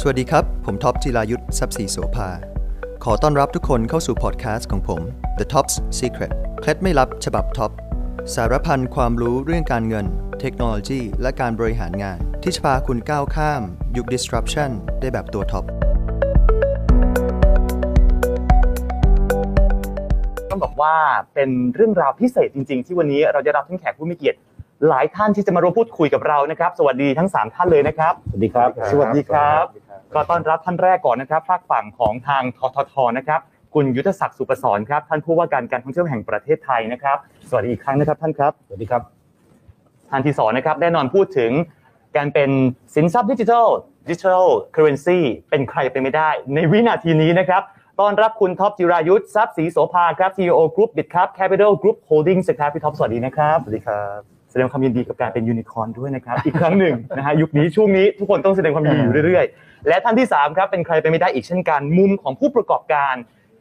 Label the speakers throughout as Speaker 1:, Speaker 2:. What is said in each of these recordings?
Speaker 1: สวัสดีครับ ผมท็อปจิรายุทธ์ทรัพย์ศรีโสภา ขอต้อนรับทุกคนเข้าสู่พอดแคสต์ของผม The Top's Secret เคล็ดไม่ลับฉบับท็อป สารพันความรู้เรื่องการเงิน เทคโนโลยี และการบริหารงาน ที่จะพาคุณก้าวข้าม ยุค disruption ได้แบบตัวท็อป
Speaker 2: ต้องบอกว่าเป็นเรื่องราวพิเศษจริง ๆ ที่วันนี้เราจะรับทั้งแขกผู้มีเกียรติ หลายท่านที่จะมาร่วมพูดคุยกับเรานะครับ สวัสดีทั้ง 3 ท่านเลยนะครับ
Speaker 3: สวัสดีครับ
Speaker 2: สวัสดีครับ ก็ต้อนรับท่านแรกก่อนนะครับภาคฝั่งของทางทททนะครับ คุณยุทธศักดิ์สุประสอนครับ ท่านผู้ว่าการการท่องเที่ยวแห่งประเทศไทยนะครับ สวัสดีอีกครั้งนะครับท่านครับ
Speaker 3: สวัสดีครับ
Speaker 2: ท่านที่สองนะครับแน่นอนพูดถึงการเป็นสินทรัพย์ดิจิทัลดิจิทัลเคอร์เรนซีเป็นใครไปไม่ได้ ในวินาทีนี้นะครับต้อนรับคุณท็อปจิรายุทธ์ทรัพย์ศรีโสภาครับ CEO Group b i t c u p Capital Group Holdings นะครับพี่ท็อปสวัสดีนะครับสวัสดีครับแสดงความยินดีกับการเป็นยูนิคอร์นด้วยนะครับ อีกครั้งหนึ่งนะฮะยุคนี้ช่วงนี้ทุกคนต้องแสดงความยินดีอยู่เรื่อยๆ และท่านที่สามครับเป็นใครไปไม่ได้อีกเช่นกันมุมของผู้ประกอบการ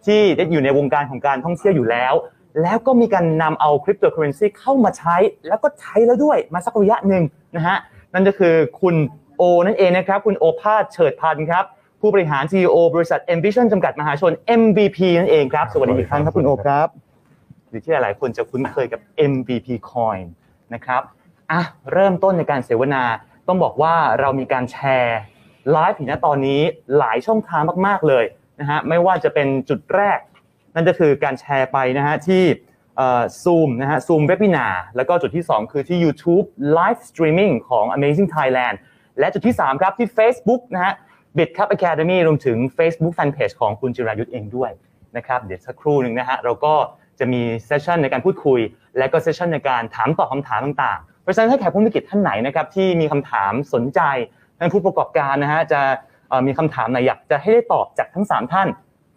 Speaker 2: ที่ได้อยู่ในวงการของการท่องเที่ยวอยู่แล้ว แล้วก็มีการนำเอาคริปโตเคอเรนซีเข้ามาใช้ แล้วก็ใช้แล้วด้วยมาสักระยะหนึ่งนะฮะ นั่นก็คือคุณโอนั่นเองนะครับ คุณโอภาสเฉิดพันธ์ครับ ผู้บริหาร CEO บริษัท m v i s i o n จำกัดมหาชน MVP นั่นเองครับ สวัสดีอีกครั้งครับคุณโอครับ หรือที่หลายๆคนจะคุ้นเคยกับ MVP Coin นะครับ อ่ะ เริ่มต้นในการเสวนา ต้องบอกว่าเรามีการแชร์ไลฟ์อยู่นะตอนนี้หลายช่องทางมาก ๆ เลยนะฮะ ไม่ว่าจะเป็นจุดแรก นั่นก็คือการแชร์ไปนะฮะที่ซูมนะฮะซูมเว็บินาแล้วก็จุดที่ 2 คือที่ YouTube Live Streaming ของ Amazing Thailand และจุดที่ 3 ครับที่ Facebook นะฮะ b i t c u p Academy รวมถึง Facebook Fanpage ของคุณจิรายุทธ์เองด้วยนะครับเดี๋ยวสักครู่หนึ่งนะฮะเราก็จะมีเซสชันในการพูดคุย และก็เซสชันในการถามตอบคำถามต่างๆ เพราะฉะนั้นถ้าแขกผู้มีเกียรติท่านไหนนะครับที่มีคำถามสนใจท่านผู้ประกอบการนะฮะจะเอ่อมีคำถามไหนอยากจะให้ได้ตอบจากทั้งสามท่าน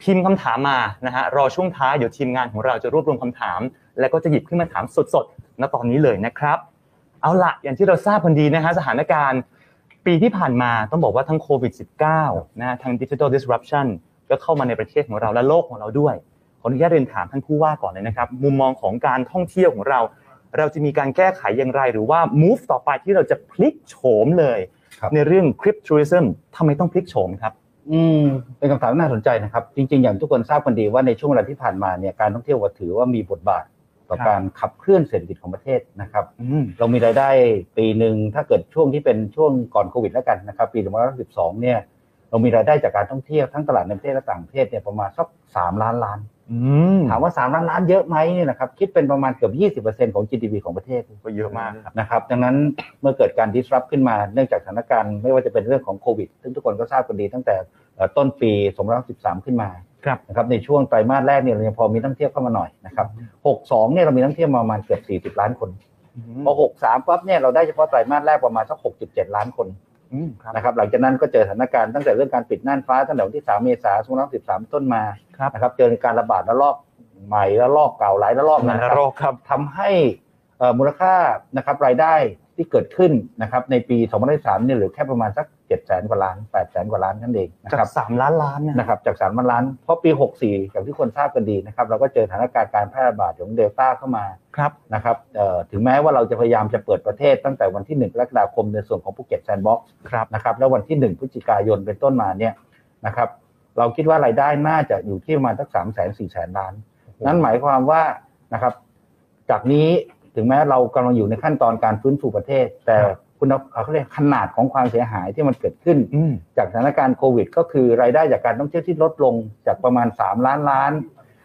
Speaker 2: พิมพ์คำถามมานะฮะรอช่วงท้ายเดี๋ยวทีมงานของเราจะรวบรวมคำถาม แล้วก็จะหยิบขึ้นมาถามสดๆณตอนนี้เลยนะครับ เอาละอย่างที่เราทราบกันดีนะฮะสถานการณ์ ปีที่ผ่านมาต้องบอกว่าทั้งโควิด -19 นะฮะทั้งดิจิทัลดิสรัปชันก็เข้ามาในประเทศของเราและโลกของเราด้วย ขออนุญาตเรียนถามท่านผู้ว่าก่อนเลยนะครับ มุมมองของการท่องเที่ยวของเรา เราจะมีการแก้ไขอย่างไร หรือว่า move ต่อไปที่เราจะพลิกโฉมเลย
Speaker 3: ครับ
Speaker 2: ในเรื่องคริปทัวริซึมทำไมต้องพลิกโฉมครับ
Speaker 3: อืมเป็นคำถามน่าสนใจนะครับ จริงๆ อย่างทุกคนทราบกันดีว่าในช่วงเวลาที่ผ่านมาเนี่ยการท่องเที่ยวถือว่ามีบทบาท ต่อ
Speaker 2: ครับ
Speaker 3: การขับเคลื่อนเศรษฐกิจของประเทศนะครับ
Speaker 2: อืม
Speaker 3: เรามีรายได้ปีหนึ่งถ้าเกิดช่วงที่เป็นช่วงก่อนโควิดแล้วกันนะครับปี2012เนี่ยเรามีรายได้จากการท่องเที่ยวทั้งตลาดในประเทศและต่างประเทศเนี่ยประมาณสักสามล้านล้าน
Speaker 2: อืม
Speaker 3: ถามว่าสามล้านล้านเยอะไหมเนี่ยนะครับคิดเป็นประมาณเกือบ20%ของ GDP ของประเทศ
Speaker 2: ก็เยอะมากครับ
Speaker 3: นะครับดังนั้นเมื่อเกิดการ disrupt ขึ้นมาเนื่องจากสถานการณ์ไม่ว่าจะเป็นเรื่องของโควิด ซึ่งทุกคนก็ทราบกันดีตั้งแต่เอ่อต้นปี2013 ขึ้นมา
Speaker 2: ครับ
Speaker 3: นะครับในช่วงไตรมาสแรกเนี่ยเรายังพอมีนักท่องเที่ยวเข้ามาหน่อยนะครับ62เนี่ยเรามีนักท่องเที่ยวมาประมาณเกือบ40 ล้านคนพอ63ปั๊บเนี่ยเราได้เฉพาะไตรมาสแรกประมาณสัก6.7 ล้านคน
Speaker 2: อืมครับ
Speaker 3: นะครับหลังจากนั้นก็เจอสถานการณ์ตั้งแต่เรื่องการปิดน่านฟ้าตั้งแต่วันที่ 3 เมษายน2013 ต้นมา
Speaker 2: ครับ
Speaker 3: นะครับเจอการระบาดระลอกใหม่ระลอกเก่าหลายระลอก
Speaker 2: น
Speaker 3: นะครับ
Speaker 2: รกครับ
Speaker 3: ทำให้เอ่อมูลค่านะครับรายได้ที่เกิดขึ้นนะครับในปี 2023เนี่ยเหลือแค่ประมาณสัก 7 แสนกว่าล้าน 8 แสนกว่าล้านนั่นเองนะ
Speaker 2: จาก
Speaker 3: ครับ
Speaker 2: สามล้านล้านนะ
Speaker 3: นะครับจากสามล้าน เพราะปี 64 อย่างที่คนทราบกันดีนะครับเราก็เจอสถานการณ์การแพร่ระบาดของเดลต้าเข้ามา
Speaker 2: ครับ
Speaker 3: นะครับเอ่อถึงแม้ว่าเราจะพยายามจะเปิดประเทศตั้งแต่วันที่1กรกฎาคมในส่วนของภูเก็ตแซนด์บ็อกซ์
Speaker 2: ครับ
Speaker 3: นะครับแล้ววันที่ 1 พฤศจิกายนเป็นต้นมาเนี่ยนะครับเราคิดว่ารายได้น่าจะอยู่ที่ประมาณสัก3 0 0 0 0 0 4 0 0 0 0ล้าน นั่นหมายความว่านะครับ จากนี้ถึงแม้เรากำลังอยู่ในขั้นตอนการฟื้นฟูประเทศ แต่
Speaker 2: ครับ
Speaker 3: คุณภาพเขาเรียกขนาดของความเสียหายที่มันเกิดขึ้น
Speaker 2: อืม
Speaker 3: จากสถานการณ์โควิด ก็คือรายได้จากการท่องเที่ยวที่ลดลงจากประมาณ 3 ล้านล้าน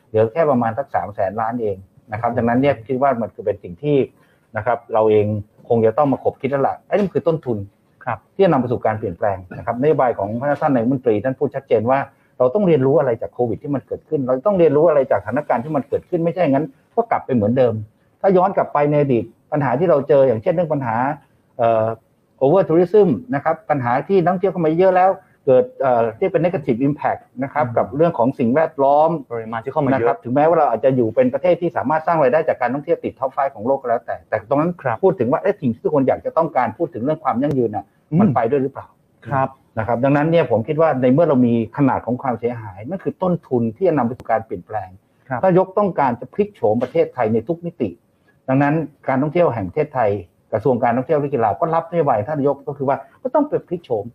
Speaker 3: เหลือแค่ประมาณสัก3 0 0แสนล้านเองนะครับดังนั้นเนี่ยคิดว่ามันคือเป็นสิ่งที่นะครับ เราเองคงจะต้องมาขบคิดแล้วล่ะไอ้นี่มันคือต้นทุน
Speaker 2: ครับ
Speaker 3: ที่จะนำไปสู่การเปลี่ยนแปลงนะครับนโยบายของพระท่านนายกรัฐมนตรีท่านพูดชัดเจนว่า เราต้องเรียนรู้อะไรจากโควิดที่มันเกิดขึ้น เราต้องเรียนรู้อะไรจากสถานการณ์ที่มันเกิดขึ้นไม่ใช่อย่างนั้น ก็กลับไปเหมือนเดิม ถ้าย้อนกลับไปในอดีตปัญหาที่เราเจออย่างเช่นเรื่องปัญหาเอ่อ over tourism นะครับปัญหาที่นักท่องเที่ยวเข้ามาเยอะแล้ว เกิดเอ่อที่เป็น negative impact นะครับ
Speaker 2: อืม
Speaker 3: กับเรื่องของสิ่งแวดล้อม
Speaker 2: ปริมาณที่เข้ามา
Speaker 3: นะ
Speaker 2: เย
Speaker 3: ครับ
Speaker 2: อะ
Speaker 3: ถึงแม้ว่าเราอาจจะอยู่เป็นประเทศที่สามารถสร้างรายได้จากการท่องเที่ยวติดท็อปไฟของโลกก็แล้วแต่ แต่ตรงนั้น
Speaker 2: ครับ
Speaker 3: พูดถึงว่าเอ๊ะสิ่งที่ทุกคนอยากจะต้องการพูดถึงเรื่องความยั่งยืนน่ะมันไปด้วยหรือเปล่า
Speaker 2: ครับ
Speaker 3: นะครับดังนั้นเนี่ยผมคิดว่าในเมื่อเรามีขนาดของความเสียหายนั่นคือต้นทุนที่จะนำไปสู่การเปลี่ยนแปลง
Speaker 2: ครับ
Speaker 3: ถ้ายกต้องการจะพลิกโฉมประเทศไทยในทุกมิติ ดังนั้นการท่องเที่ยวแห่งประเทศไทย กระทรวงการท่องเที่ยวและกีฬาก็รับนโยบายท่านนายกก็คือว่าก็ต้องไปพลิกโฉม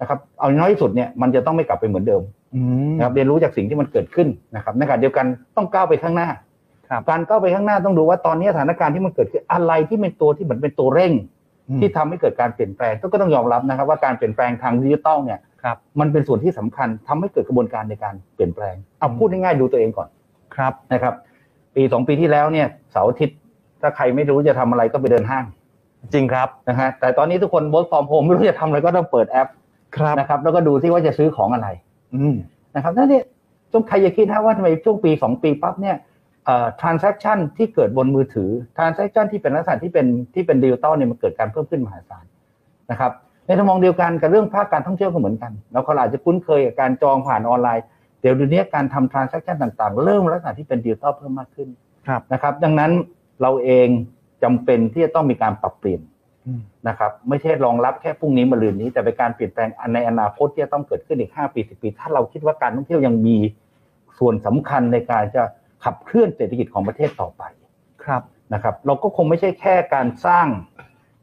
Speaker 3: นะครับเอาน้อยที่สุดเนี่ยมันจะต้องไม่กลับไปเหมือนเดิม
Speaker 2: อืม
Speaker 3: นะครับเรียนรู้จากสิ่งที่มันเกิดขึ้นนะครับในขณะเดียวกันต้องก้าวไปข้างหน้า
Speaker 2: ครับ
Speaker 3: การก้าวไปข้างหน้าต้องดูว่าตอนนี้สถานการณ์ที่มันเกิดขึ้นอะไรที่เป็นตัวที่เหมือนเป็นตัวเร่ง
Speaker 2: อืม
Speaker 3: ที่ทำให้เกิดการเปลี่ยนแปลงก็ก็ต้องยอมรับนะครับ ว่าการเปลี่ยนแปลงทางดิจิตอลเนี่ย
Speaker 2: ครับ
Speaker 3: มันเป็นส่วนที่สำคัญทำให้เกิดกระบวนการในการเปลี่ยนแปลงเอาพูดง่ายๆดูตัวเองก่อน
Speaker 2: ครับ
Speaker 3: นะครับ ปีสองปีที่แล้วเนี่ยเสาร์อาทิตย์ถ้าใครไม่รู้จะทำอะไรก็ไปเดินห้าง
Speaker 2: จริงครับ
Speaker 3: นะฮะแต่ตอนนี้ทุกคน work from home ไม่รู้จะทำอะไรก็ต้องเปิดแอป
Speaker 2: ครับ
Speaker 3: นะครับแล้วก็ดูที่ว่าจะซื้อของอะไร
Speaker 2: อืม
Speaker 3: นะครับนั่นเนี่ยจงใครอย่าคิดนะว่าทำไมช่วงปี 2 ปีปั๊บเนี่ยเอ่อ transaction ที่เกิดบนมือถือ transaction ที่เป็นลักษณะที่เป็นที่เป็นดิจิตอลเนี่ยมันเกิดการเพิ่มขึ้นมหาศาลนะครับในทางมองเดียวกันกับเรื่องภาคการท่องเที่ยวก็เหมือนกันเราเขาอาจจะคุ้นเคยกับการจองผ่านออนไลน์ เดี๋ยวเดี๋ยวนี้การทำ transaction ต่างๆ เริ่มลักษณะที่เป็นดิจิตอลเพิ่มมากขึ้น
Speaker 2: ครับ
Speaker 3: นะครับ ดังนั้นเราเองจำเป็นที่จะต้องมีการปรับเปลี่ยน
Speaker 2: อืม
Speaker 3: นะครับไม่ใช่รองรับแค่พรุ่งนี้มะรืนนี้แต่เป็นการเปลี่ยนแปลงอันในอนาคตที่จะต้องเกิดขึ้นอีก 5 ปี 10 ปี ถ้าเราคิดว่าการท่องเที่ยวยังมีส่วนสำคัญในการจะขับเคลื่อนเศรษฐกิจของประเทศต่อไป
Speaker 2: ครับ
Speaker 3: นะครับเราก็คงไม่ใช่แค่การสร้าง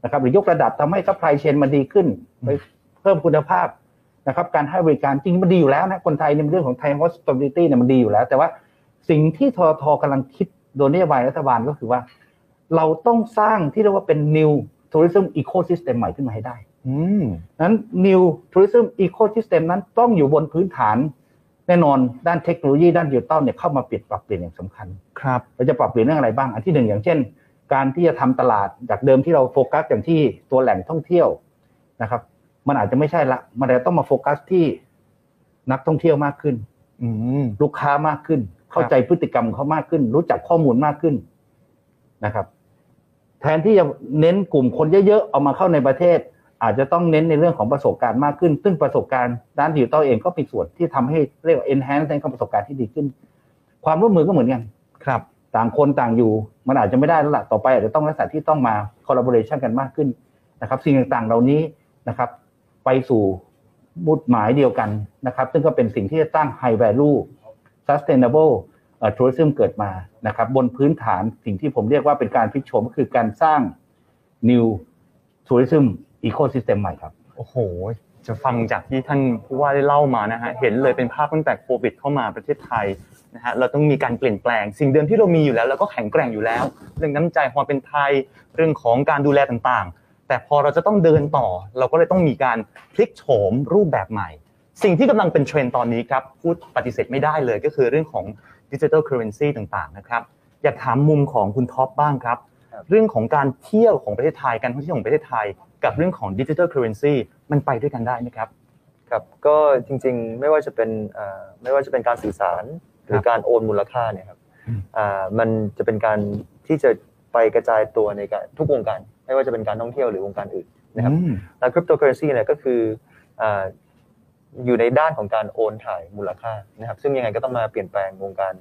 Speaker 3: นะครับหรือยกระดับทำให้ซัพพลายเชนมันดีขึ้นไปเพิ่มคุณภาพนะครับการให้บริการจริงมันดีอยู่แล้วนะคนไทยในยเรื่องของไทย hospitality เนี่ยมันดีอยู่แล้ว แต่ว่าสิ่งที่ททกำลังคิดโดยนโยบายรัฐบาลก็คือว่า เราต้องสร้างที่เรียกว่าเป็น new tourism ecosystem ใหม่ขึ้นมาให้ได้
Speaker 2: อืม
Speaker 3: นั้น New Tourism Ecosystem นั้นต้องอยู่บนพื้นฐานแน่นอนด้านเทคโนโลยีด้านดิจิตอลเนี่ยเข้ามาเปลี่ยนปรับเปลี่ยนอย่างสำคัญ
Speaker 2: ครับ
Speaker 3: เราจะปรับเปลี่ยนเรื่องอะไรบ้าง อันที่หนึ่งอย่างเช่น การที่จะทำตลาดจากเดิมที่เราโฟกัสอย่างที่ตัวแหล่งท่องเที่ยวนะครับ มันอาจจะไม่ใช่ละ มันอาจจะต้องมาโฟกัสที่นักท่องเที่ยวมากขึ้น
Speaker 2: อืม
Speaker 3: ลูกค้ามากขึ้น เข้าใจพฤติกรรมเขามากขึ้น รู้จักข้อมูลมากขึ้นนะครับ แทนที่จะเน้นกลุ่มคนเยอะๆเอามาเข้าในประเทศ อาจจะต้องเน้นในเรื่องของประสบการณ์มากขึ้น ซึ่งประสบการณ์ด้านดิจิตอลเองก็เป็นส่วนที่ทำให้เรียกว่า enhance ในประสบการณ์ที่ดีขึ้น ความร่วมมือก็เหมือนกัน
Speaker 2: ครับ
Speaker 3: ต่างคนต่างอยู่ มันอาจจะไม่ได้แล้วล่ะต่อไปอาจจะต้องลักษณะที่ต้องมา collaboration กันมากขึ้นนะครับ สิ่งต่างๆเหล่านี้นะครับ ไปสู่มุดหมายเดียวกันนะครับ ซึ่งก็เป็นสิ่งที่จะตั้ง high value sustainable เอ่อ tourism เกิดมานะครับ บนพื้นฐานสิ่งที่ผมเรียกว่าเป็นการพลิกโฉมก็คือการสร้าง new tourism ecosystem ใหม่ครับ
Speaker 2: โอ้โห จะฟังจากที่ท่านผู้ว่าได้เล่ามานะฮะ เห็นเลยเป็นภาพตั้งแต่โควิดเข้ามาประเทศไทยนะฮะ เราต้องมีการเปลี่ยนแปลง สิ่งเดิมที่เรามีอยู่แล้วแล้วก็แข็งแกร่งอยู่แล้ว เรื่องน้ำใจความเป็นไทย เรื่องของการดูแลต่างๆ แต่พอเราจะต้องเดินต่อ เราก็เลยต้องมีการพลิกโฉมรูปแบบใหม่ สิ่งที่กำลังเป็นเทรนด์ตอนนี้ครับ พูดปฏิเสธไม่ได้เลยก็คือเรื่องของดิจิทัลเคอร์เรนซีต่างๆ นะครับ อยากถามมุมของคุณท็อปบ้างครับ เรื่องของการเที่ยวของประเทศไทย การท่องเที่ยวของประเทศไทย กับเรื่องของดิจิทัลเคอร์เรนซีมันไปด้วยกันได้ไหมครับ
Speaker 4: ครับก็จริงๆไม่ว่าจะเป็นเอ่อไม่ว่าจะเป็นการสื่อสารหรือการโอนมูลค่าเนี่ยครับ
Speaker 2: อืม
Speaker 4: อ่ามันจะเป็นการที่จะไปกระจายตัวในการทุกวงการ ไม่ว่าจะเป็นการท่องเที่ยวหรือวงการอื่นนะครับ
Speaker 2: อืม
Speaker 4: แล้วคริปโตเคอเรนซีเนี่ยก็คืออ่าอยู่ในด้านของการโอนถ่ายมูลค่านะครับซึ่งยังไงก็ต้องมาเปลี่ยนแปลงวงการ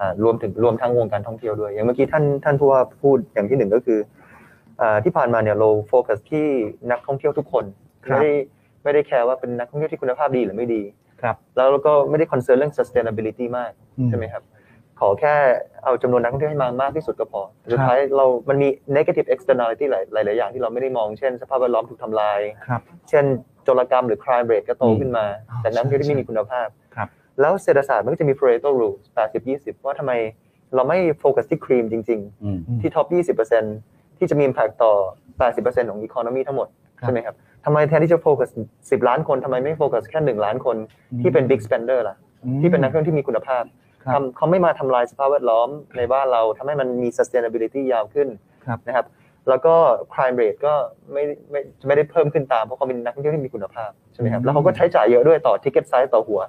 Speaker 4: อ่ารวมถึงรวมทั้งวงการท่องเที่ยวด้วย อย่างเมื่อกี้ท่านท่านผู้ว่าพูดอย่างที่หนึ่งก็คืออ่าที่ผ่านมาเนี่ยเราโฟกัสที่นักท่องเที่ยวทุกคนไม่ได้ ไม่ได้แคร์ว่าเป็นนักท่องเที่ยวที่คุณภาพดีหรือไม่ดี
Speaker 2: ครับ
Speaker 4: แล้วเราก็ไม่ได้คอนเซิร์นเรื่อง sustainability มากใช่ไหมครับ ขอแค่เอาจำนวนนักท่องเที่ยวให้มามากที่สุดก็พอ สุดท้ายเรา มันมี negative externality หลายหลายหลายอย่างที่เราไม่ได้มอง เช่น สภาพแวดล้อมถูกทำลาย
Speaker 2: ครับ
Speaker 4: เช่นโจรกรรมหรือ crime rate ก็โต
Speaker 3: อืม
Speaker 4: ขึ้นมา
Speaker 2: อ่า
Speaker 4: จากนักท่องเที่ยวที่ไม่มีคุณภาพ
Speaker 2: ครับ
Speaker 4: แล้วเศรษฐศาสตร์มันก็จะมี Pareto rule 80-20 ว่าทำไมเราไม่โฟกัสที่ครีมจริง ๆ
Speaker 3: อืม
Speaker 2: อืม
Speaker 4: ที่ท็อป 20%ที่จะมี impact ต่อ 80%ของ economy ทั้งหมด
Speaker 2: ครับ
Speaker 4: ใช่ไหมครับ ทำไมแทนที่จะโฟกัส 10 ล้านคนทำไมไม่โฟกัสแค่ 1 ล้านคนที่เป็น big spender ล่ะ
Speaker 2: อืม
Speaker 4: ที่เป็นนักท่องเที่ยวที่มีคุณภาพ
Speaker 2: ครับ
Speaker 4: ทำเขาไม่มาทำลายสภาพแวดล้อมในบ้านเราทำให้มันมี sustainability ยาวขึ้น
Speaker 2: ครับ
Speaker 4: นะครับ แล้วก็ crime rate ก็ไม่ไม่ไม่ได้เพิ่มขึ้นตามเพราะเขาเป็นนักท่องเที่ยวที่มีคุณภาพใช่ไหมครับ แล้วเขาก็ใช้จ่ายเยอะด้วยต่อ ticket size ต่อหัว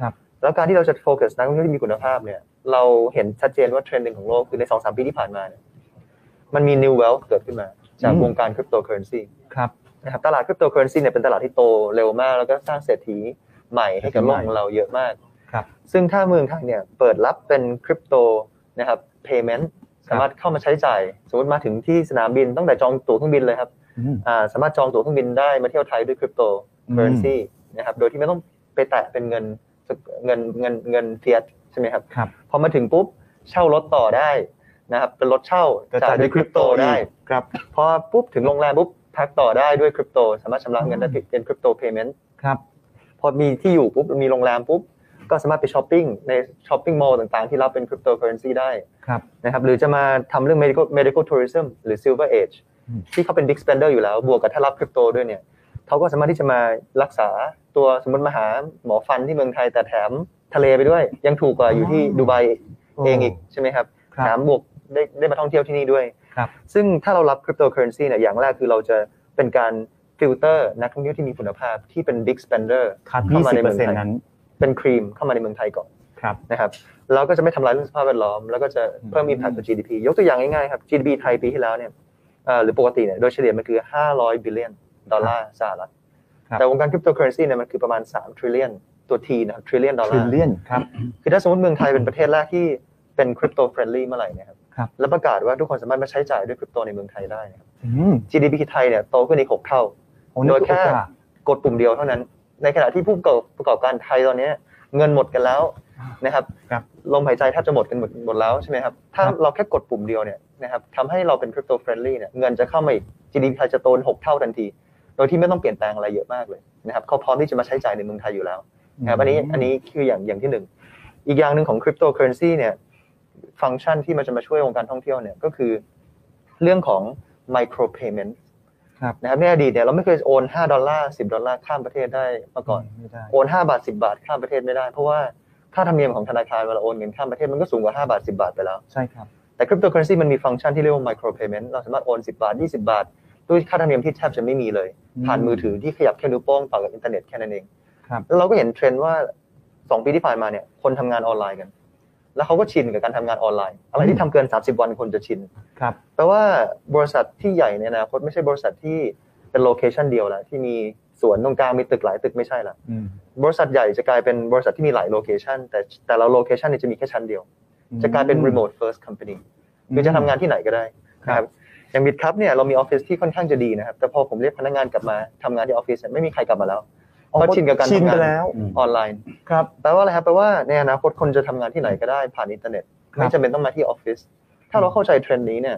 Speaker 2: ครับ
Speaker 4: แล้วการที่เราจะโฟกัสนักท่องเที่ยวที่มีคุณภาพเนี่ยเราเห็นชัดเจนว่าเทรนด์หนึ่งของโลกคือในสองสามปีที่ผ่านมาเนี่ยมันมี new wealth เกิดขึ้นมา จาก
Speaker 2: อืม
Speaker 4: วงการคริปโตเคอเรนซี
Speaker 2: ครับ
Speaker 4: นะครับตลาดคริปโตเคอเรนซีเนี่ยเป็นตลาดที่โตเร็วมาก แล้วก็สร้างเศรษฐีใหม่ให้กับโลกของเราเยอะมาก
Speaker 2: ครับ
Speaker 4: ซึ่งถ้าเมืองไทยเนี่ยเปิดรับเป็นคริปโตนะครับ payment สามารถเข้ามาใช้จ่าย สมมติมาถึงที่สนามบินตั้งแต่จองตั๋วเครื่องบินเลยครับ
Speaker 2: อืม
Speaker 4: อ่าสามารถจองตั๋วเครื่องบินได้มาเที่ยวไทยด้วยคริปโตเคอเรนซีนะครับ โดยที่ไม่ต้องไปแตะเป็นเงินเงินเงินเงินเฟียสใช่ไหมครับ
Speaker 2: ครับ
Speaker 4: พอมาถึงปุ๊บเช่ารถต่อได้นะครับเป็นรถเช่าจ่ายด้วยคริปโตได้ครับพอปุ๊บถึงโรงแรมปุ๊บพักต่อได้ด้วยคริปโตสามารถชำระเงินได้เป็นคริปโตเพย์เมนต์
Speaker 2: ครับ
Speaker 4: พอมีที่อยู่ปุ๊บมีโรงแรมปุ๊บก็สามารถไปช้อปปิ้งในช้อปปิ้งมอลล์ต่างๆ ที่รับเป็นคริปโตเคอเรนซีได้
Speaker 2: ครับ
Speaker 4: นะครับหรือจะมาทำเรื่อง medical medical tourism หรือ silver age
Speaker 2: อืม
Speaker 4: ที่เขาเป็น big spender อยู่แล้ว บวกกับถ้ารับคริปโตด้วยเนี่ยเขาก็สามารถที่จะมารักษาตัวสมมติมาหาหมอฟันที่เมืองไทยแต่แถมทะเลไปด้วย ยังถูกกว่าอยู่ที่ดูไบเองอีกใช่ไหมครับ
Speaker 2: ครั
Speaker 4: ถาม
Speaker 2: บ
Speaker 4: บวกได้ได้มาท่องเที่ยวที่นี่ด้วย
Speaker 2: ครับ
Speaker 4: ซึ่งถ้าเรารับคริปโตเคอเรนซีเนี่ยอย่างแรกคือเราจะเป็นการฟิลเตอร์นักท่องเที่ยวที่มีคุณภาพที่เป็น big spender
Speaker 2: คัด
Speaker 4: เข้ามาในเมืองไทย
Speaker 2: 20%นั้น
Speaker 4: เป็นครีมเข้ามาในเมืองไทยก่อน
Speaker 2: ครับ
Speaker 4: นะครับเราก็จะไม่ทำลายเรื่องสภาพแวดล้อม แล้วก็จะเพิ่ม impact ต่อ GDP ยกตัวอย่างง่ายๆครับ GDP ไทยปีที่แล้วเนี่ยเอ่อหรือปกติเนี่ยโดยเฉลี่ยมันคือ 500 billion ดอลลาร์สหรัฐ
Speaker 2: ครับ
Speaker 4: แต่วงการคริปโตเคอเรนซีเนี่ยมันคือประมาณ 3 trillion ตัว T นะครับ trillion ดอลลาร์
Speaker 2: ครับ
Speaker 4: คือถ้าสมมติเมืองไทยเป็นประเทศแรกที่เป็นคริปโตเฟรนลี่เมื่อไหร่เนะครับ
Speaker 2: ครับ
Speaker 4: แล้วประกาศว่าทุกคนสามารถมาใช้จ่ายด้วยคริปโตในเมืองไทยได้นะครับ
Speaker 2: อืม
Speaker 4: GDP ไทยเนี่ยโตขึ้นอีก 6 เท่า
Speaker 2: โอ้นี่
Speaker 4: โดย
Speaker 2: คือ
Speaker 4: แค่
Speaker 2: โอกาส
Speaker 4: กดปุ่มเดียวเท่านั้น ในขณะที่ผู้ประกอบประกอบการไทยตอนเนี้ยเงินหมดกันแล้วนะครับ
Speaker 2: ครับ
Speaker 4: ลมหายใจแทบจะหมดกันหมดหมดแล้วใช่ไหมครับ ถ้า
Speaker 2: ครับ
Speaker 4: เราแค่กดปุ่มเดียวเนี่ยนะครับทำให้เราเป็นคริปโตเฟรนลี่เนี่ยเงินจะเข้ามาอีก GDP ไทยจะโตหกเท่าทันที โดยที่ไม่ต้องเปลี่ยนแปลงอะไรเยอะมากเลยนะครับเขาพร้อมที่จะมาใช้จ่ายในเมืองไทยอยู่แล้ว นะครับอันนี้อันนี้คืออย่างอย่างที่หนึ่งอีกอย่างหนึ่งของคริปโตเคอเรนซีเนี่ยฟังก์ชันที่มันจะมาช่วยวงการท่องเที่ยวเนี่ยก็คือเรื่องของ micro payment
Speaker 2: ครับ
Speaker 4: นะครับในอดีตเนี่ยเราไม่เคยโอน5ดอลลาร์10 ดอลลาร์ข้ามประเทศได้มาก่อน
Speaker 2: ไม่ได้
Speaker 4: โอน 5 บาท 10 บาทข้ามประเทศไม่ได้ เพราะว่าค่าธรรมเนียมของธนาคารเวลาโอนเงินข้ามประเทศมันก็สูงกว่า 5 บาท 10 บาทไปแล้ว
Speaker 2: ใช่ครับ
Speaker 4: แต่คริปโตเคอเรนซีมันมีฟังก์ชันที่เรียกว่า micro payment เราสามารถโอน 10 บาท 20 บาท ด้วยค่าธรรมเนียมที่แทบจะไม่มีเลย
Speaker 2: อืม
Speaker 4: ผ่านมือถือที่ขยับแค่นิ้วโป้งต่อกับอินเทอร์เน็ตแค่นั้นเอง
Speaker 2: ครับ
Speaker 4: แล้วเราก็เห็นเทรนด์ว่า 2 ปีที่ผ่านมาเนี่ยคนทำงานออนไลน์กัน แล้วเขาก็ชินกับการทำงานออนไลน์ อะไรที่ทำเกิน 30 วันคนจะชิน
Speaker 2: ครับ
Speaker 4: แปลว่าบริษัทที่ใหญ่ในอนาคตไม่ใช่บริษัทที่เป็นโลเคชันเดียวละที่มีสวนตรงกลางมีตึกหลายตึกไม่ใช่ละ
Speaker 2: อืม
Speaker 4: บริษัทใหญ่จะกลายเป็นบริษัทที่มีหลายโลเคชันแต่แต่ละโลเคชันเนี่ยจะมีแค่ชั้นเดียว จะกลายเป็น remote first company คือจะทำงานที่ไหนก็ได้นะครับอย่างบิดครับเนี่ยเรามีออฟฟิศที่ค่อนข้างจะดีนะครับ แต่พอผมเรียกพนักงานกลับมาทำงานที่ออฟฟิศเนี่ยไม่มีใครกลับมาแล้วเพราะชินกับการ
Speaker 2: ชิน
Speaker 4: ทำ
Speaker 2: ไป
Speaker 4: งาน
Speaker 2: แล้ว
Speaker 3: อืม
Speaker 4: ออนไลน์
Speaker 2: ครับ
Speaker 4: แปลว่าอะไรครับแปลว่าในอนาคตคนจะทำงานที่ไหนก็ได้ผ่านอินเทอร์เน็ต
Speaker 2: ครับ
Speaker 4: ไม่จำเป็นต้องมาที่ออฟฟิศถ้าเราเข้าใจเทรนด์นี้เนี่ย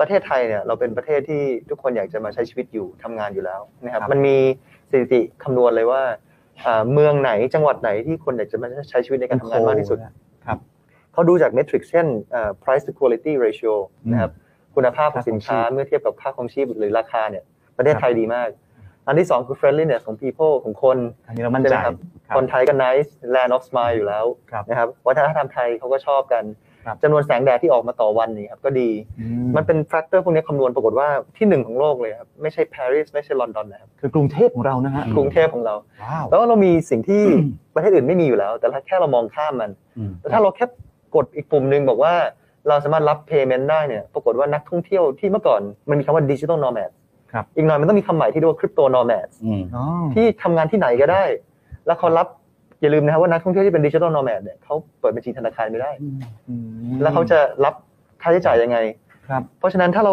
Speaker 4: ประเทศไทยเนี่ยเราเป็นประเทศที่ทุกคนอยากจะมาใช้ชีวิตอยู่ทำงานอยู่แล้วนะครับมันมีสถิติคำนวณเลยว่าอ่าเมืองไหนจังหวัดไหนที่คนอยากจะมาใช้ชีวิตในการทำงานมากที่สุด เขาดูจากเมทริกซ์เช่นเอ่อ price to quality ratio
Speaker 2: อืม
Speaker 4: นะครับคุณภาพของสินค้า
Speaker 2: ค่าครองชีพ
Speaker 4: เมื่อเทียบกับค่าของชีพหรือราคาเนี่ยประเทศไทยดีมาก อันที่สองคือ friendliness ของ people ของคน
Speaker 2: อันนี้เรามั่นใจ
Speaker 4: ใช่ไหมรับ
Speaker 2: รับ
Speaker 4: คนไทยก็ nice land of smile อยู่แล้ว
Speaker 2: ครับ
Speaker 4: นะครับวัฒนธรรมไทยเขาก็ชอบกัน
Speaker 2: ครับ
Speaker 4: จำนวนแสงแดดที่ออกมาต่อวันนี่ครับก็ดี
Speaker 2: อื
Speaker 4: มันเป็นแฟกเตอร์พวกนี้คำนวณปรากฏว่าที่หนึ่งของโลกเลยครับไม่ใช่ปารีสไม่ใช่ลอนดอนนะครับ
Speaker 2: คือกรุงเทพของเรานะฮะ
Speaker 4: กรุงเทพของเรา
Speaker 2: ว้าว
Speaker 4: แล้วาเรามีสิ่งที่ ประเทศอื่นไม่มีอยู่แล้ว แต่แค่เรามองข้ามมัน
Speaker 3: อืม
Speaker 4: แต่ถ้าเราแค่กดอีกปุ่มหนึ่งบอกว่าเราสามารถรับ payment ได้เนี่ย ปรากฏว่านักท่องเที่ยวที่เมื่อก่อนมันมีคำว่า digital nomad
Speaker 2: ครับ
Speaker 4: อีกหน่อยมันต้องมีคำใหม่ที่เรียกว่า crypto nomad
Speaker 3: อืม
Speaker 2: อ๋อ
Speaker 4: ที่ทำงานที่ไหนก็ได้ แล้วเขารับ อย่าลืมนะครับว่านักท่องเที่ยวที่เป็น digital nomad เนี่ยเขาเปิดบัญชีธนาคารไม่ได้
Speaker 2: อืม
Speaker 4: แล้วเขาจะรับค่าใช้จ่ายยังไง
Speaker 2: ครับ
Speaker 4: เพราะฉะนั้นถ้าเรา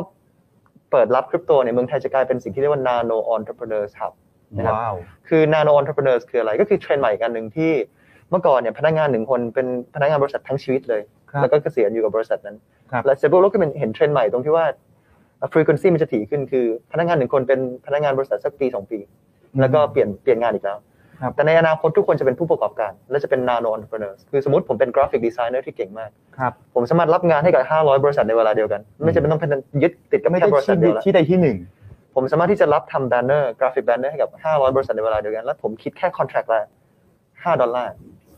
Speaker 4: เปิดรับคริปโตเนี่ยเมืองไทยจะกลายเป็นสิ่งที่เรียกว่า nano entrepreneurs hub นะครับ
Speaker 2: ว้าว
Speaker 4: คือ nano entrepreneurs คืออะไรก็คือเทรนด์ใหม่อีกอันหนึ่งที่เมื่อก่อนเนี่ยพนักงานหนึ่งคนเป็นพนักงานบริษัททั้งชีวิตเลย
Speaker 2: ครับ
Speaker 4: แล้วก็เกษียณอยู่กับบริษัทนั้น
Speaker 2: ครับ
Speaker 4: และเซเบิลโลกก็เป็นเห็นเทรนด์ใหม่ตรงที่ว่า frequency มันจะถี่ขึ้นคือพนักงานหนึ่งคนเป็นพนักงานบริษัทสักปีสองปี แล้วก็เปลี่ยนเปลี่ยนงานอีกแล้ว
Speaker 2: ครับ
Speaker 4: แต่ในอนาคตทุกคนจะเป็นผู้ประกอบการ และจะเป็น nano entrepreneurs คือสมมติผมเป็นกราฟิกดีไซเนอร์ที่เก่งมาก
Speaker 2: ครับ
Speaker 4: ผมสามารถรับงานให้กับ 500 บริษัทในเวลาเดียวกัน ไม่จำเป็นต้องเป็นยึดติดกับ
Speaker 2: ไม่
Speaker 4: แค่
Speaker 2: ได้
Speaker 4: บริษั
Speaker 2: ที่
Speaker 4: ทเดียวละ
Speaker 2: ที่ใดที่หนึ่ง
Speaker 4: ผมสามารถที่จะรับทำแบนเนอร์กราฟิกแบนเนอร์ให้กับ 500 บริษัทในเวลาเดียวกัน แล้วผมคิดแค่คอนแท c t ละ5 ดอลลาร์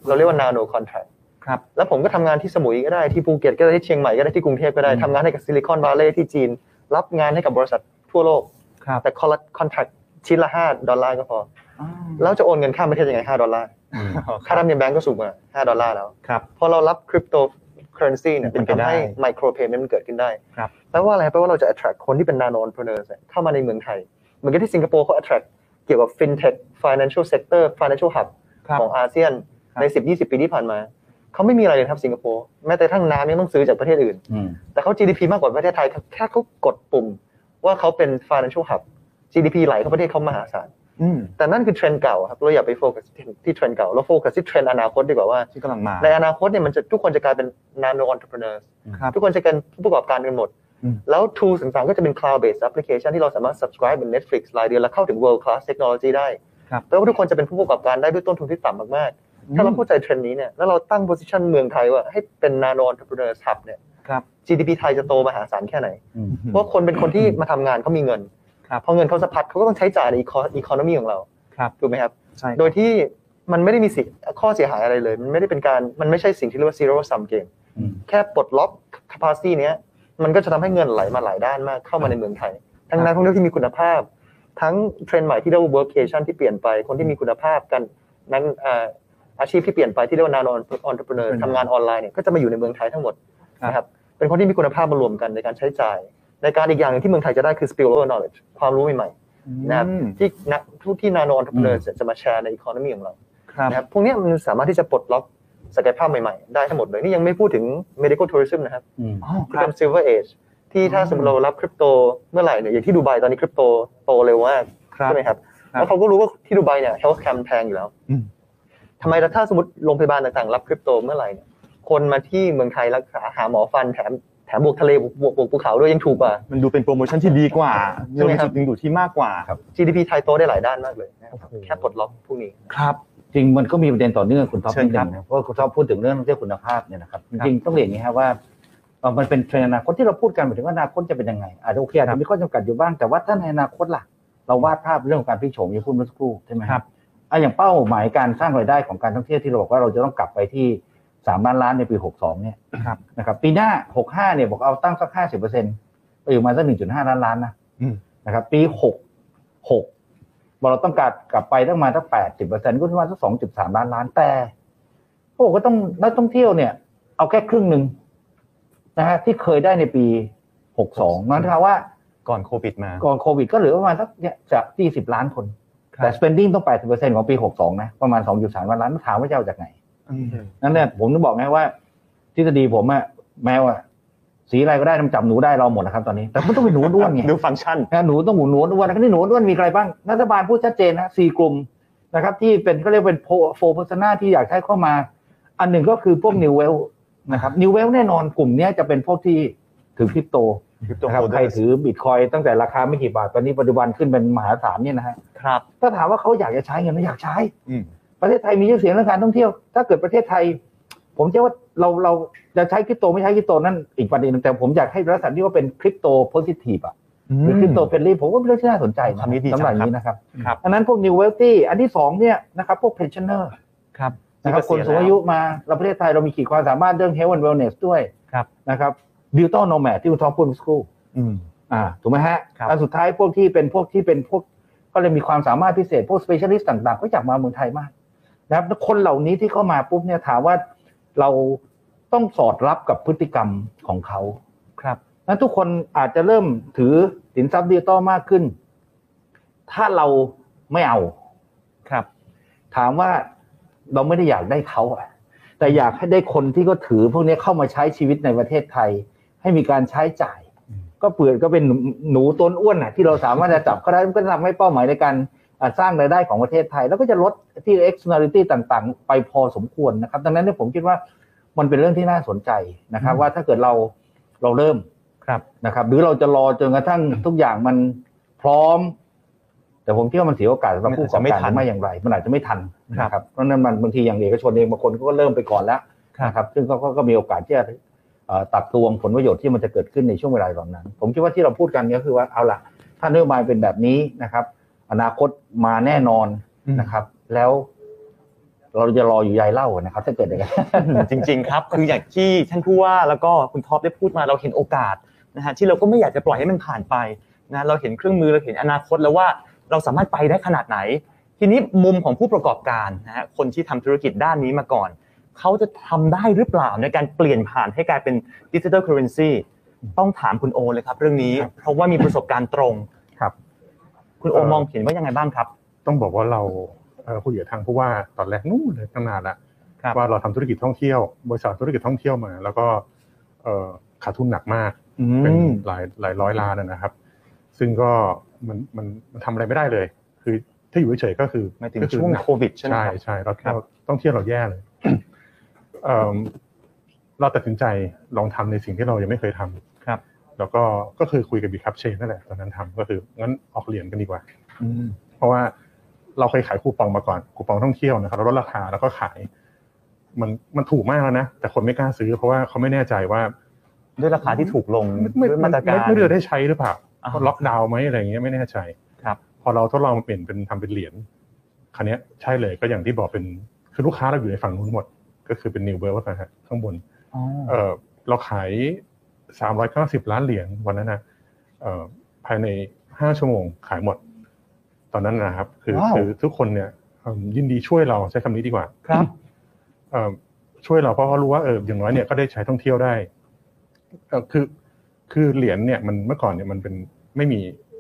Speaker 4: เราเรียกว่านาโนคอนแท c t
Speaker 2: ครับ
Speaker 4: แล้วผมก็ทำงานที่สมุยก็ได้ที่ภูเก็ตก็ได้ที่เชียงใหม่ก็ได้ที่กรุงเทพก็ได้
Speaker 2: อืม
Speaker 4: ทำงานให้กับซิลิคอน v a l เล y ที่จีน รับงานให้กับบริษัททั่วโลก
Speaker 2: ครับ
Speaker 4: แต่คอนแท c t ชิ้นละ 5 ดอลลาร์ก็พอ
Speaker 2: อ้า
Speaker 4: แล้วจะโอนเงินข้ามประเทศยังไง 5 ดอลลาร์
Speaker 2: ว
Speaker 4: ค่าธรรมเนียมแบงก์ก็สูงกว่า 5 ดอลลาร์แล้ว
Speaker 2: ครับ
Speaker 4: พอเรารับคริปโตเคอเรนซีเนี่ย
Speaker 2: มั
Speaker 4: มัน
Speaker 2: นเป็นไป
Speaker 4: ทำ
Speaker 2: ได้
Speaker 4: ให้ไมโครเพ y m e n t มันเกิดขึ้นได้
Speaker 2: ครับ
Speaker 4: แปลว่าอะไรแปลว่าเราจะ attract คนที่เป็น nano entrepreneurs เนี่ยเข้ามาในเมืองไทย เหมือนกับที่สิงคโปร์เขา attract เกี่ยวกับ fintech financial sector financial hub
Speaker 2: ครับ
Speaker 4: ของอาเซียน
Speaker 2: ครับ
Speaker 4: ใน 10-20 ปีที่ผ่านมา เขาไม่มีอะไรเลยครับสิงคโปร์แม้แต่กระทั้งน้ำยังต้องซื้อจากประเทศอื่น
Speaker 3: อืม
Speaker 4: แต่เขา GDP มากกว่าประเทศไทยครับแค่เขากดปุ่มว่าเขาเป็น financial hub GDP ไหลเข้าประเทศเขามหาศาล
Speaker 2: อืม
Speaker 4: แต่นั่นคือเทรนด์เก่าครับเราอย่าไปโฟกัสที่เทรนด์เก่าเราโฟกัสที่เทรนด์อนาคตดีกว่าว่า
Speaker 2: ที่กำลังมา
Speaker 4: ในอนาคตเนี่ยมันจะทุกคนจะกลายเป็น nano entrepreneurs
Speaker 2: ครับ
Speaker 4: ทุกคนจะเป็นผู้ประกอบการกันหมด
Speaker 2: อืม
Speaker 4: แล้ว tools ต่างๆก็จะเป็น cloud based application ที่เราสามารถ subscribe เป็น Netflix รายเดือนแล้วเข้าถึง world class technology ได้
Speaker 2: ครับ
Speaker 4: แปลว่าทุกคนจะเป็นผู้ประกอบการได้ด้วยต้นทุนที่ต่ำมากๆ ถ้าเราเข้าใจเทรนด์นี้เนี่ยแล้วเราตั้งโพสิชันเมืองไทยว่าให้เป็นนาโน e p r e n e u r s h u b เนี่ย
Speaker 2: ครับ
Speaker 4: GDP ไทยจะโตมหาศาลแค่ไหน
Speaker 3: อืม
Speaker 4: เพราะคนเป็นคนที่มาทำงานเขามีเงิน
Speaker 2: ครับ
Speaker 4: พอเงินเขาสะพัดเขาก็ต้องใช้จ่ายในอีโคโนมีของเรา
Speaker 2: ครับ
Speaker 4: ถูกไหมครับ
Speaker 2: ใช่ครับ
Speaker 4: โดยที่มันไม่ได้มีสิข้อเสียหายอะไรเลย มันไม่ได้เป็นการมันไม่ใช่สิ่งที่เรียกว่า zero sum game
Speaker 3: อืม
Speaker 4: แค่ปลดล็อก capacity เนี้ยมันก็จะทำให้เงินไหลมาหลายด้านมากเข้ามาในเมืองไทย ทั้งนักท่องเที่ยวที่มีคุณภาพ ทั้งเทรนด์ใหม่ที่เรียกว่า workation ที่เปลี่ยนไปคนที่มีคุณภาพกันนั้นอ่าอาชีพที่เปลี่ยนไปที่เรียกว่า nano entrepreneur ทำงานออนไลน์เนี่ยก็จะมาอยู่ในเมืองไทยทั้งหมด
Speaker 2: ครับ
Speaker 4: นะครับเป็นคนที่มีคุณภาพมารวมกันในการใช้จ่าย ในการอีกอย่างหนึงที่เมืองไทยจะได้คือ spillover knowledge ความรู้ใหม่ๆนะครับที่นักทุกที่ nano entrepreneur จะมาแชร์ใน economy ของเรา
Speaker 2: ครับ
Speaker 4: นะครับพวกเนี้ยมันสามารถที่จะปลดล็อกศักยภาพใหม่ๆ ได้ทั้งหมดเลย นี่ยังไม่พูดถึง medical tourism นะครับ
Speaker 3: อืม
Speaker 2: อ๋อ
Speaker 4: ที่
Speaker 2: ครั
Speaker 4: เป็
Speaker 2: บ
Speaker 4: น silver age ที่ถ้าสมมติเรารับคริปโตเมื่อไหร่เนี่ยอย่างที่ดูไบตอนนี้คริปโตโตเร็วมาก
Speaker 2: ครับ
Speaker 4: ใช่ไหมครับ
Speaker 2: ครับ
Speaker 4: แล้วเขาก็รู้ว่าที่ดูไบเนี่ย health care มันแพงอยู่แล้ว
Speaker 1: อืม
Speaker 4: ทำไมถ้าสมมติโรงพยาบาลต่างๆ รับคริปโตเมื่อไหร่เนี่ยคนมาที่เมืองไทยรักษาหาหมอฟันแถมแถมบวกทะเลบวกบวกบวกภูเขาด้วยยังถูกกว่า
Speaker 2: มันดูเป็นโปรโมชั่นที่ดีกว่า
Speaker 4: ใช่ไหมครับ
Speaker 2: จุดดึงดูดที่มากกว่า
Speaker 3: ครับ
Speaker 4: GDP ไทยโตได้หลายด้านมากเลยนะครับ
Speaker 3: โอ้โห
Speaker 4: แค่ปลดล็อกพวกนี้
Speaker 2: ครับ
Speaker 3: จริงมันก็มีประเด็นต่อเนื่องคุณท็อป
Speaker 2: เชิญ
Speaker 3: นิดห
Speaker 2: ครั
Speaker 3: นึ
Speaker 2: บ
Speaker 3: งนะเพราะว่าคุณท็อปพูดถึงเรื่องเรื่องคุณภาพเนี่ยนะครับจ
Speaker 2: ครับ
Speaker 3: ริงๆต้องเรียนอย่างนี้ครับว่าเอ่อมันเป็นเทรนด์อนาคตที่เราพูดกันหมายถึงว่าอนาคตจะเป็นยังไงอาจจะโอเคอาจจะมีข้อจำกัดอยู่บ้างแต่ว่าถ้าในอนาคตล่ะ เราวาดภาพเรื่องของการพลิกโฉมอย่างพูดเมื่อสักครู่ใช่ไหม
Speaker 2: ครับ
Speaker 3: อ่ะอย่างเป้าหมายการสร้างรายได้ของการท่องเที่ยวที่เราบอกว่าเราจะต้องกลับไปที่สามล้านล้านในปีหกสองเนี่ย
Speaker 2: ครับ
Speaker 3: นะครับปีหน้าหกห้าเนี่ยบอกเอาตั้งสักห้าสิบเปอร์เซ็นต์ไปอยู่มาสักหนึ่งจุดห้าล้านล้านนะ
Speaker 1: อืม
Speaker 3: นะครับปีหกหก บอกเราต้องการกลับไปตั้งมาตั้งแปดสิบเปอร์เซ็นต์ก็ประมาณสักสองจุดสามล้านล้านแต่โอ้ก็ต้องนักท่องเที่ยวเนี่ย เอาแค่ครึ่งหนึ่งนะฮะที่เคยได้ในปีหกสองนั่นแปลว่า
Speaker 2: ก่อนโควิดมา
Speaker 3: ก่อนโควิดก็เหลือประมาณสักเนี่ยจากที่สิบล้านคน
Speaker 2: ครับ
Speaker 3: แต่ spending ต้องแปดสิบเปอร์เซ็นต์ของปีหกสองนะ ประมาณสองจุดสามล้านล้านถามว่าจะเอาจากไหน
Speaker 1: อืม
Speaker 3: นั่นเนี่ยผมต้องบอกไงว่า ทฤษฎีผมอะแมวอะสีอะไรก็ได้ทำจับหนูได้เราหมดนะครับตอนนี้แต่มันต้องเป็นหนูด้วนไง
Speaker 2: ดูฟังก์ชัน
Speaker 3: นะหนูต้องหนูหนูอ้วนนะครับนี่หนูอ้วนมีใครบ้างรัฐบาลพูดชัดเจนนะสี่กลุ่มนะครับ ที่เป็นเขาเรียกเป็นโฟร์เพอร์ซนาที่อยากใช้เข้ามา อันหนึ่งก็คือพวกนิวเวลนะครับนิวเวลแน่นอนกลุ่มเนี้ยจะเป็นพวกที่ถือคริปโตนะครับใครถือบิตคอยน์ตั้งแต่ราคาไม่กี่บาท ตอนนี้ปัจจุบันขึ้นเป็นมหาศาลเนี่ยนะฮะ
Speaker 2: ครับ
Speaker 3: ถ้าถามว่าเขาอยากจะใช้เงินไหม่อยากใช้
Speaker 1: อืม
Speaker 3: ประเทศไทยมีชื่อเสียงเรื่องการท่องเที่ยว ถ้าเกิดประเทศไทย ผมเชื่อว่าเราเราจะใช้คริปโตไม่ใช้คริปโตนั่นอีกประเด็นหนึ่งแต่ผมอยากให้รัฐบาลที่ว่าเป็นคริปโตโพซิทีฟอะ หรือคริปโตเฟรนลี่ผมว่าเป็นเรื่องที่น่าสนใจนะ
Speaker 2: คำนี้ดีจัง
Speaker 3: สำหรับนี้นะครับ
Speaker 2: ครับ
Speaker 3: อันนั้นพวก New Wealthy อันที่สองเนี่ยนะครับพวก Pensioner
Speaker 2: ครับ
Speaker 3: นะครับคนสูงอายุมาเราประเทศไทยเรามีขีดความสามารถเรื่อง Health and Wellness ด้วย
Speaker 2: ครับ
Speaker 3: นะครับ Digital Nomad ที่คุณทอมพูดเมื่อสักครู่
Speaker 1: อืม
Speaker 3: อ่าถูกไหมฮะ
Speaker 2: ครับ
Speaker 3: อันสุดท้ายพวกที่เป็นพวกที่เป็นพวกก็เลยมีความสามารถพิเศษ พวก specialist ต่างๆ ก็อยากมาเมืองไทยมากนะครับแล้วคนเหล่านี้ที่เข้ามาปุ๊บเนี่ยถามว่าเราต้องสอดรับกับพฤติกรรมของเขา
Speaker 2: ครับ
Speaker 3: นั้นทุกคนอาจจะเริ่มถือสินทรัพย์ดิจิตอลมากขึ้น ถ้าเราไม่เอา
Speaker 2: ครับ
Speaker 3: ถามว่าเราไม่ได้อยากได้เขาอะแต่อยากให้ได้คนที่ก็ถือพวกนี้เข้ามาใช้ชีวิตในประเทศไทย ให้มีการใช้จ่าย ก็เปลือนก็เป็นหนูหนูต้นอ้วนน่ะที่เราสามารถจะจับก็ได้มันก็ทำให้เป้าหมายในการอ่าสร้างรายได้ของประเทศไทย แล้วก็จะลดที่ externality ต่างๆ ไปพอสมควรนะครับ ดังนั้นเนี่ยผมคิดว่ามันเป็นเรื่องที่น่าสนใจนะครับ ว่าถ้าเกิดเราเราเริ่ม
Speaker 2: ครับ
Speaker 3: นะครับ หรือเราจะรอจนกระทั่งทุกอย่างมันพร้อม แต่ผมคิดว่ามันเสียโอกาสสำหรับผู้ประกอบ
Speaker 2: มันอาจจะไม่
Speaker 3: การ
Speaker 2: ทัน
Speaker 3: หรือไม่อย่างไร มันอาจจะไม่ทันนะครับเพราะฉะนั้นมันบางทีอย่างเอกชนเองบางคนเขาก็เริ่มไปก่อนแล้วนะครับ ซึ่งเขาก็ก็มีโอกาสที่จะเอ่อตักตวงผลประโยชน์ที่มันจะเกิดขึ้นในช่วงเวลาเหล่านั้น ผมคิดว่าที่เราพูดกันก็คือว่าเอาล่ะ ถ้านโยบายเป็นแบบนี้นะครับ อนาคตมาแน่นอน
Speaker 1: อืม
Speaker 3: นะครับ แล้ว เราจะรออยู่ยายเล่านะครับถ้าเกิดอย่างนั้น
Speaker 2: จริงๆ ครับคืออย่างที่ท่านผู้ว่าแล้วก็คุณท็อปได้พูดมาเราเห็นโอกาสนะฮะที่เราก็ไม่อยากจะปล่อยให้มันผ่านไปนะเราเห็นเครื่องมือเราเห็นอนาคตแล้วว่าเราสามารถไปได้ขนาดไหน ทีนี้มุมของผู้ประกอบการนะฮะคนที่ทำธุรกิจด้านนี้มาก่อน เขาจะทำได้หรือเปล่าในการเปลี่ยนผ่านให้กลายเป็นดิจิทัลเคอเรนซีต้องถามคุณโอเลยครับ เรื่องนี้เพราะว่ามีประสบการณ์ตรง
Speaker 5: ครับ
Speaker 2: คุณโอมองเห็นว่ายังไงบ้างครับ
Speaker 5: ต้องบอกว่าเราเอ่อคุยกับทางผู้ว่าตอนแรกนู่นเลยตั้งนานละ
Speaker 2: ครับ
Speaker 5: ว่าเราทำธุรกิจท่องเที่ยว บริษัทธุรกิจท่องเที่ยวมา แล้วก็เอ่อขาดทุนหนักมาก
Speaker 2: อื
Speaker 5: เป็น
Speaker 2: ม
Speaker 5: หลายหลายร้อยล้านอะนะครับ ซึ่งก็มันมันมันทำอะไรไม่ได้เลย คือถ้าอยู่เฉยๆก็คือ
Speaker 2: หมายถึง
Speaker 5: ก็อ
Speaker 2: ช่วง
Speaker 5: หนัก
Speaker 2: โควิดใช่ไหมครับ
Speaker 5: ใช่เรา
Speaker 2: ครับ
Speaker 5: เราต้องเที่ยวเราแย่เลยเอิ่มเราตัดสินใจลองทำในสิ่งที่เรายังไม่เคยทำ
Speaker 2: ครับ
Speaker 5: แล้วก็ก็คือคุยกับบีคับเชนนั่นแหละตอนนั้นทำก็คืองั้นออกเหรียญกันดีกว่า
Speaker 2: อืม
Speaker 5: เพราะว่า เราเคยขายคูปองมาก่อนคูปองท่องเที่ยวนะครับเราลดราคาแล้วก็ขาย มันมันถูกมากแล้วนะแต่คนไม่กล้าซื้อเพราะว่าเขาไม่แน่ใจว่า
Speaker 2: ด้วยราคาที่ถูกลง
Speaker 5: ไม่ไม่
Speaker 2: ด้วย
Speaker 5: มั
Speaker 2: มาน ตรการ
Speaker 5: ไม่ไม่รู้จะได้ใช้หรือเปล่า
Speaker 2: อ่า
Speaker 5: เขาล็อกดาวน์ไหมอะไรอย่างเงี้ยไม่แน่ใจ
Speaker 2: ครับ
Speaker 5: พอเราทดลองมาเปลี่ยนเป็นทำเป็นเหรียญคราวเนี้ยใช่เลยก็อย่างที่บอกเป็นคือลูกค้าเราอยู่ในฝั่งนู้นหมด ก็คือเป็นนิวเบิร์ดนะฮะข้างบน
Speaker 2: อ๋อ
Speaker 5: เออเราขาย 390 ล้านเหรียญวันนั้นนะเอ่อภายใน 5 ชั่วโมงขายหมด ตอนนั้นนะครับ คือ
Speaker 3: ว้าว
Speaker 5: คือทุกคนเนี่ยเอิ่มยินดีช่วยเราใช้คำนี้ดีกว่า
Speaker 2: ครับ
Speaker 5: เอิ่มช่วยเราเพราะเขารู้ว่าเอออย่างน้อยเนี่ยก็ได้ใช้ท่องเที่ยวได้เอ่อคือคือเหรียญเนี่ยมันเมื่อก่อนเนี่ยมันเป็นไม่มี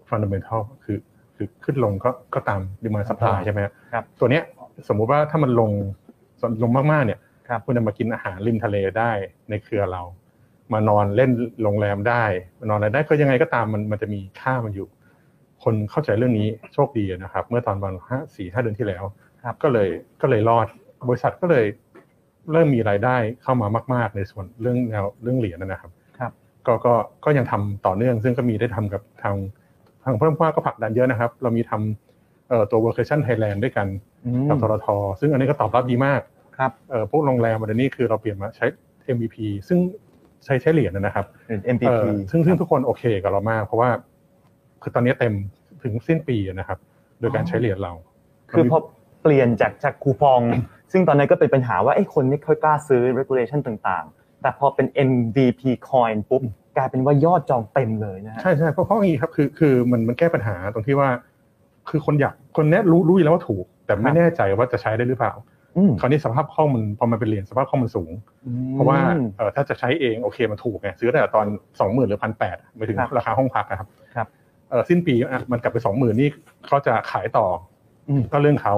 Speaker 5: ฟันเดเมนทัลคือคือขึ้นลงก็ก็ตามดีมาสัปดาใช่ไหมฮะ
Speaker 2: ครับ
Speaker 5: ตัวเนี้ยสมมุติว่าถ้ามันลงลงมากๆเนี่ย
Speaker 2: ครับ
Speaker 5: คุณจะมากินอาหารริมทะเลได้ในเครือเรา มานอนเล่นโรงแรมได้มานอนอะไรได้ก็ยังไงก็ตามมันมันจะมีค่ามันอยู่ คนเข้าใจเรื่องนี้โชคดีนะครับ เมื่อตอนวันห้าสี่ห้าเดือนที่แล้ว
Speaker 2: ครับ
Speaker 5: ก็เลยก็เลยรอด บริษัทก็เลยเริ่มมีรายได้เข้ามามาก ๆ ในส่วนเรื่องแนวเรื่องเหรียญนะครับ
Speaker 2: ครับ
Speaker 5: ก็ก็ก็ยังทำต่อเนื่อง ซึ่งก็มีได้ทำกับทางทางเพิ่มว่าก็ผลักดันเยอะนะครับ เรามีทำเอ่อตัว Workation Thailand ด้วยกัน
Speaker 2: อืม
Speaker 5: กับทรทซึ่งอันนี้ก็ตอบรับดีมาก
Speaker 2: ครับ
Speaker 5: เอ่อพวกโรงแรมวันนี้คือเราเปลี่ยนมาใช้ MVP ซึ่งใช้ใช้เหรียญนะครับ
Speaker 2: เป็น
Speaker 5: เอ่
Speaker 2: MVP
Speaker 5: อซึ่งซึ่งทุกคนโอเคกับเรามาก เพราะว่าคือตอนนี้เต็มถึงสิ้นปีนะครับ โดยการใช้เหรียญเรา
Speaker 2: คือพอเปลี่ยนจากจากคูปอง ซึ่งตอนนั้นก็เป็นปัญหาว่าไอ้ยคนไม่ค่อยกล้าซื้อ regulation ต่างๆ แต่พอเป็น MVP coin ปุ๊บกลายเป็นว่ายอดจองเต็มเลยนะฮะ
Speaker 5: ใช่ใช่เพราะเพราะอย่างนี้ครับคือคือมันมันแก้ปัญหาตรงที่ว่า คือคนอยากคนเนี้ยรู้รู้อยู่แล้วว่าถูก แต่
Speaker 2: ครั
Speaker 5: ไม่
Speaker 2: บ
Speaker 5: แน่ใจว่าจะใช้ได้หรือเปล่า
Speaker 2: อืม
Speaker 5: คราวนี้สภาพคล่องมันพอมันเป็นเหรียญสภาพคล่องมันสูง เพราะว่าเอ่อถ้าจะใช้เองโอเคมันถูกไงซื้อตั้งแต่ตอนสองหมื่นหรือพันแปดไปถึง
Speaker 2: ครับ
Speaker 5: ราคาห้องพักนะครับ
Speaker 2: ครับ
Speaker 5: เอ่อสิ้นปีอ่ะมันกลับไปสองหมื่นนี่เขาจะขายต่ออ
Speaker 2: ม
Speaker 5: ก็เรื่องเขา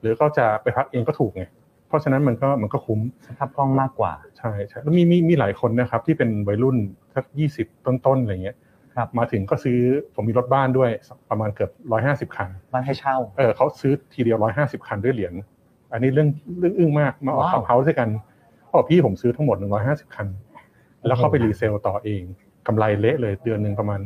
Speaker 5: หรือเขาจะไปพักเองก็ถูกไงเพราะฉะนั้นมันก็มันก็คุ้ม
Speaker 2: สภาพคล่องมากกว่า
Speaker 5: ใช่ใช่แล้วมีมีมีหลายคนนะครับ ที่เป็นวัยรุ่นสักยี่สิบต้นๆอะไรเงี้ย
Speaker 2: ครับ
Speaker 5: มาถึงก็ซื้อผมมีรถบ้านด้วยประมาณเกือบร้อยห้าสิบ150 คัน
Speaker 2: บ้านให้เช่า
Speaker 5: เออเขาซื้อทีเดียวร้อยห้าสิบคันด้วยเหรียญ อันนี้เรื่องเรื่องอึ้งมาก มาออก
Speaker 2: ว้าว
Speaker 5: ขับเฮาส์ด้วยกันบอกพี่ผมซื้อทั้งหมดหนึ่งร้อยห้าสิบคัน แล้วเขาไปรีเซลต่อเองกำไรเละเลยเดือนหนึ่งประมาณ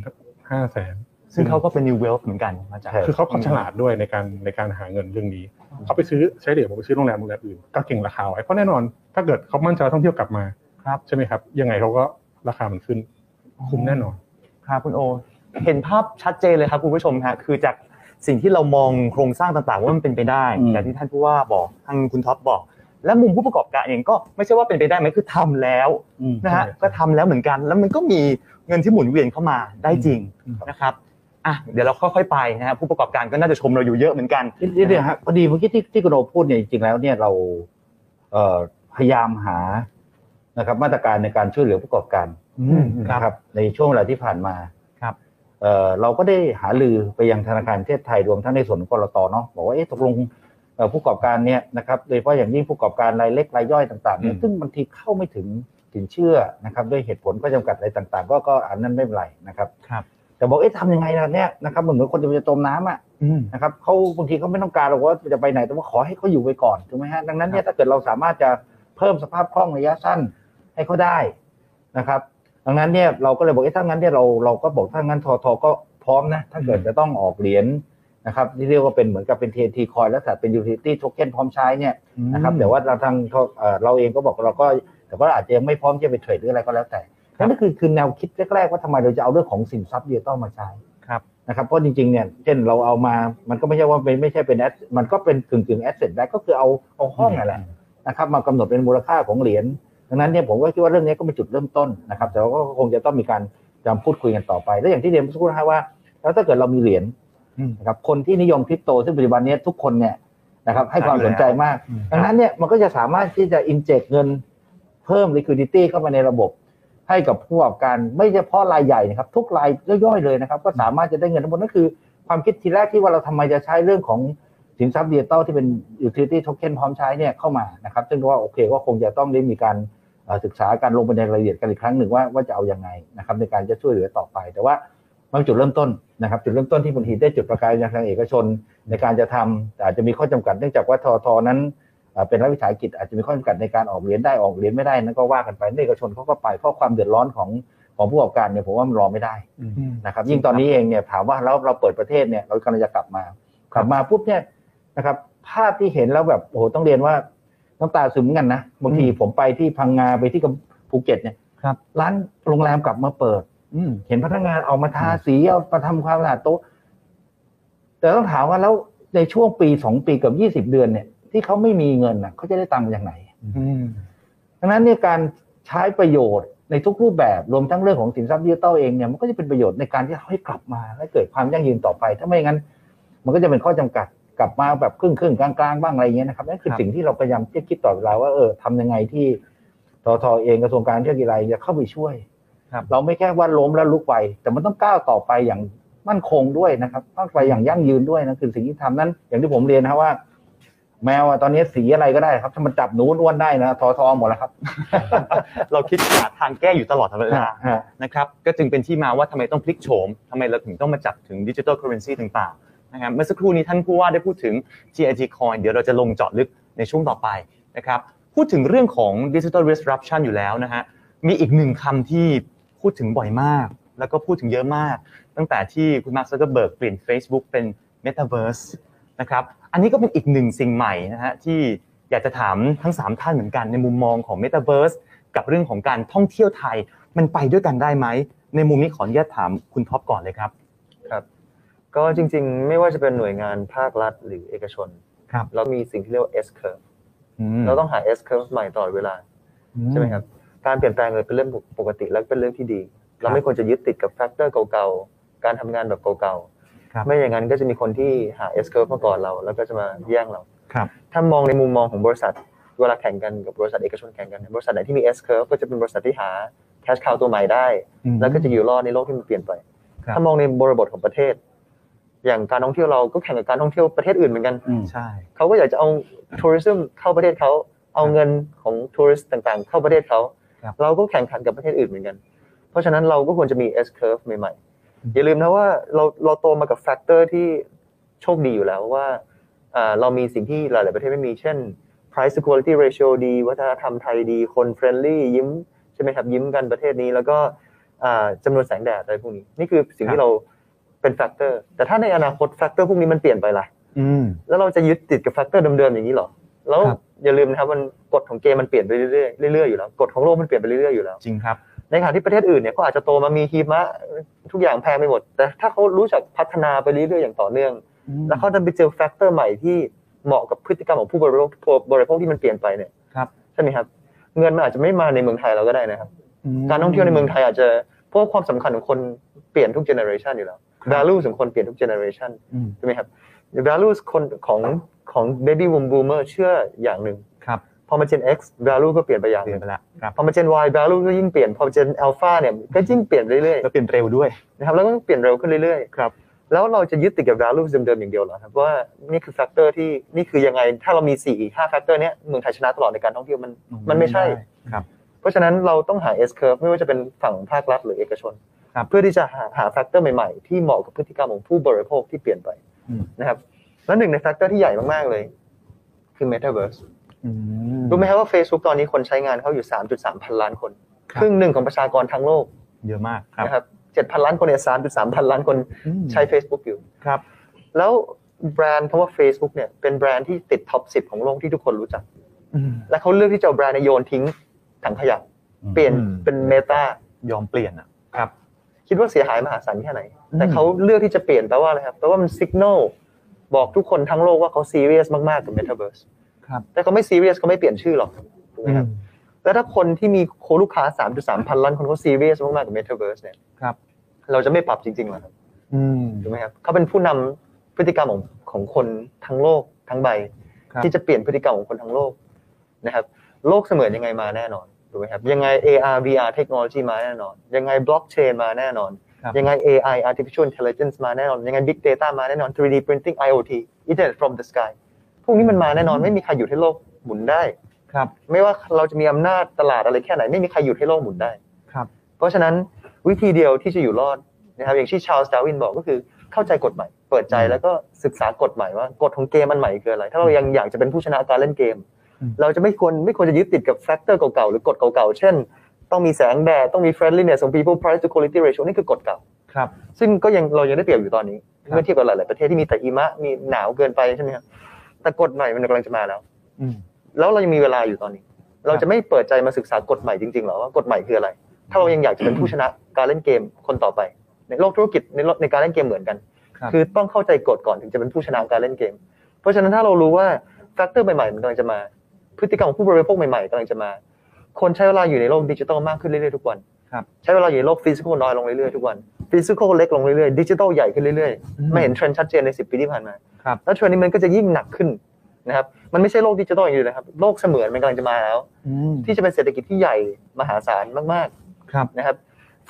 Speaker 5: ห้าแสน
Speaker 2: ซึ่งเขาก็เป็น new wealth เหมือนกันมาจาก
Speaker 3: ใช่
Speaker 5: คือเขาเขาฉลาดด้วยในการในการหาเงินเรื่องนี้ เขาไปซื้อใช้เหรียญผมไปซื้อโรงแรมโรงแรมอื่นก็เก่งราคาไว้เพราะแน่นอนถ้าเกิดเขามั่นใจว่าท่องเที่ยวกลับมา
Speaker 2: ครับ
Speaker 5: ใช่ไหมครับยังไงเขาก็ราคามันขึ้นคุ้มแน่นอน
Speaker 2: ครับคุณโอ เห็นภาพชัดเจนเลยครับคุณผู้ชมฮะคือจากสิ่งที่เรามองโครงสร้างต่างๆ ว่ามันเป็นไปได้
Speaker 3: อืม
Speaker 2: อย่างที่ท่านผู้ว่าบอกทางคุณท็อปบอก และมุมผู้ประกอบการเองก็ไม่ใช่ว่าเป็นไปได้ไหมคือทำแล้ว
Speaker 3: อืม
Speaker 2: นะฮะ
Speaker 5: ใช่
Speaker 2: ก็ทำแล้วเหมือนกัน แล้วมันก็มีเงินที่หมุนเวียนเข้ามาได้จริงนะครับอ่ะเดี๋ยวเราค่อยๆไปนะฮะผู้ประกอบการก็น่าจะชมเราอยู่เยอะเหมือนกัน
Speaker 3: นิดนิดเดียวฮะพอดีเมื่อกี้ที่ที่คุณโอพูดเนี่ยจริงๆแล้วเนี่ยเราเอ่อพยายามหานะครับ มาตรการในการช่วยเหลือผู้ประกอบการ
Speaker 2: อืมครับ
Speaker 3: นะครับ ในช่วงเวลาที่ผ่านมา
Speaker 2: ครับ
Speaker 3: เอ่อเราก็ได้หาลือไปยังธนาคารแห่งประเทศไทยรวมทั้งในส่วนของกรตเนาะบอกว่าเอ๊ะตกลงเอ่อผู้ประกอบการเนี่ยนะครับโดยเฉพาะอย่างยิ่งผู้ประกอบการรายเล็กรายย่อยต่างๆเนี่ย
Speaker 5: อืม
Speaker 3: ซึ่งบางทีเข้าไม่ถึงสินเชื่อนะครับ ด้วยเหตุผลก็จำกัดอะไรต่าง ๆ ก็ก็อันนั้นไม่เป็นไรนะครับ
Speaker 2: ครับ
Speaker 3: แต่บอกเอ๊ะทำยังไงล่ะเนี่ยนะครับมันเหมือนคนจะจมน้ำอ่ะ
Speaker 2: อืม
Speaker 3: นะครับเขาบางทีเขาไม่ต้องการหรอกว่าจะไปไหนแต่ว่าขอให้เขาอยู่ไปก่อนถูกไหมฮะดังนั้นเนี่ยถ้าเกิดเราสามารถจะเพิ่มสภาพคล่องระยะสั้นให้เขาได้นะครับ ดังนั้นเนี่ยเราก็เลยบอกเอ้ถ้างั้นเนี่ยเราเราก็บอกถ้างั้นทอทอก็พร้อมนะถ้าเกิดจะต้องออกเหรียญนะครับที่เรียกว่าเป็นเหมือนกับเป็น TNT Coin และแต่เป็น Utility Token พร้อมใช้เนี่ยนะครับแต่ว่าเราทางเอ่อเราเองก็บอกเราก็แต่ว่าอาจจะยังไม่พร้อมที่จะไปเทรดหรืออะไรก็แล้วแต่ นั่นก็คือคือแนวคิดแรกๆว่าทำไมเราจะเอาเรื่องของสินทรัพย์ดิจิตอลมาใช้
Speaker 2: ครับ
Speaker 3: นะครับเพราะจริงๆเนี่ยเช่นเราเอามามันก็ไม่ใช่ว่าเป็นไม่ใช่เป็นแอสมันก็เป็นกึ่งกึ่งแอสเซทได้ก็คือเอาเอาห้องนั่นแหละนะครับมากำหนดเป็นมูลค่าของเหรียญดังนั้นเนี่ยผมก็คิดว่าเรื่องนี้ก็เป็นจุดเริ่มต้นนะครับแต่ว่าก็คงจะต้องมีการจำพูดคุยกันต่อไป และอย่างที่เรียนเมื่อสักครู่นะฮะว่า แล้วถ้าเกิดเรามีเหรียญ
Speaker 2: อืม
Speaker 3: นะครับคนที่นิยมคริปโตซึ่งปัจจุบันเนี้ทุกคนเนี่ยนะครับให้ความ
Speaker 2: ใช่อยู่
Speaker 3: สนใจมาก
Speaker 2: อืม
Speaker 3: ดังนั้นเนี่ยมันก็จะสามารถที่จะอินเจกเงินเพิ่ม liquidity เข้ามาในระบบ ให้กับผู้ประกอบการไม่เฉพาะรายใหญ่นะครับ ทุกรายย่อยๆเลยนะครับ ก็สามารถจะได้เงินทั้งหมดนั่นคือ ความคิดทีแรกที่ว่าเราทำไมจะใช้เรื่องของสินทรัพย์ดิจิตอลที่เป็น utility token พร้อมใช้เนี่ยเข้ามานะครับ ซึ่งก็ว่าโอเคก็คงจะต้องได้มีการเอ่อศึกษาการลงไปในรายละเอียดกันอีกครั้งหนึ่งว่าว่าจะเอาอยัางไงนะครับในการจะช่วยเหลือต่อไป แต่ว่ามันเป็นจุดเริ่มต้นนะครับ จุดเริ่มต้นที่บางทีได้จุดประกายจากทางเอกชน ในการจะทำแต่อาจจะมีข้อจำกัดเนื่องจากว่าทอทอนั้น เอ่อเป็นรัฐวิสาหกิจอาจจะมีข้อจำกัดในการออกเหรียญได้ออกเหรียญไม่ได้นั่นก็ว่ากันไปเอกชนเขาก็ไปเพราะความเดือดร้อนของของผู้ประกอบการเนี่ยผมว่ามันรอไม่ได้
Speaker 2: อืม
Speaker 3: นะครับยิ่งตอนนี้เองเนี่ยถามว่าแล้วเราเปิดประเทศเนี่ยเรากำลังจะกลับมากลับมาปุ๊บเนี่ย นะครับ ภาพที่เห็นแล้วแบบโอ้โหต้องเรียนว่าน้ำตาซึมเหมือนกันนะบางทีผมไปที่พังงาไปที่กับภูเก็ตเนี่ย
Speaker 2: ครับ
Speaker 3: ร้านโรงแรมกลับมาเปิด
Speaker 2: อืม
Speaker 3: เห็นพนักงานออกมาทาสีเอามาทำความสะอาดโต๊ะแต่ต้องถามว่าแล้วในช่วงปีสองปีเกับยี่สิบ20 เดือนเนี่ยที่เขาไม่มีเงินนะเขาจะได้ตังค์จากไหน
Speaker 5: อืม
Speaker 3: ดังนั้นเนี่ยการใช้ประโยชน์ในทุกรูปแบบรวมทั้งเรื่องของสินทรัพย์ดิจิตอลเองเนี่ยมันก็จะเป็นประโยชน์ในการที่ให้กลับมาและเกิดความยั่งยืนต่อไป ถ้าไม่งั้น มันก็จะเป็นข้อจำกัดกลับมาแบบครึ่งครึ่งๆกลางกลางๆบ้างอะไรอย่างเงี้ยนะครับนั่นคือ
Speaker 2: ครับ
Speaker 3: สิ่งที่เราพยายามที่จะคิดต่อเวลาว่าเออทำยังไงที่ททเองกระทรวงการท่องเที่ยวกีฬาจะเข้าไปช่วย เราไม่แค่ว่าล้มแล้วลุกไป แต่มันต้องก้าวต่อไปอย่างมั่นคงด้วยนะครับก้าวไปอย่างยั่งยืนด้วยนะคือสิ่งที่ทำนั้น อย่างที่ผมเรียนนะครับว่า แมวอะตอนนี้สีอะไรก็ได้ครับถ้ามันจับหนูอ้วนได้นะทอทอหมดแล้วครับ
Speaker 2: เราคิดหาทางแก้อยู่ตลอดเวลา
Speaker 3: ฮะ
Speaker 2: นะครับก็จึงเป็นที่มาว่าทำไมต้องพลิกโฉมทำไมเราถึงต้องมาจับถึงดิจิทัลเคอเรนซีต่างๆนะครับเมื่อสักครู่นี้ท่านผู้ว่าได้พูดถึง TIG Coin เดี๋ยวเราจะลงเจาะลึกในช่วงต่อไปนะครับพูดถึงเรื่องของ Digital Disruption อยู่แล้วนะฮะมีอีกหนึ่งคำที่พูดถึงบ่อยมาก แล้วก็พูดถึงเยอะมาก ตั้งแต่ที่คุณมาร์คซักเกอร์เบิร์กเปลี่ยน Facebook เป็น Metaverse นะครับอันนี้ก็เป็นอีกหนึ่งสิ่งใหม่นะฮะที่อยากจะถามทั้งสามท่านเหมือนกันในมุมมองของ Metaverse กับเรื่องของการท่องเที่ยวไทย มันไปด้วยกันได้ไหม ในมุมนี้ขออนุญาตถามคุณท็อปก่อนเลยครับ
Speaker 4: ก็จริงๆ ไม่ว่าจะเป็นหน่วยงานภาครัฐหรือเอกชน
Speaker 2: ครับ
Speaker 4: เรามีสิ่งที่เรียกว่า S curve
Speaker 2: เรา
Speaker 4: เรา
Speaker 2: ต้อง
Speaker 4: ต้องหา S curve ใหม่ตลอดเวลา ใช่ไหมครับ การเปลี่ยนแปลงเลยเป็นเรื่องปกติและเป็นเรื่องที่ดี เราไม่ควรจะยึดติดกับแฟกเตอร์เก่าๆ การทำงานแบบเก่า
Speaker 2: ครับ
Speaker 4: ๆ ไม่อย่างนั้นก็จะมีคนที่หา S curve มาก่อนเรา แล้วก็จะมาแย่งเรา
Speaker 2: ครับ
Speaker 4: ถ้ามองในมุมมองของบริษัท เวลาแข่งกันกับบริษัทเอกชนแข่งกันเนี่ยบริษัทไหนที่มี S curve ก็จะเป็นบริษัทที่หา cash cow ตัวใหม่ได้
Speaker 2: แล้
Speaker 4: แล้ว ว
Speaker 2: ก็
Speaker 4: ก็
Speaker 2: จะ
Speaker 4: จะอยู่รอดในโลกที่มันเปลี่ยนไป
Speaker 2: ครับ
Speaker 4: ถ้ามองในบริบทของประเทศ อย่างการท่องเที่ยวเราก็แข่งกับการท่องเที่ยวประเทศอื่นเหมือนกัน
Speaker 2: ใช่
Speaker 4: เขาก็อยากจะเอาทัวริซึมเข้าประเทศเขา เอาเงินของทัวริสต์ต่างๆ เข้าประเทศเขา
Speaker 2: ครับ
Speaker 4: เราก็แข่งขันกับประเทศอื่นเหมือนกัน เพราะฉะนั้นเราก็ควรจะมี S curve ใหม่ๆ อย่าลืมนะว่าเราเราโตมากับแฟกเตอร์ที่โชคดีอยู่แล้วว่าอ่าเรามีสิ่งที่หลายๆประเทศไม่มี เช่น price to quality ratio ดี วัฒนธรรมไทยดี คน friendly ยิ้มใช่ไหมครับ ยิ้มกันประเทศนี้ แล้วก็อ่าจำนวนแสงแดดอะไรพวกนี้ นี่คือสิ่งที่เราเป็นแฟกเตอร์ แต่ถ้าในอนาคตแฟกเตอร์พวกนี้มันเปลี่ยนไปล่ะ
Speaker 2: อืม
Speaker 4: แล้วเราจะยึดติดกับแฟกเตอร์เดิมๆอย่างนี้เหรอ แล้ว
Speaker 2: ครับ
Speaker 4: อย่าลืมนะครับมันกฎของเกมมันเปลี่ยนไปเรื่อยๆเรื่อยๆอยู่แล้ว กฎของโลกมันเปลี่ยนไปเรื่อยๆอยู่แล้ว
Speaker 2: จริงครับ
Speaker 4: ในขณะที่ประเทศอื่นเนี่ยเขาอาจจะโตมามีหิมะทุกอย่างแพงไปหมด แต่ถ้าเขารู้จักพัฒนาไปเรื่อยๆอย่างต่อเนื่อง แล้วเขาจะไปเจอแฟกเตอร์ใหม่ที่เหมาะกับพฤติกรรมของผู้บริโภคบริโภคที่มันเปลี่ยนไปเนี่ย
Speaker 2: ครับ
Speaker 4: ใช่ไหมครับ เงินมันอาจจะไม่มาในเมืองไทยเราก็ได้นะครับ การท่องเที่ยวในเมืองไทยอาจจะเพราะว่าความสำคัญของคนเปลี่ยนทุกเจเนอเรชันอยู่แล้ว value ของคนเปลี่ยนทุกเจเนอเรชัน
Speaker 2: อืม
Speaker 4: ใช่ไหมครับ value คนของของ baby boom boomer เชื่ออย่างหนึ่ง
Speaker 2: ครับ
Speaker 4: พอมา Gen X value ก็เปลี่ยนไปอย่างห
Speaker 2: เปลี่ย
Speaker 4: นึ่
Speaker 2: น
Speaker 4: ง
Speaker 2: ไปแล้วครับ
Speaker 4: พอมา Gen Y value ก็ยิ่งเปลี่ยนพอ Gen Alpha เนี่ยก็ยิ่งเปลี่ยนไปเรื่อย
Speaker 2: แล้วเปลี่ยนเร็วด้วย
Speaker 4: ๆนะครับแล้วก็เปลี่ยนเร็วขึ้นเรื่อยๆ
Speaker 2: ครับ
Speaker 4: แล้วเราจะยึดติดกับ value เดิมๆอย่างเดียวเหรอครับว่านี่คือ factor ที่นี่คือยังไงถ้าเรามี4 5 factor เนี้ยเมืองไทยชนะตลอดในการท่องเที่ยวมันมันไม่ใช่
Speaker 2: ครับ
Speaker 4: เพราะฉะนั้นเราต้องหา S curve ไม่ว่าจะเป็นฝั่งภาครัฐหรือเอกชน
Speaker 2: ครับ
Speaker 4: เพื่อที่จะหาหาแฟกเตอร์ใหม่ๆ ที่เหมาะกับพฤติกรรมของผู้บริโภคที่เปลี่ยนไป
Speaker 2: อืม
Speaker 4: นะครับแล้วหนึ่งในแฟกเตอร์ที่ใหญ่มากๆเลย คือ Metaverse
Speaker 2: อืม
Speaker 4: รู้ไหมครับว่า Facebook ตอนนี้คนใช้งานเขาอยู่ 3.3 พันล้านคน
Speaker 2: ครั
Speaker 4: ค
Speaker 2: บ
Speaker 4: รึ่งหนึ่งของประชากรทั้งโลก
Speaker 2: เยอะมากครับ
Speaker 4: นะครับ7,000 ล้านคนเนี่ย3.3 พันล้านคน
Speaker 2: อืม
Speaker 4: ใช้ Facebook อยู่
Speaker 2: ครับ
Speaker 4: แล้วแบรนด์คำว่า Facebook เนี่ยเป็นแบรนด์ที่ติดท็อป 10 ของโลกที่ทุกคนรู้จัก
Speaker 2: อืม
Speaker 4: และเขาเลือกที่จะเอาแบรนด์เนี่ยโยนทิ้งถังขยะ
Speaker 3: อืม
Speaker 4: เปลี่ยน
Speaker 2: อืม
Speaker 4: เป็น Meta
Speaker 2: ยอมเปลี่ยนอ่ะครับ
Speaker 4: คิดว่าเสียหายมหาศาลแค่ไหน แต่
Speaker 2: อืม
Speaker 4: เขาเลือกที่จะเปลี่ยนแปลว่าอะไรครับ แปลว่ามันสัญญาณบอกทุกคนทั้งโลกว่าเขาซีเรียสมาก ๆ กับเมตาเวิร์ส
Speaker 2: ครับ
Speaker 4: แต่เขาไม่ซีเรียสเขาไม่เปลี่ยนชื่อหรอกถูกไหมครับ แล้วถ้าคนที่มีโคลูกค้า 3.3 พันล้านคนเขาซีเรียสมาก ๆ กับเมตาเวิร์สเนี่ย
Speaker 2: ครับ
Speaker 4: เราจะไม่ปรับจริงๆหรอครับ
Speaker 2: อืม
Speaker 4: ถูกไหมครับเขาเป็นผู้นำพฤติกรรมของของคนทั้งโลกทั้งใบ
Speaker 2: ครับ
Speaker 4: ที่จะเปลี่ยนพฤติกรรมของคนทั้งโลกนะครับ โลกเสมือนยังไงมาแน่นอนถูกไหมครับยังไง AR VR เทคโนโลยีมาแน่นอน ยังไงบล็อกเชนมาแน่นอน
Speaker 2: ครับ
Speaker 4: ยังไง AI artificial intelligence มาแน่นอน ยังไง big data มาแน่นอน 3D printing IoT internet from the sky พวกนี้มันมาแน่นอน ไม่มีใครหยุดให้โลกหมุนได้
Speaker 2: ครับ
Speaker 4: ไม่ว่าเราจะมีอำนาจตลาดอะไรแค่ไหน ไม่มีใครหยุดให้โลกหมุนได้
Speaker 2: ครับ
Speaker 4: เพราะฉะนั้นวิธีเดียวที่จะอยู่รอดนะครับ อย่างที่ชาร์ลส์ดาร์วินบอกก็คือเข้าใจกฎใหม่ เปิดใจ
Speaker 2: อืม
Speaker 4: แล้วก็ศึกษากฎใหม่ว่ากฎของเกมมันใหม่คืออะไร ถ้าเรายังอยากจะเป็นผู้ชนะการเล่นเกม
Speaker 2: อืม
Speaker 4: เราจะไม่ควรไม่ควรจะยึดติดกับแฟกเตอร์เก่าๆหรือกฎเก่าๆ เช่น ต้องมีแสงแดด ต้องมี friendliness ของ people price to quality ratio นี่คือกฎเก่า
Speaker 2: ครับ
Speaker 4: ซึ่งก็ยังเรายังได้เปรียบอยู่ตอนนี้
Speaker 2: ครับ
Speaker 4: เมื่อเทียบกับหลาย ๆ ประเทศที่มีแต่หิมะมีหนาวเกินไปใช่ไหมครับ แต่กฎใหม่มันกำลังจะมาแล้ว
Speaker 2: อืม
Speaker 4: แล้วเรายังมีเวลาอยู่ตอนนี้ เราจะไม่เปิดใจมาศึกษากฎใหม่จริงๆหรอว่ากฎใหม่คืออะไร ถ้าเรายังอยากจะเป็นผู้ชนะการเล่นเกมคนต่อไป ในโลกธุรกิจในโลกในการเล่นเกมเหมือนกัน
Speaker 2: ครับ
Speaker 4: อต้องเข้าใจกฎก่อนถึงจะเป็นผู้ชนะการเล่นเกม เพราะฉะนั้นถ้าเรารู้ว่าแฟกเตอร์ใหม่ๆมันกำลังจะมา พฤติกรรมของผู้บริโภคใหม่ๆกำลังจะมา คนใช้เวลาอยู่ในโลกดิจิทัลมากขึ้นเรื่อยๆทุกวัน
Speaker 2: ครับ
Speaker 4: ใช้เวลาอยู่ในโลกฟิสิกอลน้อยลงเรื่อยๆทุกวันฟิสิกอลเล็กลงเรื่อยๆดิจิทัลใหญ่ขึ้นเรื่อย
Speaker 2: อืม
Speaker 4: ๆไม่เห็นเทรนด์ชัดเจนใน10ปีที่ผ่านมา
Speaker 2: ครับ
Speaker 4: แล้วเทรนด์นี้มันก็จะยิ่งหนักขึ้นนะครับมันไม่ใช่โลกดิจิทัลอย่างเดียวนะครับโลกเสมือนมันกำลังจะมาแล้ว
Speaker 2: อืม
Speaker 4: ที่จะเป็นเศรษฐกิจที่ใหญ่มหาศาลมากๆ
Speaker 2: ครับ
Speaker 4: นะครับ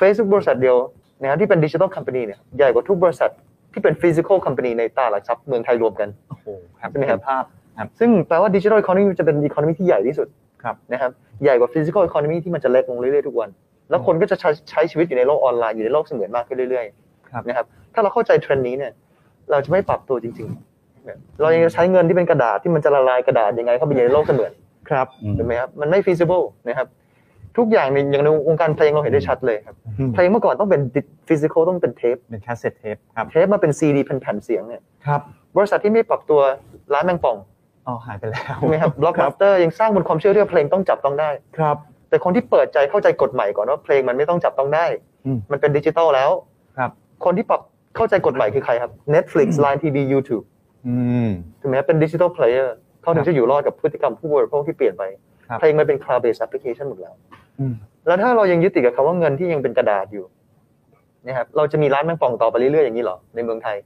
Speaker 4: Facebook บริษัทเดียวนะครับที่เป็นดิจิทัลค o m p a นีเนี่ยใหญ่กว่าทุกบริษัทที่เป็นฟิสิกอลค o m p a นีในตลาดหลักทรัพย์เมืองไทยรวมกัน
Speaker 2: โอ้โหครับ
Speaker 4: ใช่ไหมครับ
Speaker 2: เห็นภาพ
Speaker 4: ซึ่งแปลว่าดิจิทัล Economy จะเป็น Economy ที่ใหญ่ที่สุด
Speaker 2: ครับ
Speaker 4: นะครับใหญ่กว่าฟิสิกอล Economy ที่มันจะเล็กลงเรื่อยๆทุกวัน แล้วคนก็จะใช้ใช้ชีวิตอยู่ในโลกออนไลน์อยู่ในโลกเสมือนมากขึ้นเรื่อย
Speaker 2: ครับ
Speaker 4: ๆนะครับถ้าเราเข้าใจเทรนด์นี้เนี่ยเราจะไม่ปรับตัวจริงๆเนี่ยเรายังจะใช้เงินที่เป็นกระดาษที่มันจะละลายกระดาษยังไงเข้าไปอยู่ในโลกเสมือน
Speaker 2: ครับ
Speaker 3: อืม
Speaker 4: ถูกไหมครับมันไม่ feasible นะครับทุกอย่างในอย่างในวงการเพลงเราเห็นได้ชัดเลยครับ
Speaker 2: อืม
Speaker 4: เพลงเมื่อก่อนต้องเป็น physical ต้องเป็นเทป
Speaker 2: เป็นแคสเซ็ตเทปครับ
Speaker 4: เทปมาเป็นซีดีแผ่นๆเสียงเนี่ย
Speaker 2: ครับ
Speaker 4: บริษัทที่ไม่ปรับตัวร้านแมงป่อง
Speaker 2: อ๋อหายไปแล้ว
Speaker 4: ถูกไหมครับ b ล็อกบัสเตอร์ยังสร้างบนความเชื่อเรื่องเพลงต้องจับต้องได้
Speaker 2: ครับ
Speaker 4: แต่คนที่เปิดใจเข้าใจกฎหมายก่อนว่าเพลงมันไม่ต้องจับต้องได้
Speaker 2: อืม
Speaker 4: มันเป็นดิจิตอลแล้ว
Speaker 2: ครับ
Speaker 4: คนที่ปรับเข้าใจกฎหมายคือใครครับ Netflix Line TV YouTube
Speaker 2: อืม
Speaker 4: ถูกไหมครับเป็นดิจิทัลเพลเยอร์เขาถึงจะอยู่รอดกับพฤติกรรมผู้บริโภคที่เปลี่ยนไป
Speaker 2: ครับ
Speaker 4: เพลงมันเป็น cloud based application หมดแล้ว
Speaker 2: อืม
Speaker 4: แล้วถ้าเรายังยึดติดกับคำว่าเงินที่ยังเป็นกระดาษอยู่นะครับเราจะมีร้านแมงป่องต่อไปเรื่อยๆอย่างนี้เหรอ ในเมืองไทย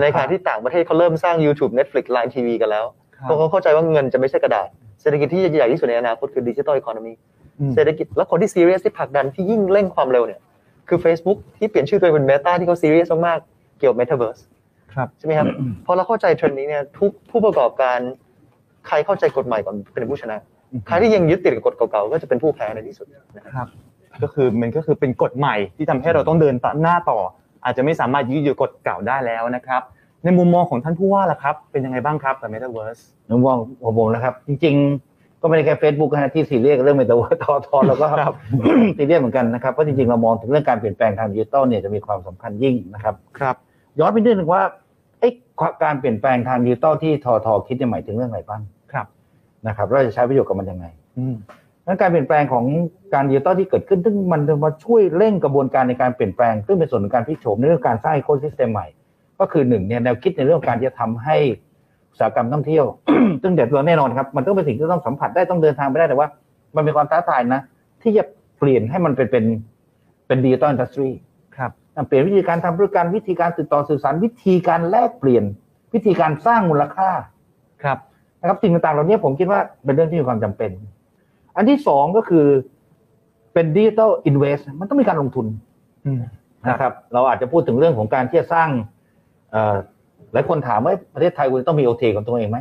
Speaker 4: ในขณะที่ต่างประเทศเขาเริ่มสร้าง YouTube Netflix Line TV กันแล้วเพราะเขาเข้าใจว่าเงินจะไม่ใช่กระดาษ เศรษฐกิจที่ใหญ่ที่สุดในอนาคตคือดิจิ t a ลอีโคโนมี
Speaker 2: อืม
Speaker 4: เศรษฐกิจและคนที่ซีเรียสที่ผลักดันที่ยิ่งเร่งความเร็วเนี่ยคือ Facebook ที่เปลี่ยนชื่อตัวเองเป็น Meta ที่เขาซีเรียสมากๆเกี่ยวกับ Metaverse
Speaker 2: ครับ
Speaker 4: ใช่ไหมครับ พอเราเข้าใจเทรนด์นี้เนี่ยทุกผู้ประกอบการใครเข้าใจกฎหมายก่อนเป็นผู้ชนะ
Speaker 2: อืม
Speaker 4: ใครที่ยังยึดติดกับกฎเก่าๆก็จะเป็นผู้แพ้ในที่สุดนะครับ
Speaker 2: ก็คือมันก็คือเป็นกฎใหม่ที่ทำให้เราต้องเดินตามหน้าต่อ อาจจะไม่สามารถยืดหยุ่นกฎเก่าได้แล้วนะครับ ในมุมมองของท่านผู้ว่าล่ะครับ เป็นยังไงบ้างครับกับ Metaverse
Speaker 3: ในมุมมองของผมนะครับ จริง ๆ ก็ไม่ได้แค่ Facebook นะฮะที่ซีเรียสเรื่องเมตาเวิร์สทอทอแล้วก็ ซีเรียสเหมือนกันนะครับเพราะจริง ๆ เรามองถึงเรื่องการเปลี่ยนแปลงทางดิจิตอลเนี่ยจะมีความสำคัญยิ่งนะครับ
Speaker 2: ครับ
Speaker 3: ย้อนไปนิดนึงว่าไอ้การเปลี่ยนแปลงทางดิจิตอลที่ทอทอคิดเนี่ยหมายถึงเรื่องอะไรบ้าง
Speaker 2: ครับ
Speaker 3: นะครับเราจะใช้ประโยชน์กับมันยังไง
Speaker 2: อืม
Speaker 3: นั้นการเปลี่ยนแปลงของการดิจิตอลที่เกิดขึ้น ซึ่งมันจะมาช่วยเร่งกระบวนการในการเปลี่ยนแปลง ซึ่งเป็นส่วนของการพลิกโฉมในเรื่องการสร้าง ecosystem ใหม่ ก็คือหนึ่งเนี่ยแนวคิดในเรื่องการจะทำให้อุตสาหกรรมท่องเที่ยว ซึ่งเด็ดตัวแน่นอนครับ มันต้องเป็นสิ่งที่ต้องสัมผัสได้ต้องเดินทางไปได้แต่ว่า มันเป็นความท้าทายนะ ที่จะเปลี่ยนให้มันเป็นเป็นเป็นดิจิตอลอินดัสทรี
Speaker 2: ครับ
Speaker 3: เปลี่ยนวิธีการทำธุรกรรมวิธีการติดต่อสื่อสารวิธีการแลกเปลี่ยน วิธีการสร้างมูลค่า
Speaker 2: ครับ
Speaker 3: นะครับสิ่งต่างๆเหล่านี้ผมคิดว่าเป็นเรื่องที่มีความจำเป็น อันที่สองก็คือเป็นดิจิทัลอินเวสมันต้องมีการลงทุน
Speaker 2: อืม ครับ
Speaker 3: นะครับ เราอาจจะพูดถึงเรื่องของการที่จะสร้างเอ่อหลายคนถามว่าประเทศไทยควรจะต้องมีโอทของตัวเองไหม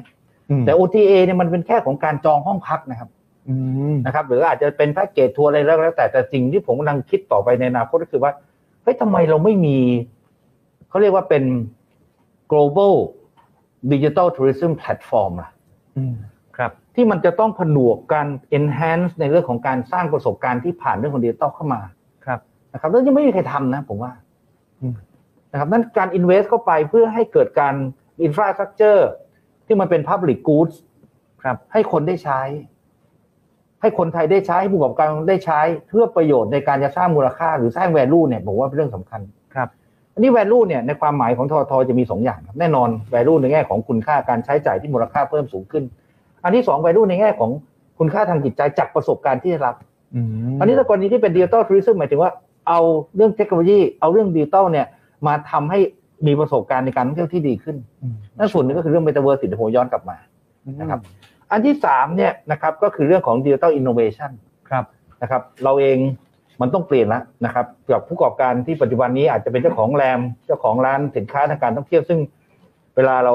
Speaker 2: อืม
Speaker 3: แต่ OTA เนี่ยมันเป็นแค่ของการจองห้องพักนะครับ
Speaker 2: อืม
Speaker 3: นะครับหรืออาจจะเป็นแพ็กเกจทัวร์อะไรแล้วแล้วแต่แต่สิ่งที่ผมกำลังคิดต่อไปในอนาคตก็คือว่าเฮ้ยทำไมเราไม่มีเขาเรียกว่าเป็น global digital tourism platform ล่ะ
Speaker 2: อืม ครับ
Speaker 3: ที่มันจะต้องผนวกการ enhance ในเรื่องของการสร้างประสบการณ์ที่ผ่านเรื่องของดิจิตอลเข้ามา
Speaker 2: ครับ
Speaker 3: นะครับแล้วยังไม่มีใครทำนะผมว่า
Speaker 2: อืม
Speaker 3: นะครับนั่นการ invest เข้าไปเพื่อให้เกิดการ infrastructure ที่มันเป็น public goods
Speaker 2: ครับ
Speaker 3: ให้คนได้ใช้ ให้คนไทยได้ใช้ให้ผู้ประกอบการได้ใช้ เพื่อประโยชน์ในการจะสร้างมูลค่าหรือสร้าง value เนี่ยผมว่าเป็นเรื่องสำคัญ
Speaker 2: ครับ
Speaker 3: อันนี้ value เนี่ยในความหมายของทอทอจะมีสองอย่างครับแน่นอน value ในแง่ของคุณค่าการใช้จ่ายที่มูลค่าเพิ่มสูงขึ้น อันที่สอง value ในแง่ของคุณค่าทางจิตใจจากประสบการณ์ที่ได้รับ
Speaker 2: อืม
Speaker 3: อันนี้ถ้ากรณีที่เป็นดิจิตอลทัวริซึมหมายถึงว่าเอาเรื่องเทคโนโลยีเอาเรื่องดิจิตอลเนี่ยมาทำให้มีประสบการณ์ในการท่องเที่ยวที่ดีขึ้น
Speaker 2: อืม
Speaker 3: นั่นส่วนหนึ่งก็คือเรื่องเมตาเวิร์สที่เดี๋ยวผมย้อนกลับมา นะครับ อันที่สามเนี่ยนะครับก็คือเรื่องของดิจิตอลอินโนเวชัน
Speaker 2: ครับ
Speaker 3: นะครับเราเองมันต้องเปลี่ยนแล้วนะครับกับผู้ประกอบการที่ปัจจุบันนี้อาจจะเป็นเจ้าของแรมเจ้าของร้านสินค้าทางการท่องเที่ยวซึ่ง เวลาเรา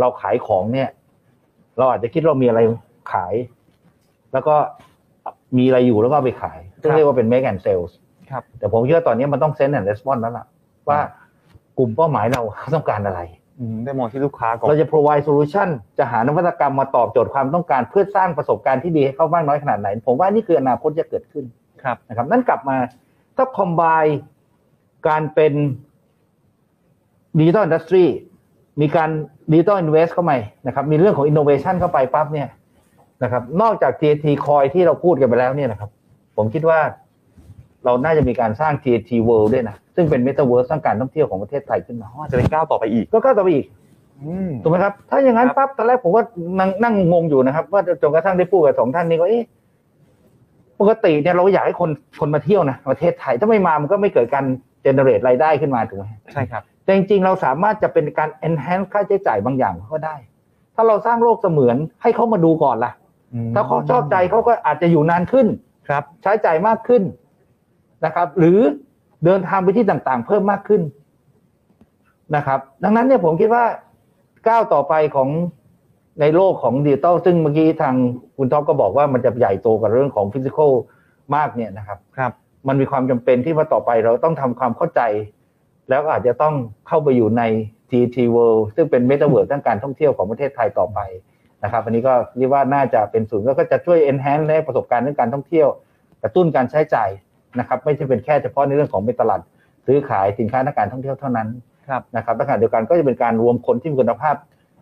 Speaker 3: เราขายของเนี่ย เราอาจจะคิดเรามีอะไรขาย แล้วก็มีอะไรอยู่แล้วก็เอาไปขายซึ่งเรียกว่าเป็น make and sales
Speaker 2: ครับ
Speaker 3: แต่ผมคิดว่าตอนนี้มันต้อง sense and response แล้วล่ะว่ากลุ่มเป้าหมายเรา ต้องการอะไร
Speaker 2: อืมได้มองที่ลูกค้าก่อน
Speaker 3: เราจะ provide solution จะหานวัตกรรมมาตอบโจทย์ความต้องการเพื่อสร้างประสบการณ์ที่ดีให้เขามากน้อยขนาดไหน ผมว่านี่คืออนาคตที่จะเกิดขึ้น
Speaker 2: ครับ
Speaker 3: นะครับ นั่นกลับมาถ้า combine การเป็นดิจิ t a ลอินดัสทรี มีการดิจิตอลอินเวสเข้ามานะครับ มีเรื่องของอินโนเวชันเข้าไปปั๊บเนี่ยนะครับ นอกจาก TT Coin ที่เราพูดกันไปแล้วเนี่ยนะครับ ผมคิดว่า เราน่าจะมีการสร้าง TT World ด้วยนะ ซึ่งเป็นเมตาเวิร์สร้างการท่องเที่ยวของประเทศไทยขึ้นมา
Speaker 2: อ๋อจะเป็นก้าวต่อไปอีก
Speaker 3: ก็ก้าวต่อไปอีก
Speaker 2: อืม
Speaker 3: ถูกไหมครับ ถ้าอย่างนั้น
Speaker 2: ครับ
Speaker 3: ปั๊บ ตอนแรกผมว่านั่งนั่งงงอยู่นะครับ ว่าจนกระทั่งได้พูดกับสองท่านนี้ก็เอ๊ะ ปกติเนี่ยเราอยากให้คนคนมาเที่ยวนะประเทศไทย ถ้าไม่มา มันก็ไม่เกิดการเจเนเรตรายได้ขึ้นมาถูกไหม
Speaker 2: ใช่ครับ
Speaker 3: แต่จริงๆ เราสามารถจะเป็นการ enhance ค่าใช้จ่ายบางอย่างก็ได้ ถ้าเราสร้างโลกเสมือนให้เขามาดูก่อนล่ะ ถ้าเขาชอบใจเขาก็อาจจะอยู่นานขึ้น
Speaker 2: ครับ
Speaker 3: ใช้จ่ายมากขึ้นนะครับ หรือเดินทางไปที่ต่างๆ เพิ่มมากขึ้นนะครับ ดังนั้นเนี่ยผมคิดว่าก้าวต่อไปของในโลกของดิจิตอลซึ่งเมื่อกี้ทางคุณท็อปก็บอกว่ามันจะใหญ่โตกับเรื่องของฟิสิกอลมากเนี่ยนะครับ
Speaker 2: ครับ
Speaker 3: มันมีความจำเป็นที่ว่าต่อไปเราต้องทำความเข้าใจ แล้วก็อาจจะต้องเข้าไปอยู่ใน TT World ซึ่งเป็นเมตาเวิร์ดด้านการท่องเที่ยวของประเทศไทยต่อไปนะครับอันนี้ก็เรียกว่าน่าจะเป็นศูนย์แล้วก็จะช่วย enhance ในประสบการณ์เรื่องการท่องเที่ยว กระตุ้นการใช้จ่ายนะครับ ไม่ใช่เป็นแค่เฉพาะในเรื่องของเป็นตลาดซื้อขายสินค้าทางการท่องเที่ยวเท่านั้น
Speaker 2: ครับ
Speaker 3: นะครับและขณะเดียวกันก็จะเป็นการรวมคนที่มีคุณภาพ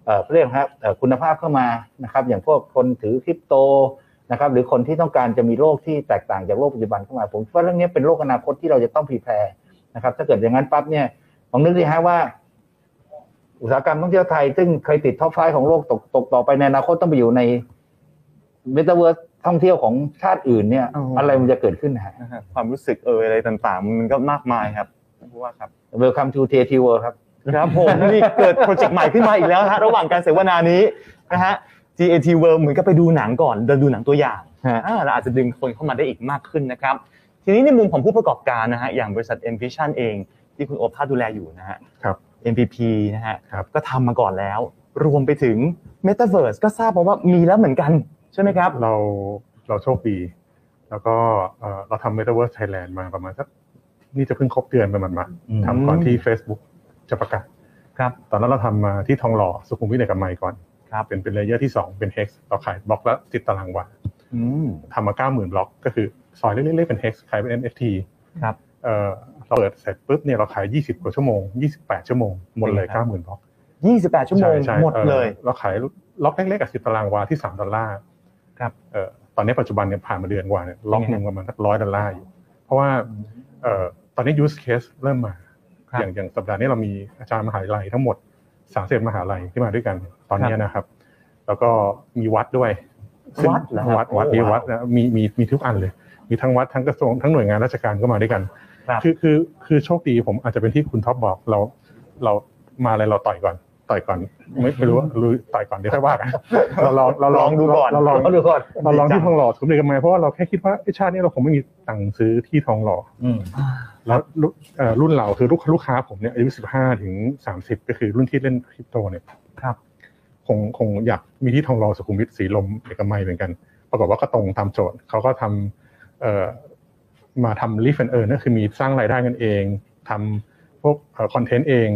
Speaker 3: เอ่อเรียกครับเอ่อคุณภาพเข้ามานะครับ อย่างพวกคนถือคริปโต นะครับหรือคนที่ต้องการจะมีโลกที่แตกต่างจากโลกปัจจุบันเข้ามาผมคิดว่าเรื่องนี้เป็นโลกอนาคตที่เราจะต้องพีแพร์นะครับ ถ้าเกิดอย่างนั้นปั๊บเนี่ยลองนึกดิฮะว่า อุตสาหกรรมท่องเที่ยวไทย ซึ่งเคยติดท็อปไฟของโลกตกตกต่อไปในอนาคตต้องไปอยู่ในเมตาเวิร์สท่องเที่ยวของชาติอื่นเนี่ย
Speaker 2: อ๋ออ
Speaker 3: อะไรมันจะเกิดขึ้นฮะ
Speaker 2: นะฮะความรู้สึกเอออะไรต่างๆ มันก็มากมายครับผู้ว่าครับ
Speaker 3: Welcome to TT World ครับ
Speaker 2: ครับผม นี่เกิดโปรเจกต์ใหม่ขึ้นมาอีกแล้วนะฮะระหว่างการเสวนานี้นะฮะ GAT World เหมือนกับไปดูหนังก่อนเดินดูหนังตัวอย่าง
Speaker 3: ฮะ
Speaker 2: อ่าเราอาจจะดึงคนเข้ามาได้อีกมากขึ้นนะครับ ทีนี้ในมุมของผู้ประกอบการนะฮะอย่างบริษัท Envision เองที่คุณโอภาสดูแลอยู่นะฮะ
Speaker 5: ครับ
Speaker 2: MPP นะฮะ
Speaker 5: ครับ
Speaker 2: ก็ทำมาก่อนแล้ว รวมไปถึง Metaverse ก็ทราบมาว่ามีแล้วเหมือนกันใช่ไหมครับ
Speaker 5: เราเราโชคดี แล้วก็เอ่อเราทำ Metaverse Thailand มาประมาณสักนี่จะเพิ่งครบเดือนไปมันมาทำก่อนที่ Facebook จะประกาศ
Speaker 2: ครับ
Speaker 5: ตอนนั้นเราทำมาที่ทองหล่อสุขุมวิทเอกมัยก่อน
Speaker 2: ครับ
Speaker 5: เป็นเป็นเลเยอร์ที่ 2 เป็น Hex เราขายบล็อกละสิบตารางวา
Speaker 2: อืม
Speaker 5: ทำมาเก้าหมื่นบล็อกก็คือซอยเล็กๆเป็น hex ขายเป็น NFT
Speaker 2: ครับ
Speaker 5: เอ่อเราเปิดเสร็จปุ๊บเนี่ยเราขาย 20 กว่าชั่วโมง 28 ชั่วโมง หมดเลย
Speaker 2: ครับ
Speaker 5: เก้าหมื่นบล็อก
Speaker 2: 28 ชั่วโมง
Speaker 5: ใช่
Speaker 2: หมด
Speaker 5: อ่อ
Speaker 2: เลย
Speaker 5: เราขายล็อกเล็กๆกับสิบตารางวาที่ 3 ดอลลาร์
Speaker 2: ครับ
Speaker 5: เอ่อตอนนี้ปัจจุบันเนี่ยผ่านมาเดือนกว่าเนี่ยล็อกหนึ่งประมาณสักร้อยดอลลาร์อยู่ เพราะว่าเอ่อตอนนี้ use case เริ่มมา
Speaker 2: ครับ
Speaker 5: อย่างอย่างสัปดาห์นี้เรามีอาจารย์มหาลัยทั้งหมด 30 มหาลัยที่มาด้วยกันตอนเนี้ยนะครับ แล้วก็มีวัดด้วย ซึ่ง
Speaker 2: วัดเหรอครับ
Speaker 5: วัดวัด
Speaker 2: โอ้
Speaker 5: มี
Speaker 2: ว้าว
Speaker 5: วัดนะมีมีมีทุกอันเลย มีทั้งวัดทั้งกระทรวงทั้งหน่วยงานราชการก็มาด้วยกัน
Speaker 2: ครับ
Speaker 5: อคือคือโชคดีผมอาจจะเป็นที่คุณท็อปบอกเรา เรามาอะไรเราต่อยก่อน ต่อยก่อนไม่ไม่รู้ว่ารู้ต่อยก่อนเดี๋ยวค่อยว่า กันเราลองเรา
Speaker 2: ลองดูก่อน
Speaker 5: เราลอง
Speaker 3: เอาดูก่อน
Speaker 5: เราลองที่ทองหล่อสมเด็จกันไหมเพราะว่าเราแค่คิดว่าเอ้ยชาตินี้เราคงไม่มีตังค์ซื้อที่ทองหล่อ
Speaker 3: อืม
Speaker 5: แล้วรุ่นเอ่อรุ่นเราคือลูกลูกค้าผมเนี่ยอายุสิบห้าถึงสามสิบก็คือรุ่นที่เล่นคริปโตเนี่ย
Speaker 2: ครับ
Speaker 5: คงคงอยากมีที่ทองรอสุขุมวิทสีลมเอกมัยเหมือนกัน ปรากฏว่าก็ตรงตามโจทย์เขาก็ทำเอ่อมาทำรีฟ a อนเออร์นั่นคือมีสร้างรายได้กันเองทำพวกคอนเทนต์เอง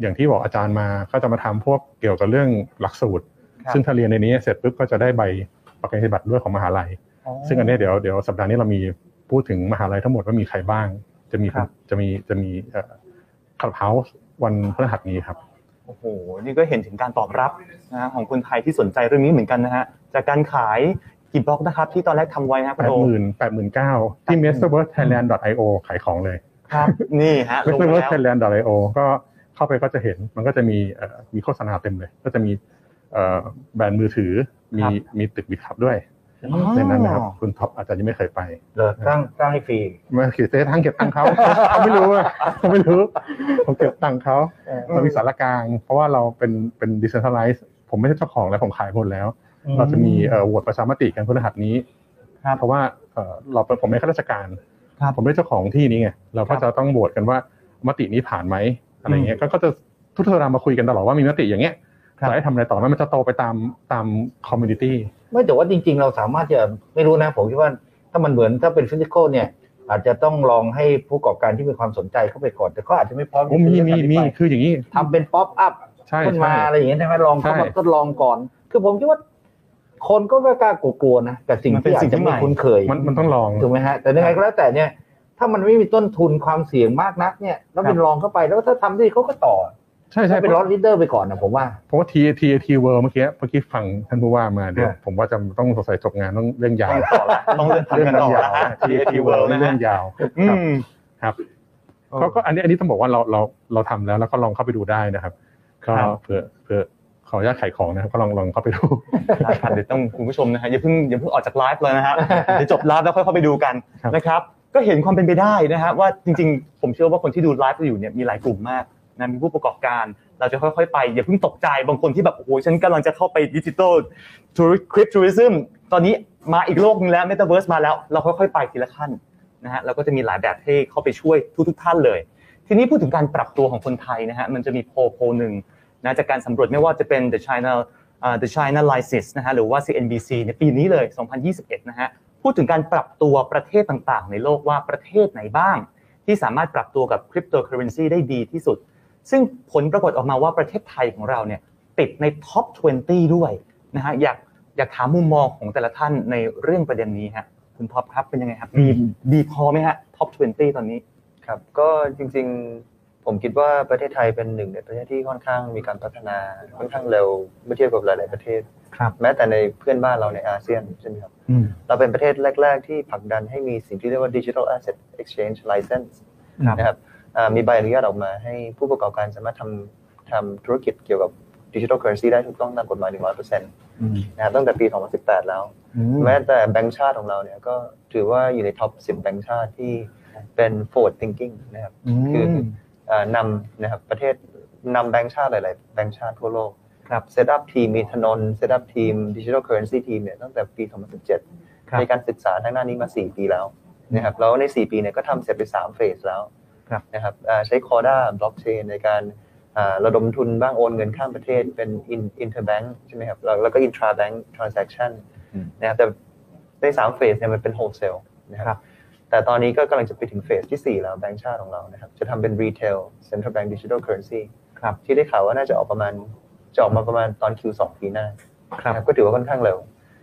Speaker 5: อย่างที่บอกอาจารย์มาก็จะมาทำพวกเกี่ยวกับเรื่องหลักสูตร
Speaker 2: ครับ
Speaker 5: ซึ่งถ้าเรียนในนี้เสร็จปุ๊บก็จะได้ใบประกาศนียบัตรด้วยของมหาลัย ซึ่งอันเนี้ยเดี๋ยวเดี๋ยวสัปดาห์นี้เรามีพูดถึงมหาลัยทั้งหมดว่ามีใครบ้าง จะมี
Speaker 2: ครับ
Speaker 5: จะมีจะมีคลับเฮาส์วันพฤหัสนี้ครับ
Speaker 2: โอ้โห นี่ก็เห็นถึงการตอบรับนะฮะของคนไทยที่สนใจเรื่องนี้เหมือนกันนะฮะ จากการขายกี่บล็อกนะครับ ที่ตอนแรกทำไว้นะครับคุ
Speaker 5: 8
Speaker 2: ณโอ
Speaker 5: 0 0 0 8 9 0 0ที่ m e t a v e r s e Thailand io ขายของเลย
Speaker 2: ครับ นี่ฮะ
Speaker 5: m
Speaker 2: ล
Speaker 5: e
Speaker 2: ง
Speaker 5: t a
Speaker 2: ไป
Speaker 5: v e r s
Speaker 2: แล้
Speaker 5: e
Speaker 2: ว
Speaker 5: Thailand io ก็เข้าไปก็จะเห็นมันก็จะมีเอ่อมีโฆษณาเต็มเลย ก็จะมีเอ่อแบรนด์มือถือมี
Speaker 2: ครับ
Speaker 5: มีตึกบิทับด้วย
Speaker 2: อ๋อ
Speaker 5: ในนั้นนะครับคุณท็อปอาจจะยังไม่เคยไป
Speaker 3: เลิกสร้างสร้างให้ฟรี
Speaker 5: มาขีดเส้นทางเก็บตั งค์เขาเขาไม่รู้อะเขาไม่รู้ผมเก็บตังค์เขา เรามีสารกลาง เพราะว่าเราเป็นเป็นดิจิทัลไลซ์ผมไม่ใช่เจ้าของแล้วผมขายหมดแล้ว เราจะมีเอ่อโหวตประชามติกันพฤหัสนี้
Speaker 2: ครับ
Speaker 5: เพราะว่าเอ่อเราเป็นผมเป็นข้าราชการ
Speaker 2: ครับ
Speaker 5: ผมเป็นเจ้าของที่นี้ไงเรา
Speaker 2: ค
Speaker 5: ก็
Speaker 2: รับ
Speaker 5: จะต้องโหวตกันว่ามตินี้ผ่านไหมอะไรเงี้ยก็ก็จะทุกสัปดาห์มาคุยกันตลอดว่ามีมติอย่างเงี้ย
Speaker 2: ครับ
Speaker 5: จะให้ทำอะไรต่อไหมมันจะโตไปตามตามคอมมูนิตี้
Speaker 3: ไม่แต่ว่าจริงๆ เราสามารถจะไม่รู้นะผมคิดว่าถ้ามันเหมือนถ้าเป็นฟิสิกอลเนี่ย อาจจะต้องลองให้ผู้ประกอบการที่มีความสนใจเข้าไปก่อน แต่เขาอาจจะไม่พร้อม
Speaker 5: โอ้มีมีมี
Speaker 3: ที่จะ
Speaker 5: คืออย่างนี้
Speaker 3: ทำเป็นป๊อปอัพ
Speaker 5: ใช่
Speaker 3: ขึ้นมา
Speaker 5: ใช่
Speaker 3: อะไรอย่างเงี้ยใช่ไหมลองเข้ามา
Speaker 5: ใช่
Speaker 3: ทดลองก่อน คือผมคิดว่า คนก็ไม่กล้ากลัวๆนะกับสิ่ง
Speaker 2: มันเป็น
Speaker 3: ที่อา
Speaker 2: สิ่
Speaker 3: จ
Speaker 2: งที่
Speaker 3: จะไม่
Speaker 2: ใหม่
Speaker 3: คุ้นเคย
Speaker 5: มันมันต้องลอง
Speaker 3: ถูกไหมฮะแต่ยังไงก็แล้วแต่เนี่ย ถ้ามันไม่มีต้นทุนความเสี่ยงมากนักเนี่ย แล้วเป็นลองเข้าไปแล้วถ้าทำได้เขาก็ต่อ
Speaker 5: ใช่ใช่
Speaker 3: ถ้าเป็นลอตลิเดอร์ไปก่อนนะผมว่า
Speaker 5: เพราะว่า T T T World เมื่อกี้เมื่อกี้ฟังท่านผู้ว่ามาเดี๋ยว
Speaker 3: อ่า
Speaker 5: ผมว่าจะต้องสงสัยจบงานต้องเรื่องยาว
Speaker 2: ต่อละต้องเลื่อนทำ
Speaker 5: เรื่อง
Speaker 2: กันต่อละฮะ
Speaker 5: ยาว T
Speaker 2: TAT
Speaker 5: T
Speaker 2: World
Speaker 5: World
Speaker 2: นะ
Speaker 5: เรื่
Speaker 2: ฮะ
Speaker 5: องยาว
Speaker 2: อืม
Speaker 5: ครับก็ก็อันนี้อันนี้ต้องบอกว่าเราเราเราทำแล้วแล้วก็ลองเข้าไปดูได้นะครับก็
Speaker 2: ครับ
Speaker 5: เผื่อเผื่อขออนุญาตขายของนะครับก็ลองลองเข้าไปดู
Speaker 2: ได้ครับเดี๋ยวต้องคุณผู้ชมนะฮะอย่าเพิ่งอย่าเพิ่งออกจากไลฟ์เลย นะฮะเดี๋ยวจบไลฟ์แล้วค่อยเข้าไปดูกัน
Speaker 5: ครับ
Speaker 2: นะครับ ก็เห็นความเป็นไปได้นะฮะว่าจริงๆ ผมเชื่อว่าคนที่ดูไลฟ์อยู่เนี่ยมีหลายกลุ่มมากนะมีผู้ประกอบการ เราจะค่อยๆ ไปอย่าเพิ่งตกใจบางคนที่แบบโอ้โหฉันกำลังจะเข้าไปดิจิทัลทัวริคริปทัวริซึมตอนนี้มาอีกโลกหนึงแล้วเมตาเวิร์สมาแล้ว เราค่อยๆ ไปทีละขั้นนะฮะเราก็จะมีหลายแบบให้เข้าไปช่วยทุกๆท่านเลย ทีนี้พูดถึงการปรับตัวของคนไทยนะฮะมันจะมีโพลโพลหนึ่งนะจากการสำรวจไม่ว่าจะเป็น The China เอ่อ The China Lysis นะฮะหรือว่า CNBC ในยปีนี้เลย 2021 นะฮะพูดถึงการปรับตัวประเทศต่างๆ ในโลกว่าประเทศไหนบ้าง ที่สามารถปรับตัวกับคริปโตเคอเรนซีได้ดีที่สุด ซึ่งผลปรากฏออกมาว่าประเทศไทยของเราเนี่ยติดในท็อป 20 ด้วยนะฮะอยากอยากถามมุมมองของแต่ละท่านในเรื่องประเด็นนี้ฮะคุณท็อปครับเป็นยังไงครับดีดีพอไหมฮะท็อป 20 ตอนนี้
Speaker 4: ครับก็จริงๆผมคิดว่าประเทศไทยเป็นหนึ่งในประเทศที่ค่อนข้างมีการพัฒนาค่อนข้างเร็วเมื่อเทียบกับหลาย ๆประเทศ
Speaker 2: ครับ
Speaker 4: แม้แต่ในเพื่อนบ้านเราในอาเซียนใช่ไหมครับ
Speaker 2: อืม
Speaker 4: เราเป็นประเทศแรก ๆ ที่ผลักดันให้มีสิ่งที่เรียกว่า Digital Asset Exchange License
Speaker 2: ครับ
Speaker 4: นะครับอ่ามีใบอนุญาตออกมาให้ผู้ประกอบการสามารถทำทำธุรกิจเกี่ยวกับดิจิทัลเคอร์เรนซีได้ถูกต้องตามกฎหมาย 100%นะครับตั้งแต่ปี 2018 แล้ว แม้แต่แบงก์ชาติของเราเนี่ยก็ถือว่าอยู่ในท็อป 10 แบงก์ชาติที่เป็น forward thinking นะครับ คืออื เอ่อนำนะครับประเทศนำแบงก์ชาติหลาย ๆ แบงก์ชาติทั่วโลก
Speaker 2: ครับ
Speaker 4: เซตอัพทีมมีธนนเซตอัพทีมดิจิทัลเคอร์เรนซีทีมเนี่ยตั้งแต่ปี
Speaker 2: ครับ
Speaker 4: 2017 ในการศึกษาทางด้านนี้มา 4 ปีแล้วนะครับแล้วใน 4 ปีเนี่ยก็ทำเสร็จไป 3 เฟสแล้วนะครับอ่าใช้คอร์ด้าบล็อกเชนในการอ่าระดมทุนบ้างโอนเงินข้ามประเทศเป็น in- interbank ใช่ไหมครับแล้วแล้วก็ intrabank transaction นะครับแต่ในสามเฟสเนี่ยมันเป็นโฮลเซลนะค
Speaker 2: ครั
Speaker 4: รับ บแต่ตอนนี้ก็กำลังจะไปถึงเฟสทีสี่ 4 แล้วแบงก์ชาติของเรานะครับ จะทำเป็นรีเทล Central Bank Digital Currency
Speaker 2: ครับ
Speaker 4: ที่ได้ข่าวว่าน่าจะออกประมาณจะออกมาประมาณตอน Q2 ปีหน้า
Speaker 2: ครับ
Speaker 4: นะครับก็ถือว่าค่อนข้างเร็ว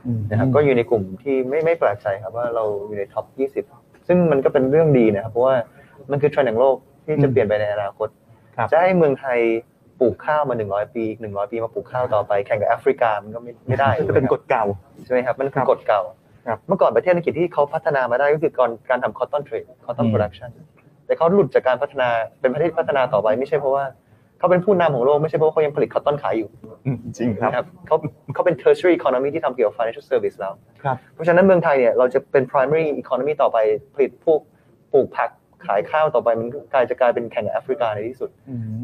Speaker 2: อืม
Speaker 4: นะครับก็อยู่ในกลุ่มที่ไม่ไม่แปลกใจครับว่าเราอยู่ในท็อป 20 ซึ่งมันก็เป็นเรื่องดีนะครับ เพราะว่ามันคือเทรนด์ของโลกที่จะเปลี่ยนไปในอนาคต
Speaker 2: ครับ
Speaker 4: จะให้เมืองไทยปลูกข้าวมา 100 ปีอีก100 ปีมาปลูกข้าวต่อไปแข่งกับแอฟริกามันก็ไม่ไม่ได้
Speaker 2: จะเป็น
Speaker 4: นะครับ
Speaker 2: กฎเก่า
Speaker 4: ใช่ไหมครับ มัน
Speaker 2: ค
Speaker 4: คือ
Speaker 2: รับ
Speaker 4: กฎเก่า
Speaker 2: ครับ
Speaker 4: เมื่อก่อนประเทศอังกฤษที่เขาพัฒนามาได้ก็คือก่อนการทำ cotton trade cotton
Speaker 2: อืม
Speaker 4: production แต่เขาหลุดจากการพัฒนาเป็นประเทศที่พัฒนาต่อไปไม่ใช่เพราะว่าเขาเป็นผู้นำของโลกไม่ใช่เพราะว่าเขายังผลิต cotton ขายอยู่
Speaker 2: อืมจริงครับ
Speaker 4: นะครับเขาเขาเป็น tertiary economy ที่ทำเกี่ยวกับ financial service แล้ว
Speaker 2: ครับ
Speaker 4: เพราะฉะนั้นเมืองไทยเนี่ยเราจะเป็น primary economy ต่อไปผลิตพวกปลูกผักขายข้าวต่อไปมันกลายจะกลายเป็นแข่งกับแอฟริกาในที่สุด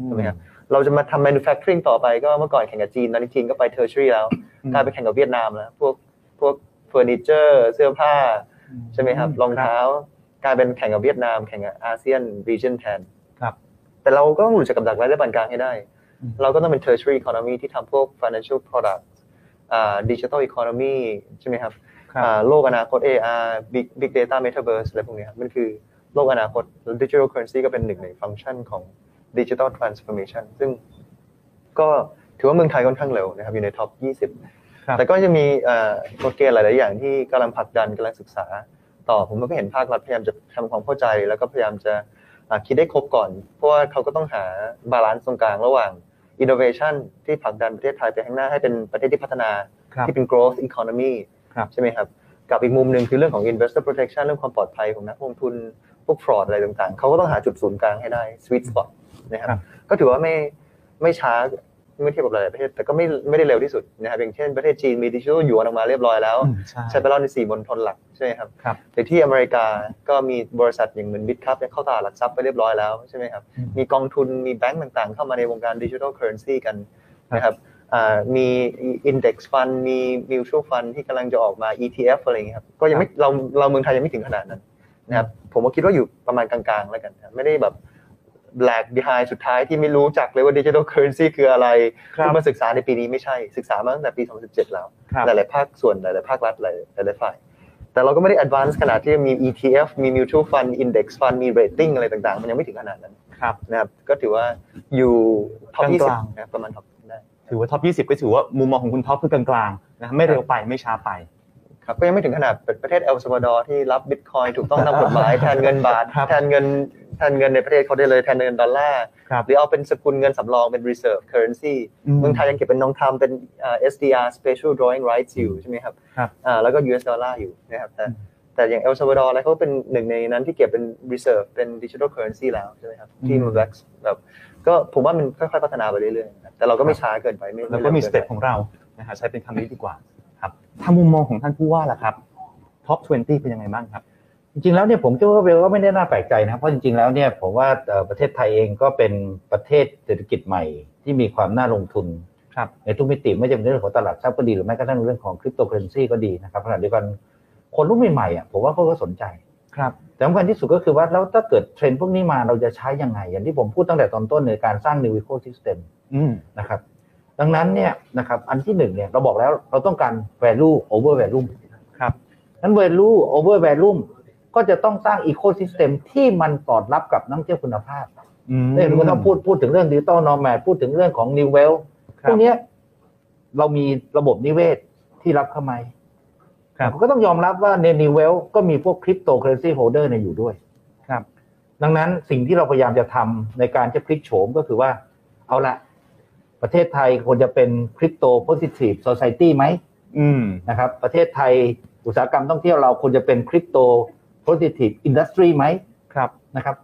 Speaker 4: ใช่ไหมครับเราจะมาทำ manufacturing ต่อไปก็เมื่อก่อนแข่งกับจีนตอนนี้จีนก็ไป tertiary แล้ว
Speaker 2: อืม
Speaker 4: กลายไปแข่งกับเวียดนามแล้ว พวกพวกเฟอร์นิเจอร์เสื้อผ้า ใช่ไหมครับ
Speaker 2: อืม
Speaker 4: รองเท้ากลายเป็นแข่งกับเวียดนาม แข่งกับอาเซียน region แทน
Speaker 2: ครับ
Speaker 4: แต่เราก็ต้องหลุดจากกับดักรายได้ปานกลางให้ได้
Speaker 2: อืม
Speaker 4: เราก็ต้องเป็น tertiary economy ที่ทำพวก financial product อ่า digital economy ใช่ไหมครับ
Speaker 2: ครับ
Speaker 4: อ่าโลกอนาคต AR big big data metaverse อะไรพวกเนี้ยครับมันคือโลกอนาคต digital currency ก็เป็นหนึ่งในฟังก์ชันของ digital transformation ซึ่งก็ถือว่าเมืองไทยค่อนข้างเร็วนะครับ อยู่ในท็อป
Speaker 2: ครับ
Speaker 4: 20 แต่ก็จะมีเอ่อกฎเกณฑ์หลาย ๆ อย่างที่กำลังผลักดันกำลังศึกษา ต่อผมก็เห็นภาครัฐพยายามจะทำความเข้าใจ แล้วก็พยายามจะอ่าคิดได้ครบก่อน เพราะว่าเขาก็ต้องหาบาลานซ์ตรงกลางระหว่าง innovation ที่ผลักดันประเทศไทยไปข้างหน้าให้เป็นประเทศที่พัฒนา
Speaker 2: ครับ
Speaker 4: ที่เป็น growth economy
Speaker 2: ครับ
Speaker 4: ใช่ไหมครับ กับอีกมุมหนึ่งคือเรื่องของ investor protection เรื่องความปลอดภัยของนักลงทุน พวก fraud อะไรต่างๆ เขาก็ต้องหาจุดศูนย์กลางให้ได้ sweet spot นะครับ
Speaker 2: ครับ
Speaker 4: ก็ถือว่าไม่ไม่ช้าเมื่อเทียบกับหลายๆประเทศ แต่ก็ไม่ไม่ได้เร็วที่สุดนะครับ อย่างเช่นประเทศจีนมีดิจิทัลหยวนออกมาเรียบร้อยแล้ว ใช้ไปแล้วใน4มณฑลหลักใช่ไหมครับ
Speaker 2: ครับ
Speaker 4: แต่ที่อเมริกาก็มีบริษัทอย่างเหมือนบิตครับเข้าตลาดหลักทรัพย์ไปเรียบร้อยแล้วใช่ไหมครับ มีกองทุนมีแบงก์ต่างๆ เข้ามาในวงการดิจิทัลเคอร์เรนซีกันนะครับอ่ามีอินเด็กซ์ฟันมีมิวช a l ฟันที่กำลังจะออกมา ETF อะไรอย่างเงี้ยครับก็ยังไม่เราเราเมืองไทยยังไม่ถึงขนาดนั้นนะครับผมก็คิดว่าอยู่ประมาณกลางๆ แล้วกันนะครับไม่ได้แบบแ a ลก behind สุดท้ายที่ไม่รู้จักเลยว่าดิจิทัลเคอร์เรนซีคืออะไร
Speaker 2: ครับ
Speaker 4: เพิ่งมาศึกษาในปีนี้ไม่ใช่ศึกษามาตั้งแต่ปี 2017 แล้ว
Speaker 2: ครับ
Speaker 4: หลาย ๆ ภาคส่วนหลาย ๆ ภาครัฐหลายหลายๆฝ่าย แต่เราก็ไม่ได้ advance ขนาดที่มี ETF มี mutual fund index fund มี rating อะไรต่าง ๆ มันยังไม่ถึงขนาดนั้น
Speaker 2: ครับ
Speaker 4: นะครับ ก็ถือว่าอยู่ top
Speaker 2: กลางๆ
Speaker 4: 20นะครับประมาณ top ได้
Speaker 2: ถือว่าท็อป 20 ก็ถือว่ามุมมองของคุณท็อปคือกลางๆนะไม่เร็วไปไม่ช้าไป
Speaker 4: ครับก็ยังไม่ถึงขนาดเป็นประเทศเอลซัลวาดอร์ที่รับบิตคอยน์ถูกต้องตามกฎห มาย แทนเงินบาท
Speaker 2: ครับ
Speaker 4: แทนเงินแทนเงินในประเทศเขาได้เลยแทนเงินดอลลาร์
Speaker 2: ครับ
Speaker 4: หรือเอาเป็นสกุลเงินสำรองเป็น reserve currency เมืองไทยยังเก็บเป็นทองคำเป็นอ่า SDR Special Drawing Rights อยู่ใช่ไหมครับ
Speaker 2: ครับ
Speaker 4: อ่าแล้วก็ US ดอลลาร์อยู่นะครับแต่แต่อย่างเอลซัลวาดอร์อะไรเขาก็เป็นหนึ่งในนั้นที่เก็บเป็น reserve เป็น digital currency แล้วใช่ไหมครับที่
Speaker 2: อืม
Speaker 4: มันแบบก็ผมว่ามันค่อยๆพัฒนาไปเรื่อยๆนะครับแต่เราก็ไม่ช้าเกินไปไไ
Speaker 2: แล้วก็มีส
Speaker 4: ร็ว
Speaker 2: เต็
Speaker 4: กิ
Speaker 2: ป
Speaker 4: นไป
Speaker 2: ของเรานะฮะใช้เป็นคำนี้ดีกว่าครับถ้ามุมมองของท่านผู้ว่าล่ะครับท็อป 20 เป็นยังไงบ้างครับ
Speaker 3: จริงๆแล้วเนี่ยผมคิดว่าเบลก็ไม่ได้น่าแปลกใจนะครับเพราะจริงๆแล้วเนี่ยผมว่าเอ่อประเทศไทยเองก็เป็นประเทศเศรษฐกิจใหม่ ที่มีความน่าลงทุน
Speaker 2: ครับ
Speaker 3: ในทุกมิติไม่ว่าจะเป็นเรื่องของตลาดทรัพย์ก็ดีหรือแม้กระทั่งเรื่องของคริปโตเคอเรนซีก็ดีนะครับขณะเดียวกันคนรุ่นใหม่ๆอ่ะผมว่าเขาก็สนใจ
Speaker 2: ครับ
Speaker 3: แต่สำคัญที่สุดก็คือว่าแล้วถ้าเกิดเทรนด์พวกนี้มาเราจะใช้ยังไง อย่างที่ผมพูดตั้งแต่ตอนต้นในการสร้าง new ecosystem
Speaker 2: อืม
Speaker 3: นะครับดังนั้นเนี่ยนะครับอันที่หนึ่งเนี่ยเราบอกแล้วเราต้องการ value over value
Speaker 2: ครับ
Speaker 3: นั้น value over value ก็จะต้องสร้าง ecosystem ที่มันสอดรับกับนักท่องเที่ยวคุณภาพ
Speaker 2: อืม
Speaker 3: เรื่องก็ต้องพูดพูดถึงเรื่องดิจิตอลนอร์แมพูดถึงเรื่องของ new wealth
Speaker 2: ครับ
Speaker 3: พวกเนี้ยเรามีระบบนิเวศที่รับเข้ามา
Speaker 2: ครับ
Speaker 3: ก็ต้องยอมรับว่าใน new wealth ก็มีพวก crypto currency holder เนี่ยอยู่ด้วย
Speaker 2: ครับ
Speaker 3: ดังนั้นสิ่งที่เราพยายามจะทำในการจะพลิกโฉมก็คือว่า เอาละประเทศไทยควรจะเป็นคริปโตโพ i ิทีฟโซซ i ตี้ไหม
Speaker 2: อืม
Speaker 3: นะครับ ประเทศไทยอุตสาหกรรมท่องเที่ยวเราควรจะเป็นคริปโตโพ i ิทีฟอินดัสทรีไหม
Speaker 2: ครับ
Speaker 3: นะครับ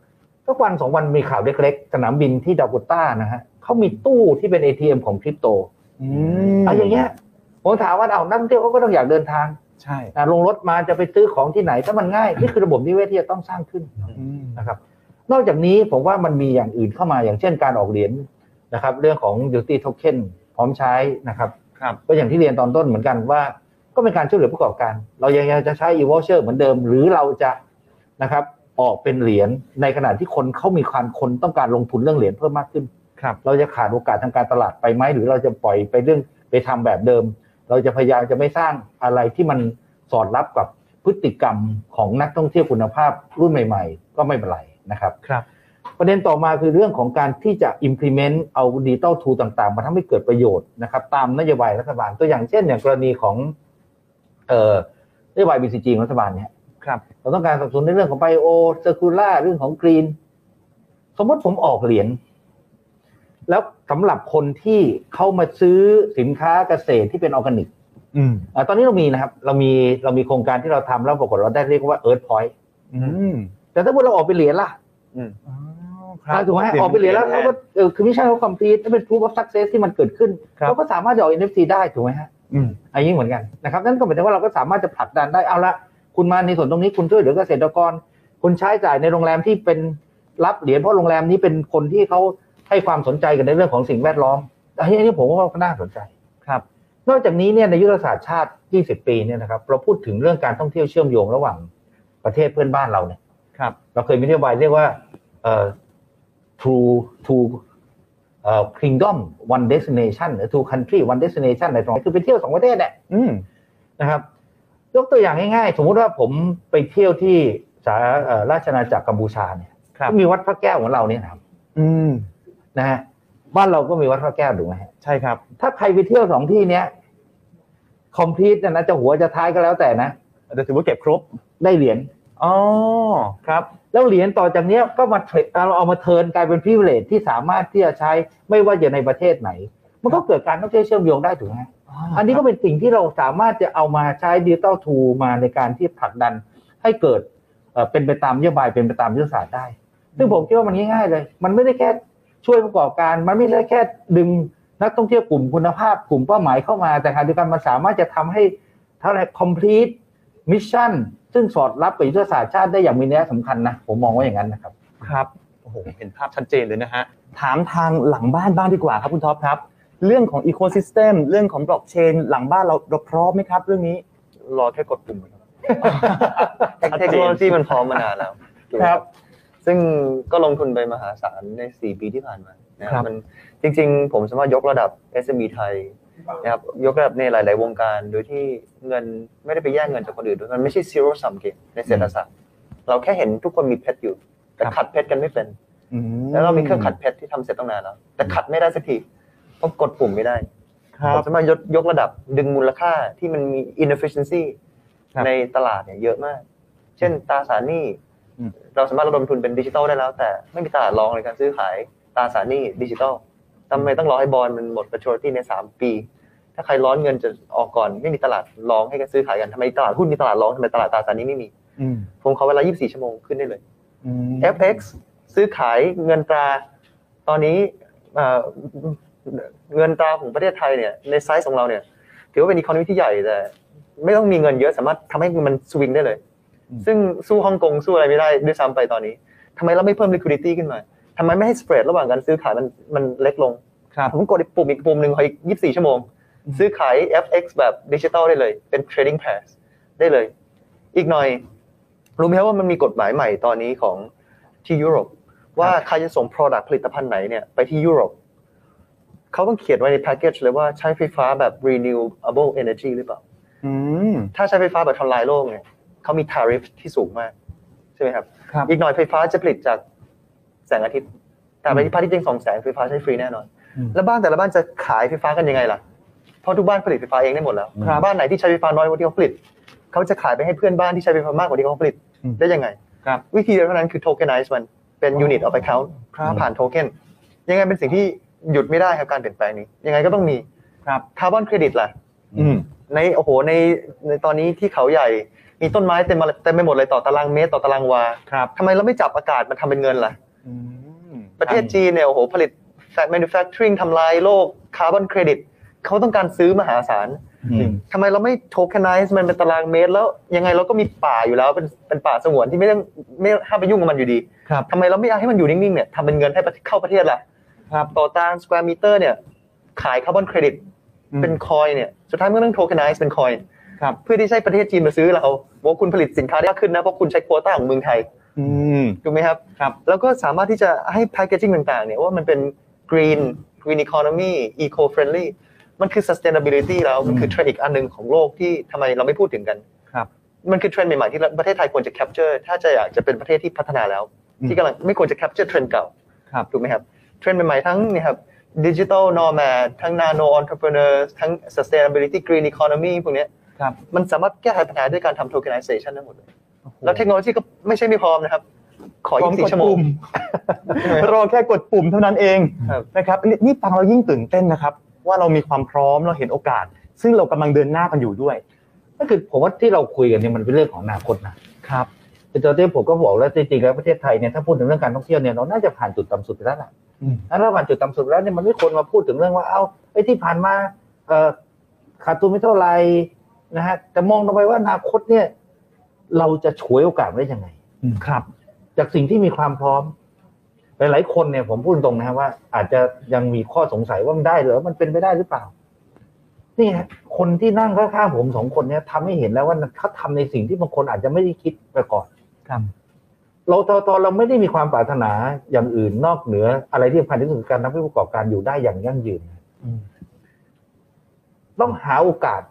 Speaker 3: ทุกวันสองวันมีข่าวเล็กๆ สนามบินที่ดาโกต้านะฮะเขามีตู้ที่เป็น ATM ของคริปโต
Speaker 2: อืม
Speaker 3: อะไรอย่างเงี้ยผมถามว่าเอานักท่องเที่ยวเขาก็ต้องอยากเดินทาง
Speaker 2: ใช่
Speaker 3: อ่ะลงรถมาจะไปซื้อของที่ไหนถ้ามันง่ายนี่คือระบบนิเวศที่จะต้องสร้างขึ้น
Speaker 2: อืม
Speaker 3: นะครับนอกจากนี้ผมว่ามันมีอย่างอื่นเข้ามาอย่างเช่นการออกเหรียญนะครับ เรื่องของ duty token พร้อมใช้นะครับ
Speaker 2: ครับ
Speaker 3: ก็อย่างที่เรียนตอนต้นเหมือนกันว่า ก็เป็นการช่วยเหลือผู้ประกอบการ เรายังจะใช้ e voucher เหมือนเดิม หรือเราจะนะครับออกเป็นเหรียญในขณะที่คนเขามีความคนต้องการลงทุนเรื่องเหรียญเพิ่มมากขึ้น
Speaker 2: ครับ
Speaker 3: เราจะขาดโอกาสทางการตลาดไปไหมหรือเราจะปล่อยไปเรื่องไปทำแบบเดิม เราจะพยายามจะไม่สร้างอะไรที่มันสอดรับกับพฤติกรรมของนักท่องเที่ยวคุณภาพรุ่นใหม่ ๆ ก็ไม่เป็นไรนะครับ
Speaker 2: ครับ
Speaker 3: ประเด็นต่อมาคือเรื่องของการที่จะ implement เอาดิจิตอลทูต่างๆ มาทำให้เกิดประโยชน์นะครับตามนโยบายรัฐบาลตัวอย่างเช่น อย่างกรณีของเอ่อนโยบาย BCG ของรัฐบาลเนี่ย
Speaker 2: ครับ
Speaker 3: เราต้องการสนับสนุนในเรื่องของไบโอเซอร์คูล่าเรื่องของกรีน สมมติผมออกเหรียญแล้วสำหรับคนที่เข้ามาซื้อสินค้าเกษตรที่เป็นออร์แกนิก
Speaker 2: อืม
Speaker 3: อ่ะตอนนี้เรามีนะครับ เรามีเรามีโครงการที่เราทำแล้วปรากฏเราได้เรียกว่า Earth Point
Speaker 2: อืม
Speaker 3: แต่ถ้าว่าเราออกเป็นเหรียญล่ะ
Speaker 2: อ๋อ
Speaker 3: อ่าถูกไหมออกไปเหรียญแล้วเขาก็เออคือมิชชั่นเขาคอมพลีทนั่นเป็น proof of success ที่มันเกิดขึ้น
Speaker 2: ครับ
Speaker 3: เขาก็สามารถจะออก NFT ได้ถูกไหมฮะ
Speaker 2: อืม
Speaker 3: อันนี้เหมือนกันนะครับนั่นก็หมายถึงว่าเราก็สามารถจะผลักดันได้เอาละคุณมาในส่วนตรงนี้คุณช่วยเหลือเกษตรกร คุณใช้จ่ายในโรงแรมที่เป็นรับเหรียญเพราะโรงแรมนี้เป็นคนที่เขาให้ความสนใจกันในเรื่องของสิ่งแวดล้อมอันนี้อันนี้ผมว่าก็น่าสนใจ
Speaker 2: ครับ
Speaker 3: นอกจากนี้เนี่ยในยุทธศาสตร์ชาติ 20 ปีเนี่ยนะครับเราพูดถึงเรื่องการท่องเที่ยวเชื่อมโยงระหว่างประเทศเพื่อนบ้านเราเนี่ย
Speaker 2: ครับ
Speaker 3: เราเคยมีนโยบายเรียกว่าเอ่อ true true เอ่อ kingdom one destination หรือ two country one destination อะไรตรงนี้คือไปเที่ยวสองประเทศแหละ
Speaker 2: อืม
Speaker 3: นะครับ ยกตัวอย่างง่ายๆ สมมุติว่าผมไปเที่ยวที่สาเอ่อราชอาณาจักรกัมพูชาเนี่ย
Speaker 2: ครับ
Speaker 3: ก็มีวัดพระแก้วของเราเนี่ยนะครับ
Speaker 2: อืม
Speaker 3: นะฮะบ้านเราก็มีวัดพระแก้วถูกไหมฮะ
Speaker 2: ใช่ครับ
Speaker 3: ถ้าใครไปเที่ยวสองที่เนี้ยคอมพลีทนะนะจะหัวจะท้ายก็แล้วแต่นะ
Speaker 2: แต่ถือว่าเก็บครบ
Speaker 3: ได้เหรียญ
Speaker 2: อ๋อ ครับ
Speaker 3: แล้วเหรียญต่อจากเนี้ยก็มาเทรดเราเอามาเทิร์นกลายเป็นพิเวเลตที่สามารถที่จะใช้ไม่ว่าอยู่ในประเทศไหน มันก็เกิดการท่องเที่ยวเชื่อมโยงได้ถูกไหมฮะ อันนี้ก็เป็นสิ่งที่เราสามารถจะเอามาใช้ดิจิตอลทูมาในการที่ผลักดันให้เกิดเอ่อเป็นไปตามนโยบายเป็นไปตามยุทธศาสตร์ได้ ซึ่งผมคิดว่ามันง่ายๆเลย มันไม่ได้แค่ช่วยประกอบการ มันไม่ได้แค่ดึงนักท่องเที่ยวกลุ่มคุณภาพกลุ่มเป้าหมายเข้ามาแต่ขณะเดียวกันมันสามารถจะทำให้เท่าไหร่ complete mission ซึ่งสอดรับกับยุทธศาสตร์ชาติได้อย่างมีนัยสำคัญนะ ผมมองว่าอย่างนั้นนะครับ
Speaker 2: ครับ โอ้โห เห็นภาพชัดเจนเลยนะฮะ ถามทางหลังบ้านบ้างดีกว่าครับคุณท็อปครับ เรื่องของอีโค y ิสเต็มเรื่องของบล็อกเชนหลังบ้านเราเราพร้อมไหมครับเรื่องนี้
Speaker 4: รอแค่กดปุ่มครับเทคโนโลยีมันพร้อมมานานแล้วถูกไหม
Speaker 2: ค
Speaker 4: ค
Speaker 2: รั
Speaker 4: รั
Speaker 2: บบ
Speaker 4: ซึ่งก็ลงทุนไปมหาศาลใน 4 ปีที่ผ่านมานะ
Speaker 2: ค
Speaker 4: ค
Speaker 2: รั
Speaker 4: รับบ มันจริง ๆ ผมสามารถยกระดับ SME ไทยนะครับยกระดับในหลาย ๆ วงการ โดยที่เงินไม่ได้ไปแย่งเงินจากคนอื่นด้วยมันไม่ใช่ zero sum game ในเศรษฐศาสตร์เราแค่เห็นทุกคนมีเพชรอยู่ แต่ขัดเพชรกันไม่เป็น
Speaker 2: อืม
Speaker 4: แล้วเรามีเครื่องขัดเพชรที่ทำเสร็จตั้งนานแล้ว แต่ขัดไม่ได้สักทีเพราะกดปุ่มไม่ได้
Speaker 2: ครั
Speaker 4: ผม
Speaker 2: บ
Speaker 4: สามารถยกยกระดับดึงมูลค่าที่มันมี inefficiency
Speaker 2: ครับ
Speaker 4: ในตลาดเนี่ยเยอะมาก เช่นตราสารหนี้
Speaker 2: อืม
Speaker 4: เราสามารถระดมทุนเป็นดิจิทัลได้แล้ว แต่ไม่มีตลาดรองในการซื้อขายตราสารหนี้ดิจิทัลทำไมต้องรอให้บอลมันหมด maturity ในสามปี ถ้าใครร้อนเงินจะออกก่อนไม่มีตลาดรองให้กันซื้อขายกันทำไมตลาดหุ้นมีตลาดรองทำไมตลาดตราสารหนี้ไม่มี
Speaker 5: อืม
Speaker 4: ผมขอเวลา 24 ชั่วโมงขึ้นได้เลย
Speaker 5: อืม
Speaker 4: FX ซื้อขายเงินตรา ตอนนี้เอ่อเงินตราของประเทศไทยเนี่ยในไซส์ของเราเนี่ยถือว่าเป็นอีโคโนมีที่ใหญ่แต่ไม่ต้องมีเงินเยอะสามารถทำให้มันสวิงได้เลย
Speaker 5: อืม
Speaker 4: ซึ่งสู้ฮ่องกงสู้อะไรไม่ได้ด้วยซ้ำไปตอนนี้ทำไมเราไม่เพิ่ม liquidity ขึ้นมาทำไมไม่ให้สเปรดระหว่างการซื้อขายมันมันเล็กลง
Speaker 2: ครับ
Speaker 4: ผมกดอีกปุ่มอีกปุ่มหนึ่งขออีก 24 ชั่วโมง ซื้อขาย FX แบบดิจิตอลได้เลย เป็น trading pairs ได้เลย อีกหน่อย รู้ไหมครับว่ามันมีกฎหมายใหม่ตอนนี้ของที่ยุโรป ว่าใครจะส่ง product ผลิตภัณฑ์ไหนเนี่ยไปที่ยุโรปเขาต้องเขียนไว้ในแพ็กเกจเลยว่าใช้ไฟฟ้าแบบ renewable energy หรือเปล่า
Speaker 5: อืม
Speaker 4: ถ้าใช้ไฟฟ้าแบบทำลายโลกเนี่ยเขามี tariff ที่สูงมากใช่ไหมครับ
Speaker 2: ครับ
Speaker 4: อีกหน่อยไฟฟ้าจะผลิตจากแสงอาทิตย์ แต่ไฟฟ้าที่จริงสองแสงไฟฟ้าใช้ฟรีแน่นอน
Speaker 5: อืม
Speaker 4: แล้วบ้านแต่ละบ้านจะขายไฟฟ้ากันยังไงล่ะ เพราะทุกบ้านผลิตไฟฟ้าเองได้หมดแล้ว
Speaker 2: ครับ
Speaker 4: บ้านไหนที่ใช้ไฟฟ้าน้อยกว่าที่เขาผลิต เขาจะขายไปให้เพื่อนบ้านที่ใช้ไฟฟ้ามากกว่าที่เขาผลิต
Speaker 5: อืม
Speaker 4: ได้ยังไง
Speaker 2: ครับ
Speaker 4: วิธีเดียวเท่านั้นคือ tokenize มันเป็นยูนิตเอาไปเขา
Speaker 2: ครับ
Speaker 4: ผ่านโทเค็นยังไงเป็นสิ่งที่หยุดไม่ได้ครับการเปลี่ยนแปลงนี้ ยังไงก็ต้องมี
Speaker 2: ครับ
Speaker 4: คาร์บอนเครดิตล่ะ
Speaker 2: อืม
Speaker 4: ในโอ้โหในในตอนนี้ที่เขาใหญ่ มีต้นไม้เต็มมาเต็มไปหมดเลยต่อตารางเมตรต่อตารางวา
Speaker 2: ครับ
Speaker 4: ทำไมเราไม่จับอากาศมาทำเป็นเงินล่ะ
Speaker 5: อืม
Speaker 4: ประเทศจีนเนี่ยโอ้โหผลิต manufacturing ทำลายโลกคาร์บอนเครดิตเขาต้องการซื้อมหาศาล
Speaker 3: อืม
Speaker 4: ทำไมเราไม่ tokenize มันเป็นตารางเมตร แล้วยังไงเราก็มีป่าอยู่แล้วเป็นเป็นป่าสงวนที่ไม่ต้องไม่ห้ามไปยุ่งกับมันอยู่ดี
Speaker 2: ครับ
Speaker 4: ทำไมเราไม่เอาให้มันอยู่นิ่งๆเนี่ยทำเป็นเงินให้ประเทศเข้าประเทศล่ะ
Speaker 2: ครับ
Speaker 4: ต่อตาราง square meter เนี่ยขายคาร์บอนเครดิต
Speaker 2: อืม
Speaker 4: เป็นคอยเนี่ยสุดท้ายมันก็ต้อง tokenize เป็นคอย
Speaker 2: ครับ
Speaker 4: เพื่อที่จะให้ประเทศจีนมาซื้อเราว่าคุณผลิตสินค้าได้มากขึ้นนะเพราะคุณใช้โควต้าของเมืองไทย
Speaker 2: อืม
Speaker 4: ถูกไหมครับ
Speaker 2: ครับ
Speaker 4: แล้วก็สามารถที่จะให้แพคเกจิ้งต่างๆเนี่ยว่ามันเป็น green green economy eco friendly มันคือ sustainability แล้วมันคือเทรนด์อีกอันหนึ่งของโลกที่ทำไมเราไม่พูดถึงกัน
Speaker 2: ครับ
Speaker 4: มันคือเทรนด์ใหม่ๆที่ประเทศไทยควรจะ capture ถ้าจะอยากจะเป็นประเทศที่พัฒนาแล้ว
Speaker 5: อืม
Speaker 4: ที่กำลังไม่ควรจะ capture เทรนด์เก่า
Speaker 2: ครับ
Speaker 4: ถูกไหมครับเทรนด์ใหม่ๆทั้งเนี่ยครับดิจิทัลนอร์แมทั้งนาโนออนเทอร์เพเนอร์ทั้ง sustainability green economy พวกเนี้ย
Speaker 2: ครับ
Speaker 4: มันสามารถแก้ไขปัญหาด้วยการทำ tokenization ทั้งหมดเลย
Speaker 2: ห
Speaker 4: แล้วเทคโนโลยีก็ไม่ใช่ไม่พร้อมนะครับ ขอ
Speaker 2: พร้อมก
Speaker 4: 24
Speaker 2: ด
Speaker 4: ชั่วโม
Speaker 2: ปุ่
Speaker 4: ง
Speaker 2: ม รอแค่กดปุ่มเท่านั้นเอง
Speaker 4: ครับ
Speaker 2: นะครับนี่นี่ฟังเรายิ่งตื่นเต้นนะครับ ว่าเรามีความพร้อมเราเห็นโอกาส ซึ่งเรากำลังเดินหน้ากันอยู่ด้วย
Speaker 3: นั่นคือผมว่าที่เราคุยกันเนี่ยมันเป็นเรื่องของอนาคตนะครับ คือตอนที่ผมก็บอกแล้วจริงๆแล้วประเทศไทยเนี่ยถ้าพูดถึงเรื่องการท่องเที่ยวเนี่ยเราน่าจะผ่านจุดต่ำสุดไปแล้วล่ะ
Speaker 2: อืม
Speaker 3: ถ้าเราผ่านจุดต่ำสุดไปแล้วเนี่ยมันไม่ควรมาพูดถึงเรื่องว่าเอ้าไอ้ที่ผ่านมาเอ่อขาดทุนไม่เท่าไหร่นะฮะแต่มองลงไปว่าอนาคตเนี่ย เราจะฉวยโอกาสไว้ได้ยังไง
Speaker 2: ครับ
Speaker 3: จากสิ่งที่มีความพร้อม หลายๆคนเนี่ยผมพูดตรงนะครับว่า อาจจะยังมีข้อสงสัยว่ามันได้เหรือมันเป็นไปได้หรือเปล่า นี่ฮะคนที่นั่งข้างๆผมสองคนเนี่ยทำให้เห็นแล้วว่าเขาทำในสิ่งที่บางคนอาจจะไม่ได้คิดมาก่อน
Speaker 2: ครับ
Speaker 3: เราตอนตอนเราไม่ได้มีความปรารถนาอย่างอื่นนอกเหนือ อะไรที่สำคัญที่สุดคือการทำให้ผู้ประกอบการอยู่ได้อย่างยั่งยืน ต้องหาโอกาส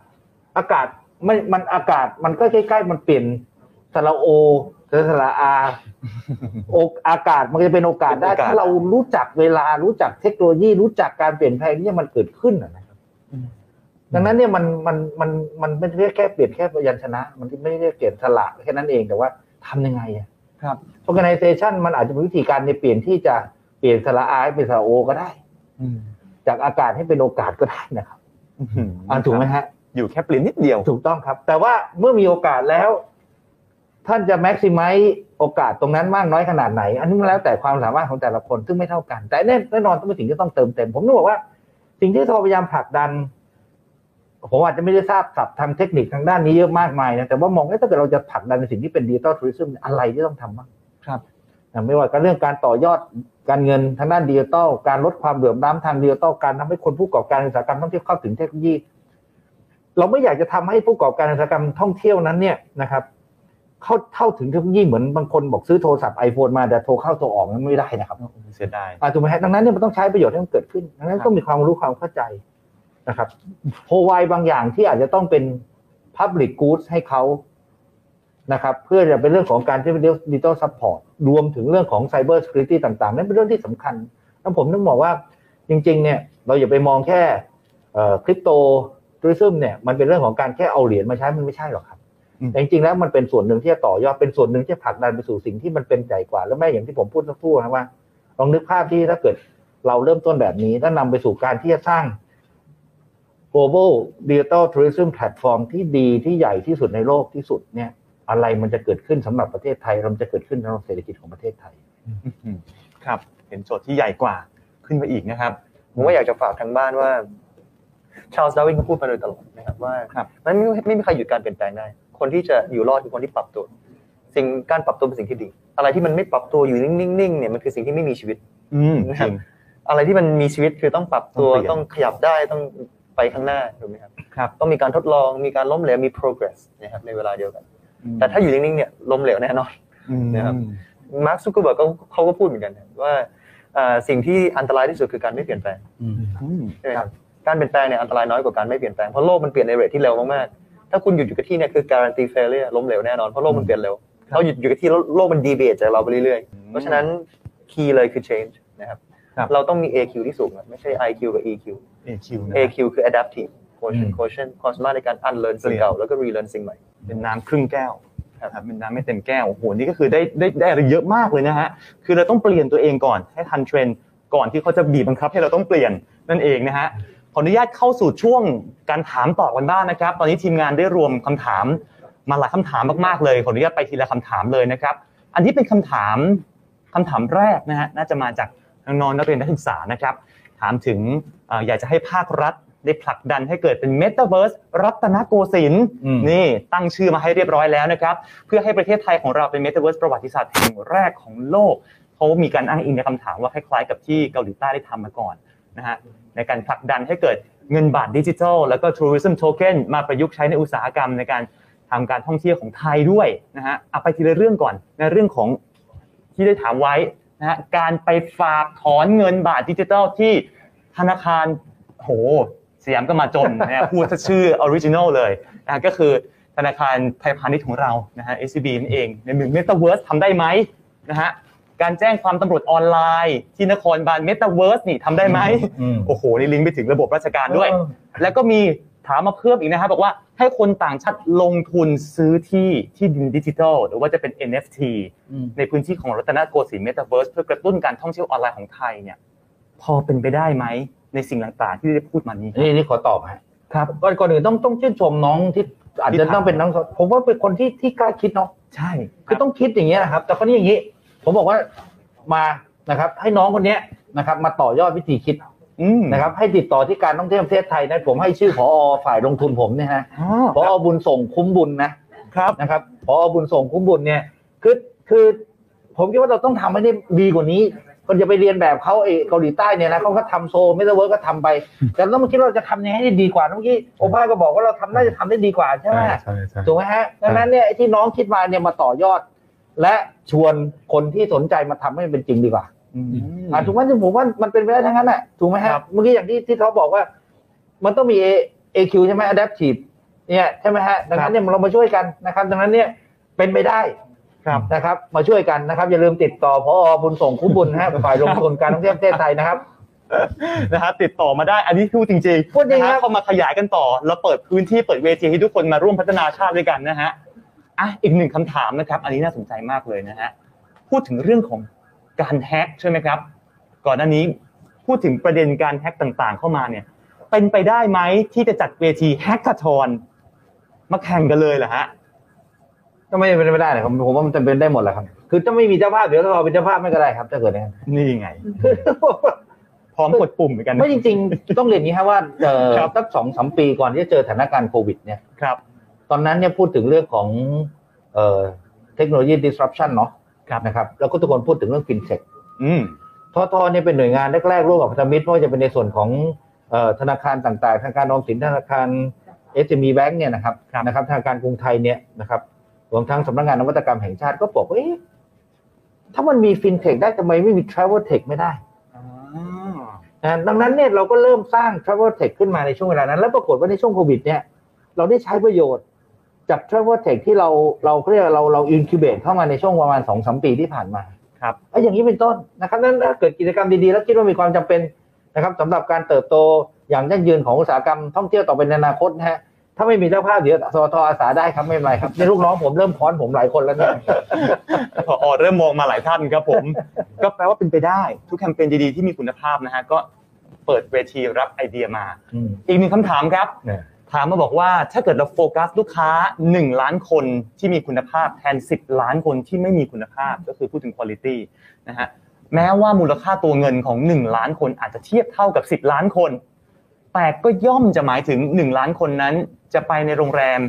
Speaker 3: อากาศไม่มันอากาศมันก็ใกล้ๆมันเปลี่ยนสระโอสระอา โออากาศมันจะเป็นโอกาสได้
Speaker 4: เป็นโอกาส
Speaker 3: ถ้าเรารู้จักเวลารู้จักเทคโนโลยี รู้จักการเปลี่ยนแปลงที่มันเกิดขึ้นนะนะครับ
Speaker 2: อืม
Speaker 3: ดังนั้นเนี่ยมันมันมันมันไม่ได้แค่เปลี่ยนแค่ยัญชนะ มันไม่ได้เปลี่ยนสระแค่นั้นเองแต่ว่าทำยังไงอะ
Speaker 2: ครับ
Speaker 3: organization มันอาจจะมีวิธีการในเปลี่ยนที่จะเปลี่ยนสระอาให้เป็นสระโอก็ได้
Speaker 2: อืม
Speaker 3: จากอากาศให้เป็นโอกาสก็ได้นะครับ
Speaker 2: อื้อหือ
Speaker 3: อ่าถูกไหมฮะ
Speaker 2: อยู่แค่เปลี่ยนนิดเดียว
Speaker 3: ถูกต้องครับ แต่ว่าเมื่อมีโอกาสแล้ว ท่านจะแม็กซิมัโอกาสตรงนั้นมากน้อยขนาดไหน อันนี้มันแล้วแต่ความสามารถของแต่ละคนซึ่งไม่เท่ากัน แต่แน่แน่นอนต้องเป็นสิ่งที่ต้องเติมเต็ม ผมนึกว่า สิ่งที่เราพยายามผลักดันผมอาจจะไม่ได้ทราบศัพท์ทางเทคนิคทางด้านนี้เยอะมากมายนะแต่ว่ามองว่าถ้าเกิดเราจะผลักดันในสิ่งที่เป็นดิจิตอลทัวริซึมอะไรที่ต้องทำบ้าง
Speaker 2: ครับ
Speaker 3: นะไม่ว่าก็เรื่องการต่อยอดการเงินทางด้านดิจิตอลการลดความเหลื่อมล้ำทางดิจิตอลการทำให้คนผู้ประกอบการอุตสาหกรรมท่องเที่ยวเข้าถึงเทคโนโลยี เราไม่อยากจะทำให้ผู้ประกอบการอุตสาหกรรมท่องเที่ยวนั้นเนี่ยนะครับ เข้าเข้าถึงเทคโนโลยีเหมือนบางคนบอกซื้อโทรศัพท์ iPhone มาแต่โทรเข้าโทรออกนั้นไม่ได้นะครับ
Speaker 2: เสียดาย
Speaker 3: อ่าถูกไหมฮะดังนั้นเนี่ยมันต้องใช้ประโยชน์ให้มันเกิดขึ้น ดังนั้
Speaker 2: คน รับ
Speaker 3: ต้องมีความรู้ความเข้าใจนะครับโพไวบางอย่างที่อาจจะต้องเป็น Public Goods ให้เขานะครับ เพื่อจะเป็นเรื่องของการที่เป็นดิจิทัลซัพพอร์ตรวมถึงเรื่องของไซเบอร์ส r ิ t y ต่างๆ นั่นเป็นเรื่องที่สำคัญ แล้วผมต้องบอกว่าจริง ๆ เนี่ย เราอย่าไปมองแค่คริปโตทัวริซึมเนี่ย มันเป็นเรื่องของการแค่เอาเหรียญมาใช้มันไม่ใช่หรอกครับ
Speaker 1: อืม
Speaker 3: แต่จริงๆแล้วมันเป็นส่วนหนึ่งที่จะต่อยอดเป็นส่วนหนึ่งที่จะผลักดันไปสู่สิ่งที่มันเป็นใหญ่กว่า แล้วแม่อย่างที่ผมพูดสักครู่นะว่าลองนึกภาพที่ถ้าเกิดเราเริ่มต้นแบบนี้แล้วนำไปสู่การที่จะสร้าง global digital tourism platform ที่ดีที่ใหญ่ที่สุดในโลกที่สุดเนี่ย อะไรมันจะเกิดขึ้นสำหรับประเทศไทยเราจะเกิดขึ้นสำหรับเศรษฐกิจของประเทศไทย
Speaker 2: ครับ เห็นโจทย์ที่ใหญ่กว่าขึ้นไปอีกนะครับ
Speaker 4: ผมว่าอยากจะฝากทางบ้านว่าชาลส์ดาวินก็พูดมาโดยตลอดนะครับว่า
Speaker 2: ครับ
Speaker 4: มันไม่ไม่มีใครหยุดการเปลี่ยนแปลงได้ คนที่จะอยู่รอดคือคนที่ปรับตัว สิ่งการปรับตัวเป็นสิ่งที่ดี อะไรที่มันไม่ปรับตัวอยู่นิ่งๆเนี่ยมันคือสิ่งที่ไม่มีชีวิต
Speaker 2: อืมจ
Speaker 4: นะครับ
Speaker 2: ริง
Speaker 4: อะไรที่มันมีชีวิตคือต้องปรับตัว
Speaker 2: ต้องเปลี่ยน
Speaker 4: ต้องขยับได้ต้องไปข้างหน้าถูกไหมครับ
Speaker 2: ครับ
Speaker 4: ต้องมีการทดลองมีการล้มเหลวมี progress นะครับในเวลาเดียวกัน แต่ถ้าอยู่นิ่งๆเนี่ยล้มเหลวแน่นอน
Speaker 2: อืม
Speaker 4: นะครับ มาร์คซูเกอร์เบิร์กเขาก็พูดเหมือนกันนะว่าเอ่อสิ่งที่อันตรายที่สุดคือการไม่เปลี่ยนแปลง
Speaker 2: อืม
Speaker 4: ใช่ไหมครับการเปลี่ยนแปลงเนี่ยอันตรายน้อยกว่าการไม่เปลี่ยนแปลงเพราะโลกมันเปลี่ยนในเรทที่เร็วมากๆถ้าคุณหยุดอยู่กับที่เนี่ยคือการันตีเฟลเลียล้มเหลวแน่นอนเพราะโลกมันเปลี่ยนเร็วเราหยุดอยู่กับที่แล้วโลกมันดีเบตจากเราไปเรื่อยๆ เพราะฉะนั้นคีย์เลยคือ change นะครับ
Speaker 2: ครับ
Speaker 4: เราต้องมี AQ ที่สูงอะไม่ใช่ IQ กับ EQ
Speaker 2: AQ นะ
Speaker 4: AQ คือ adaptive quotient
Speaker 2: อืม
Speaker 4: quotient ความสามารถในการ unlearn สิ่งเก่าแล้วก็ relearn สิ่งใหม่
Speaker 2: เป็นน้ำครึ่งแก้วนะครับเป็นน้ำไม่เต็มแก้วโอ้โหนี่ก็คือได้ได้ได้อะไรเยอะมากเลยนะฮะคือเราต้องเปลี่ยนตัวเองก่อนให้ทันเทรนด์ก่อนที่เขาจะบีบบังคับให้เราต้องเปลี่ยนนั่นเองนะฮะขออนุญาตเข้าสู่ช่วงการถามตอบกันบ้างนะครับ ตอนนี้ทีมงานได้รวมคำถามมาหลายคำถามมากๆเลยขออนุญาตไปทีละคำถามเลยนะครับ อันนี้เป็นคำถามคำถามแรกนะฮะน่าจะมาจากน้องๆนักเรียนนักศึกษานะครับ ถามถึงเอ่ออยากจะให้ภาครัฐได้ผลักดันให้เกิดเป็นเมตาเวิร์สรัตนโกสินทร์
Speaker 1: อืม
Speaker 2: นี่ตั้งชื่อมาให้เรียบร้อยแล้วนะครับ เพื่อให้ประเทศไทยของเราเป็นเมตาเวิร์สประวัติศาสตร์แห่งแรกของโลกเขามีการอ้างอิงในคำถามว่าคล้ายๆกับที่เกาหลีใต้ได้ทำมาก่อนนะฮะในการผลักดันให้เกิดเงินบาทดิจิทัล แล้วก็ทัวริซึมโทเค็นมาประยุกต์ใช้ในอุตสาหกรรมในการทำการท่องเที่ยวของไทยด้วยนะฮะเอาไปทีละเรื่องก่อนในเรื่องของ ที่ได้ถามไว้นะฮะการไปฝากถอนเงินบาทดิจิทัลที่ธนาคารโหสยามก็มาจนนะฮะ พูดซะชื่อออริจินอลเลยนะฮะก็คือธนาคารไทยพาณิชย์ของเรานะฮะ SCB นั่นเองในหนึ่งเมตาเวิร์สทำได้ไหมนะฮะการแจ้งความตำรวจออนไลน์ที่นครบาลเมตาเวิร์สนี่ทำได้ไหมโอ้โห นี่ลิงก์ไปถึงระบบราชการด้วย แล้วก็มีถามมาเพิ่มอีกนะครับบอกว่าให้คนต่างชาติลงทุนซื้อที่ที่ดินดิจิทัล หรือว่าจะเป็น NFT ในพื้นที่ของรัตนโกสินทร์เมตาเวิร์สเพื่อกระตุ้นการท่องเที่ยวออนไลน์ของไทยเนี่ยพอเป็นไปได้ไหมในสิ่งต่างๆ ที่ได้พูดมานี้
Speaker 3: นี่นี่ขอตอบฮะ
Speaker 2: ครับ
Speaker 3: ก่อนก่อนอื่นต้องต้องชื่นชมน้องที่อาจ
Speaker 2: ที่
Speaker 3: จะ
Speaker 2: ถาม
Speaker 3: ต้องเป็นน้องผมว่าเป็นคนที่ที่กล้าคิดเนาะ
Speaker 2: ใช่
Speaker 3: คือต้องคิดอย่างเงี้ยนะครับ แต่คนนี้อย่างงี้ ผมบอกว่ามานะครับ ให้น้องคนเนี้ยนะครับ มาต่อยอดวิธีคิด
Speaker 2: อืม
Speaker 3: นะครับ ให้ติดต่อที่การท่องเที่ยวแห่งประเทศไทยนะผมให้ชื่อพอฝ่ายลงทุนผมเนี่ยฮะ
Speaker 2: อ๋อ
Speaker 3: พอบุญส่งคุ้มบุญนะ
Speaker 2: ครับ
Speaker 3: นะครับพอบุญส่งคุ้มบุญเนี่ยคือคือผมคิดว่าเราต้องทำให้ได้ดีกว่านี้คนจะไปเรียนแบบเขาเอเกาหลีใต้เนี่ยนะเขาก็ทำโซเมตาเวิร์กก็ทำไป แต่เราต้องคิดว่าเราจะทำยังไงให้ได้ดีกว่าเมื่อกี้โอภาสก็บอกว่าเราทำน่าจะทำได้ดีกว่าใช่ไหม
Speaker 5: ใช่ใช่ใช่
Speaker 3: ถูกไหมฮะดังนั้นเนี่ยไอ้ที่น้องคิดมาเนี่ยมาต่อยอด และชวนคนที่สนใจมาทำให้มันเป็นจริงดีกว่า อ่าถูกไหมที่ผมว่ามันเป็นไปได้ทั้งนั้นแหละถูกไหมฮะ
Speaker 2: ครับ
Speaker 3: เมื่อกี้อย่างที่ที่เขาบอกว่า มันต้องมี A AQ ใช่ไหม Adaptive เนี่ยใช่ไหมฮะดัง
Speaker 2: ครั
Speaker 3: นั้
Speaker 2: บ
Speaker 3: นเนี่ยเรามาช่วยกันนะครับ ดังนั้นเนี่ยเป็นไปได้
Speaker 2: ครับ
Speaker 3: นะครับ มาช่วยกันนะครับ อย่าลืมติดต่อพอบุญส่งคุ้มบุญนะฮะ ฝ่ายลงทุนการท่องเที่ยวประเทศไทยนะครับ
Speaker 2: นะฮะติดต่อมาได้อันนี้พูดจริงๆ
Speaker 3: พูดจริง
Speaker 2: นะ
Speaker 3: ครั
Speaker 2: ฮะ
Speaker 3: บ
Speaker 2: เข้ามาขยายกันต่อเราเปิดพื้นที่เปิดเวทีให้ทุกคนมาร่วมพัฒนาชาติด้วยกันนะฮะอ่ะอีกหนึ่งคำถามนะครับ อันนี้น่าสนใจมากเลยนะฮะพูดถึงเรื่องของการแฮ็กใช่ไหมครับ ก่อนหน้านี้พูดถึงประเด็นการแฮ็กต่างๆ เข้ามาเนี่ย เป็นไปได้ไหมที่จะจัดเวทีแฮก a ทอนมาแข่งกันเลยเหรอฮะ
Speaker 3: ก็ไม่เป็นไปไม่ได้นะครับผมว่ามันจะเป็นได้หมดแหละครับ คือถ้าไม่มีเจ้าภาพเดี๋ยวเราเป็นเจ้าภาพไม่ก็ได้ครับถ้าเกิดอย่างนั้น
Speaker 2: นี่ไง พร้อมกดปุ่มเหมือนกันนะ
Speaker 3: ไม่จริง ๆ ต้องเรียนอย่างนี้ครับว่าเอ่อ
Speaker 2: ครับ
Speaker 3: ตั้งสองสามปีก่อนที่จะเจอสถานการณ์โควิดเนี่ย
Speaker 2: ครับ
Speaker 3: ตอนนั้นเนี่ยพูดถึงเรื่องของเอ่อเทคโนโลยี disruption เนาะ
Speaker 2: ครับ
Speaker 3: นะครับแล้วก็ทุกคนพูดถึงเรื่อง fintech
Speaker 2: อืม
Speaker 3: ทอทอเนี่ยเป็นหน่วยงานแรกๆร่วมกับพันธมิตรไม่ว่าจะเป็นในส่วนของเอ่อธนาคารต่างๆธนาคารออมสินธนาคาร SME Bank เนี่ยนะครับ
Speaker 2: ครับ
Speaker 3: นะครับธนาคารกรุงไทยเนี่ยนะครับรวมทั้งสำนักงานนวัตกรรมแห่งชาติก็บอกว่าเอ๊ะถ้ามันมี fintech ได้ทำไมไม่มี travel tech ไม่ได้นะดังนั้นเนี่ยเราก็เริ่มสร้าง travel tech ขึ้นมาในช่วงเวลานั้น แล้วปรากฏว่าในช่วงโควิดเนี่ยเราได้ใช้ประโยชน์จาก travel tech ที่เราเราเรียกว่าเราเรา incubate เข้ามาในช่วงประมาณสองสามปีที่ผ่านมา ไอ้อย่างนี้เป็นต้นนะครับนั้นถ้าเกิดกิจกรรมดีๆ แล้วคิดว่ามีความจำเป็นนะครับสำหรับการเติบโตอย่างยั่งยืนของอุตสาหกรรมท่องเที่ยวต่อไปในอนาคตนะฮะ ถ้าไม่มีเจ้าภาพเดี๋ยวสตอาสาได้ครับไม่เป็นไรครับในลูกน้องผมเริ่มค้อนผมหลายคนแล้วเนี่ย
Speaker 2: พอเริ่มมองมาหลายท่านครับผม ก็แปลว่าเป็นไปได้ ทุกแคมเปญดีๆที่มีคุณภาพนะฮะก็เปิดเวทีรับไอเดียมา
Speaker 3: อืม
Speaker 2: อีกหนึ่งคำถามครับ
Speaker 3: เนี่ย
Speaker 2: ถามมาบอกว่าถ้าเกิดเราโฟกัสลูกค้า 1 ล้านคนที่มีคุณภาพแทน 10 ล้านคนที่ไม่มีคุณภาพก็คือพูดถึงคุณ i t y นะฮะแม้ว่ามูลค่าตัวเงินของ 1 ล้านคนอาจจะเทียบเท่ากับ 10 ล้านคน แต่ก็ย่อมจะหมายถึง 1 ล้านคนนั้น จะไปในโรงแรม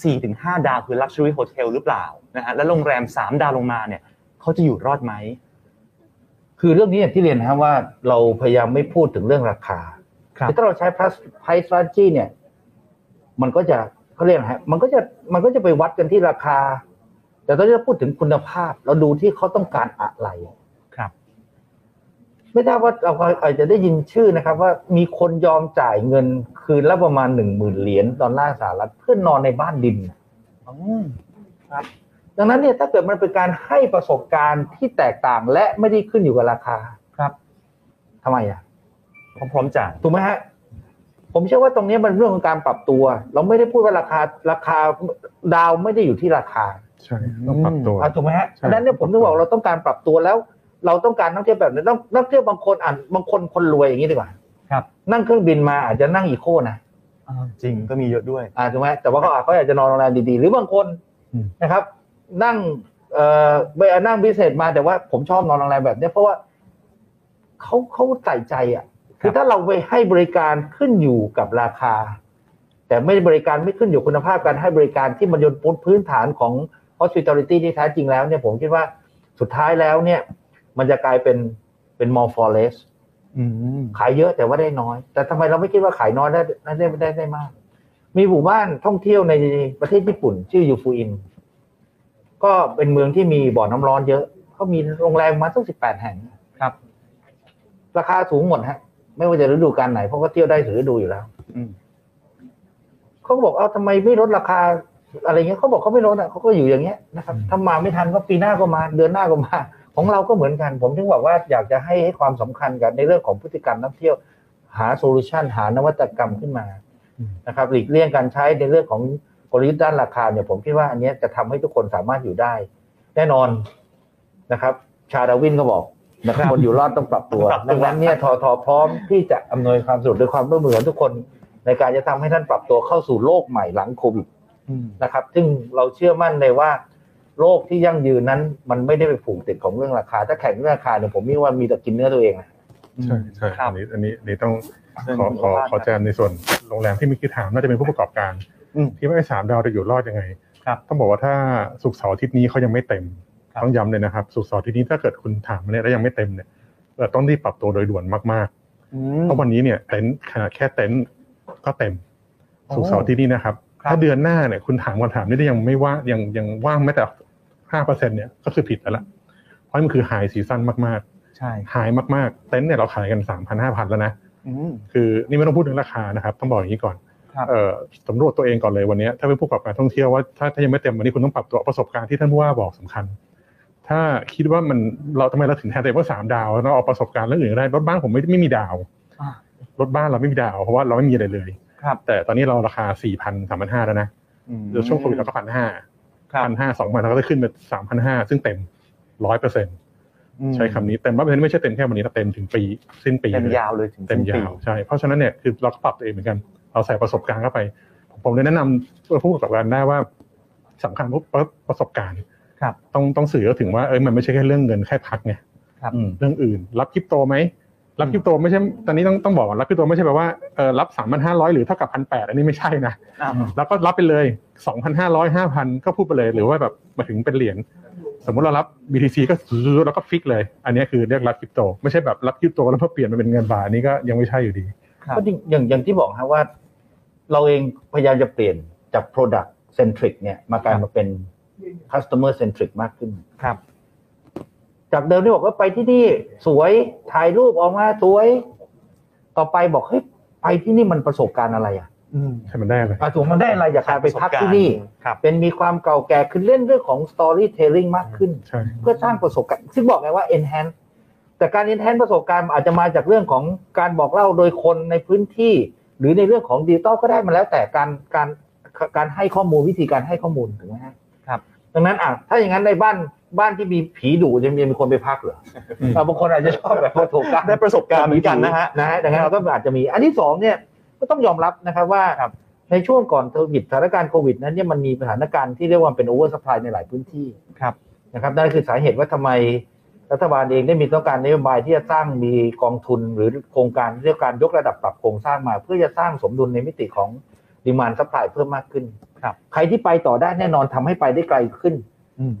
Speaker 2: 4-5 ดาวคือ Luxury Hotel หรือเปล่านะฮะและโรงแรม 3 ดาวลงมาเนี่ยเขาจะอยู่รอดไหม
Speaker 3: คือเรื่องนี้อย่างที่เรียนนะครับว่าเราพยายามไม่พูดถึงเรื่องราคา
Speaker 2: ครับ
Speaker 3: อถ้าเราใช้ price price strategy เนี่ย มันก็จะเขาเรียกอะไรฮะมันก็จะมันก็จะไปวัดกันที่ราคา แต่ถ้าจะพูดถึงคุณภาพ เราดูที่เขาต้องการอะไร
Speaker 2: ครับ
Speaker 3: ไม่ได้ว่าเราอาจจะได้ยินชื่อนะครับ ว่ามีคนยอมจ่ายเงินคืนละประมาณหนึ่งหมื่นเหรียญดอลลาร์สหรัฐเพื่อนนอนในบ้านดิน ดังนั้นเนี่ยถ้าเกิดมันเป็นการให้ประสบการณ์ที่แตกต่างและไม่ได้ขึ้นอยู่กับราคา
Speaker 2: ครับ
Speaker 3: ทำไมอ่ะ
Speaker 2: พร้อมๆจ่าย
Speaker 3: ถูกไหมฮะ ผมเชื่อว่าตรงนี้มันเรื่องของการปรับตัว เราไม่ได้พูดว่าราคาราคาดาวไม่ได้อยู่ที่ราคา
Speaker 5: ใช่ต้องปรับตัว
Speaker 3: อ่ะถูกไหมฮะ
Speaker 5: ใช่
Speaker 3: ดังนั้นเนี่ยผมถึงบอกเราต้องการปรับตัวแล้ว เราต้องการนักเที่ยวแบบนี้ต้องนักเที่ยวบางคนอ่านบางคนคนรวยอย่างนี้ดีกว่า
Speaker 2: ครับ
Speaker 3: นั่งเครื่องบินมาอาจจะนั่งอีโคนะ
Speaker 2: อ่าจริงก็มีเยอะด้วย
Speaker 3: อ่าถูกไหมแต่ว่าเขาเขาอยากจะนอนโรงแรมดีๆ หรือบางคน
Speaker 2: อืม
Speaker 3: นะครับ นั่งเอ่อไปนั่งบิสเนสมาแต่ว่าผมชอบนอนโรงแรมแบบเนี้ยเพราะว่าเขาเขาใส่ใจอ่ะคือถ้าเราไปให้บริการขึ้นอยู่กับราคา แต่ไม่ได้บริการไม่ขึ้นอยู่คุณภาพการให้บริการที่มันยนต์ปูนพื้นฐานของ hospitality ที่แท้จริงแล้วเนี่ยผมคิดว่าสุดท้ายแล้วเนี่ย มันจะกลายเป็นเป็น more for less
Speaker 2: อืม
Speaker 3: ขายเยอะแต่ว่าได้น้อย แต่ทำไมเราไม่คิดว่าขายน้อยได้ได้ได้ได้ได้มาก มีหมู่บ้านท่องเที่ยวในประเทศญี่ปุ่น ชื่อยูฟูอิน ก็เป็นเมืองที่มีบ่อน้ำร้อนเยอะเขามีโรงแรมมาตั้งสิบแปดแห่ง
Speaker 2: ครับ
Speaker 3: ราคาสูงหมดฮะ ไม่ว่าจะฤดูกาลไหนเพราะว่าเที่ยวได้ถึงฤดูอยู่แล้ว
Speaker 2: อืม
Speaker 3: เขาก็บอกเอาทำไมไม่ลดราคา อะไรเงี้ยเขาบอกเขาไม่ลดอ่ะเขาก็อยู่อย่างเงี้ยนะครับถ้ามาไม่ทันก็ปีหน้าก็มา เดือนหน้าก็มา ของเราก็เหมือนกัน ผมถึงบอกว่าอยากจะให้ให้ความสำคัญกับในเรื่องของพฤติกรรมนักเที่ยว หาโซลูชันหานวัตกรรมขึ้นมานะครับหลีกเลี่ยงการใช้ในเรื่องของกลยุทธ์ด้านราคาเนี่ยผมคิดว่าอันเนี้ยจะทำให้ทุกคนสามารถอยู่ได้ แน่นอนนะครับ ชาดาวินก็บอกนะครับคนอยู่รอดต้องปรับตัว
Speaker 2: ปรับตัว
Speaker 3: ดังนั้นเนี่ยทอทอพร้อมที่จะอำนวยความสะดวกด้วยความร่วมมือของทุกคน ในการจะทำให้ท่านปรับตัวเข้าสู่โลกใหม่หลังโควิด
Speaker 2: อืม
Speaker 3: นะครับซึ่งเราเชื่อมั่นเลยว่า โลกที่ยั่งยืนนั้น มันไม่ได้ไปผูกติดของเรื่องราคา ถ้าแข่งเรื่องราคาเนี่ยผมมีว่ามีแต่กินเนื้อตัวเองนะ
Speaker 5: ใช่ใช่
Speaker 2: ครับ
Speaker 5: อันนี้อันนี้อันนี้ต้อง
Speaker 2: เรื่อง
Speaker 5: ขอขอ
Speaker 2: คุณภาพ
Speaker 5: ขอแจมในส่วนโรงแรมที่เมื่อกี้ถามน่าจะเป็นผู้ประกอบการ
Speaker 2: อืม
Speaker 5: ที่ว่าไอ้สามดาวจะอยู่รอดยังไง
Speaker 2: ครับ
Speaker 5: ต้องบอกว่าถ้าสุกร์เสาร์อาทิตย์นี้เขายังไม่เต็ม
Speaker 2: ครับ
Speaker 5: ต้องย้ำเลยนะครับสุกร์เสาร์อาทิตย์นี้ถ้าเกิดคุณถามมาเนี่ยแล้วยังไม่เต็มเนี่ยเราต้องรีบปรับตัวโดยด่วนมาก
Speaker 2: อื
Speaker 5: ๆ
Speaker 2: ม
Speaker 5: เพราะวันนี้เนี่ยเต็นท์ขนาดแค่เต็นท์ก็เต็ม
Speaker 2: โอ้
Speaker 5: สุกร์เสาร์อาทิตย์นี้นะครับ
Speaker 2: ครับ
Speaker 5: ถ้าเดือนหน้าเนี่ยคุณถามคำถามนี้ได้ยังไม่ว่างยังยังว่างแม้แต่ห้าเปอร์เซ็นต์เนี่ยก็คือผิดแล้วล่ะเพราะมันคือไฮซีซั่นมากๆ
Speaker 2: ใช่
Speaker 5: หายมากๆ เต็นท์เนี่ยเราขายกันสามพันห้าพันแล้วนะ
Speaker 2: อืม
Speaker 5: คือนี่ไม่ต้องพูดถึงราคานะครับ ต้องบอกอย่างนี้ก่อน
Speaker 2: ครับ
Speaker 5: เอ่อสำรวจตัวเองก่อนเลยวันนี้ ถ้าเป็นผู้ประกอบการท่องเที่ยวว่าถ้าถ้ายังไม่เต็มวันนี้คุณต้องปรับตัวประสบการณ์ที่ท่านผู้ว่าบอกสำคัญ ถ้าคิดว่ามันเราทำไมเราถึงแทนเต็มว่าสามดาวแล้วเราเอาประสบการณ์เรื่องอื่นก็ได้รถบ้านผมไม่ไม่มีดาว
Speaker 2: อ่ะ
Speaker 5: รถบ้านเราไม่มีดาวเพราะว่าเราไม่มีอะไรเลย
Speaker 2: ครับ
Speaker 5: แต่ตอนนี้เราราคาสี่พันสามพันห้าแล้วนะเดี๋ยวช่วงโควิดเราก็พันห้า
Speaker 2: ครับ
Speaker 5: พันห้าสองพันเราก็ได้ขึ้นมาสามพันห้าซึ่งเต็มร้อยเปอร์เซ็นต์ใช้คำนี้เต็มร้อยเปอร์เซ็นต์ไม่ใช่เต็มแค่วันนี้นะเต็มถึงปีสิ้นปี
Speaker 2: เต็ม
Speaker 5: เลย
Speaker 2: ยาวเลยถึง
Speaker 5: เต็ม
Speaker 2: สิ้นปี
Speaker 5: ยาวใช่ เพราะฉะนั้นเนี่ยคือเราก็ปรับตัวเองเหมือนกัน เราใส่ประสบการณ์เข้าไป ผมผมเลยแนะนำผู้ประกอบการได้ว่าสำคัญพวกประประสบการณ์
Speaker 2: ครับ
Speaker 5: ต้องต้องสื่อถึงว่าเอ้ยมันไม่ใช่แค่เรื่องเงินแค่พักไง
Speaker 2: ครับ
Speaker 5: อืมเรื่องอื่น รับคริปโตไหมรับคริปโตไม่ใช่ตอนนี้ต้องต้องบอกว่ารับคริปโตไม่ใช่แปลว่าเออรับสามพันห้าร้อยหรือเท่ากับพันแปดอันนี้ไม่ใช่นะ
Speaker 2: อ่ะ
Speaker 5: แล้วก็รับไปเลย 2,500 5,000 ก็พูดไปเลย หรือว่าแบบมาถึงเป็นเหรียญ สมมติเรารับ BTC ก็ซื้อแล้วก็ฟิกเลย อันนี้คือเรียกรับคริปโต ไม่ใช่แบบรับคริปโตแล้วพอเปลี่ยนมาเป็นเงินบาทอันนี้ก็ยังไม่ใช่อยู่ดี
Speaker 2: ครับ
Speaker 3: ก็จริงอย่างอย่างที่บอกฮะว่า เราเองพยายามจะเปลี่ยนจาก product centric เนี่ย มากลายมาเป็น customer centric มากขึ้น
Speaker 2: ครับ
Speaker 3: จากเดิมที่บอกว่าไปที่นี่สวยถ่ายรูปออกมาสวย ต่อไปบอกเฮ้ยไปที่นี่มันประสบการณ์อะไรอ่ะ
Speaker 2: อืม
Speaker 5: ให้มันได้เลย
Speaker 3: อ่ะถูกมันได้อะไรจากการไปพักที่นี่
Speaker 2: ครับ
Speaker 3: เป็นมีความเก่าแก่คือเล่นเรื่องของ storytelling มากขึ้น
Speaker 5: ใช่
Speaker 3: เพื่อสร้างประสบการณ์ซึ่งบอกไงว่า enhance แต่การ enhance ประสบการณ์อาจจะมาจากเรื่องของการบอกเล่าโดยคนในพื้นที่ หรือในเรื่องของดิจิตอลก็ได้มาแล้วแต่การการการให้ข้อมูลวิธีการให้ข้อมูลถูกไหมฮะ
Speaker 2: ครับ
Speaker 3: ดังนั้นอ่ะถ้าอย่างนั้นในบ้านบ้านที่มีผีดุจะมีมีคนไปพักเหรอ
Speaker 5: อืม
Speaker 3: อ่ะบางคนอาจจะชอบแบบว่าถูกกัน
Speaker 2: ได้ประสบการณ์เหมือนกันนะฮะ
Speaker 3: นะฮะดังนั้นเราก็อาจจะมีอันที่สองเนี่ยก็ต้องยอมรับนะครับว่าในช่วงก่อนโควิดสถานการณ์โควิดนั้นเนี่ยมันมีสถานการณ์ที่เรียกว่าเป็นโอเวอร์สป라이ในหลายพื้นที่
Speaker 2: ครับ
Speaker 3: นะครับนั่นคือสาเหตุว่าทำไมรัฐบาลเองได้มีต้องการนโยบายที่จะสร้างมีกองทุนหรือโครงการเรียกการยกระดับปรับโครงสร้างมา เพื่อจะสร้างสมดุลในมิติของดีมานซัพพลายเพิ่มมากขึ้น
Speaker 2: ครับ
Speaker 3: ใครที่ไปต่อได้แน่นอนทำให้ไปได้ไกลขึ้น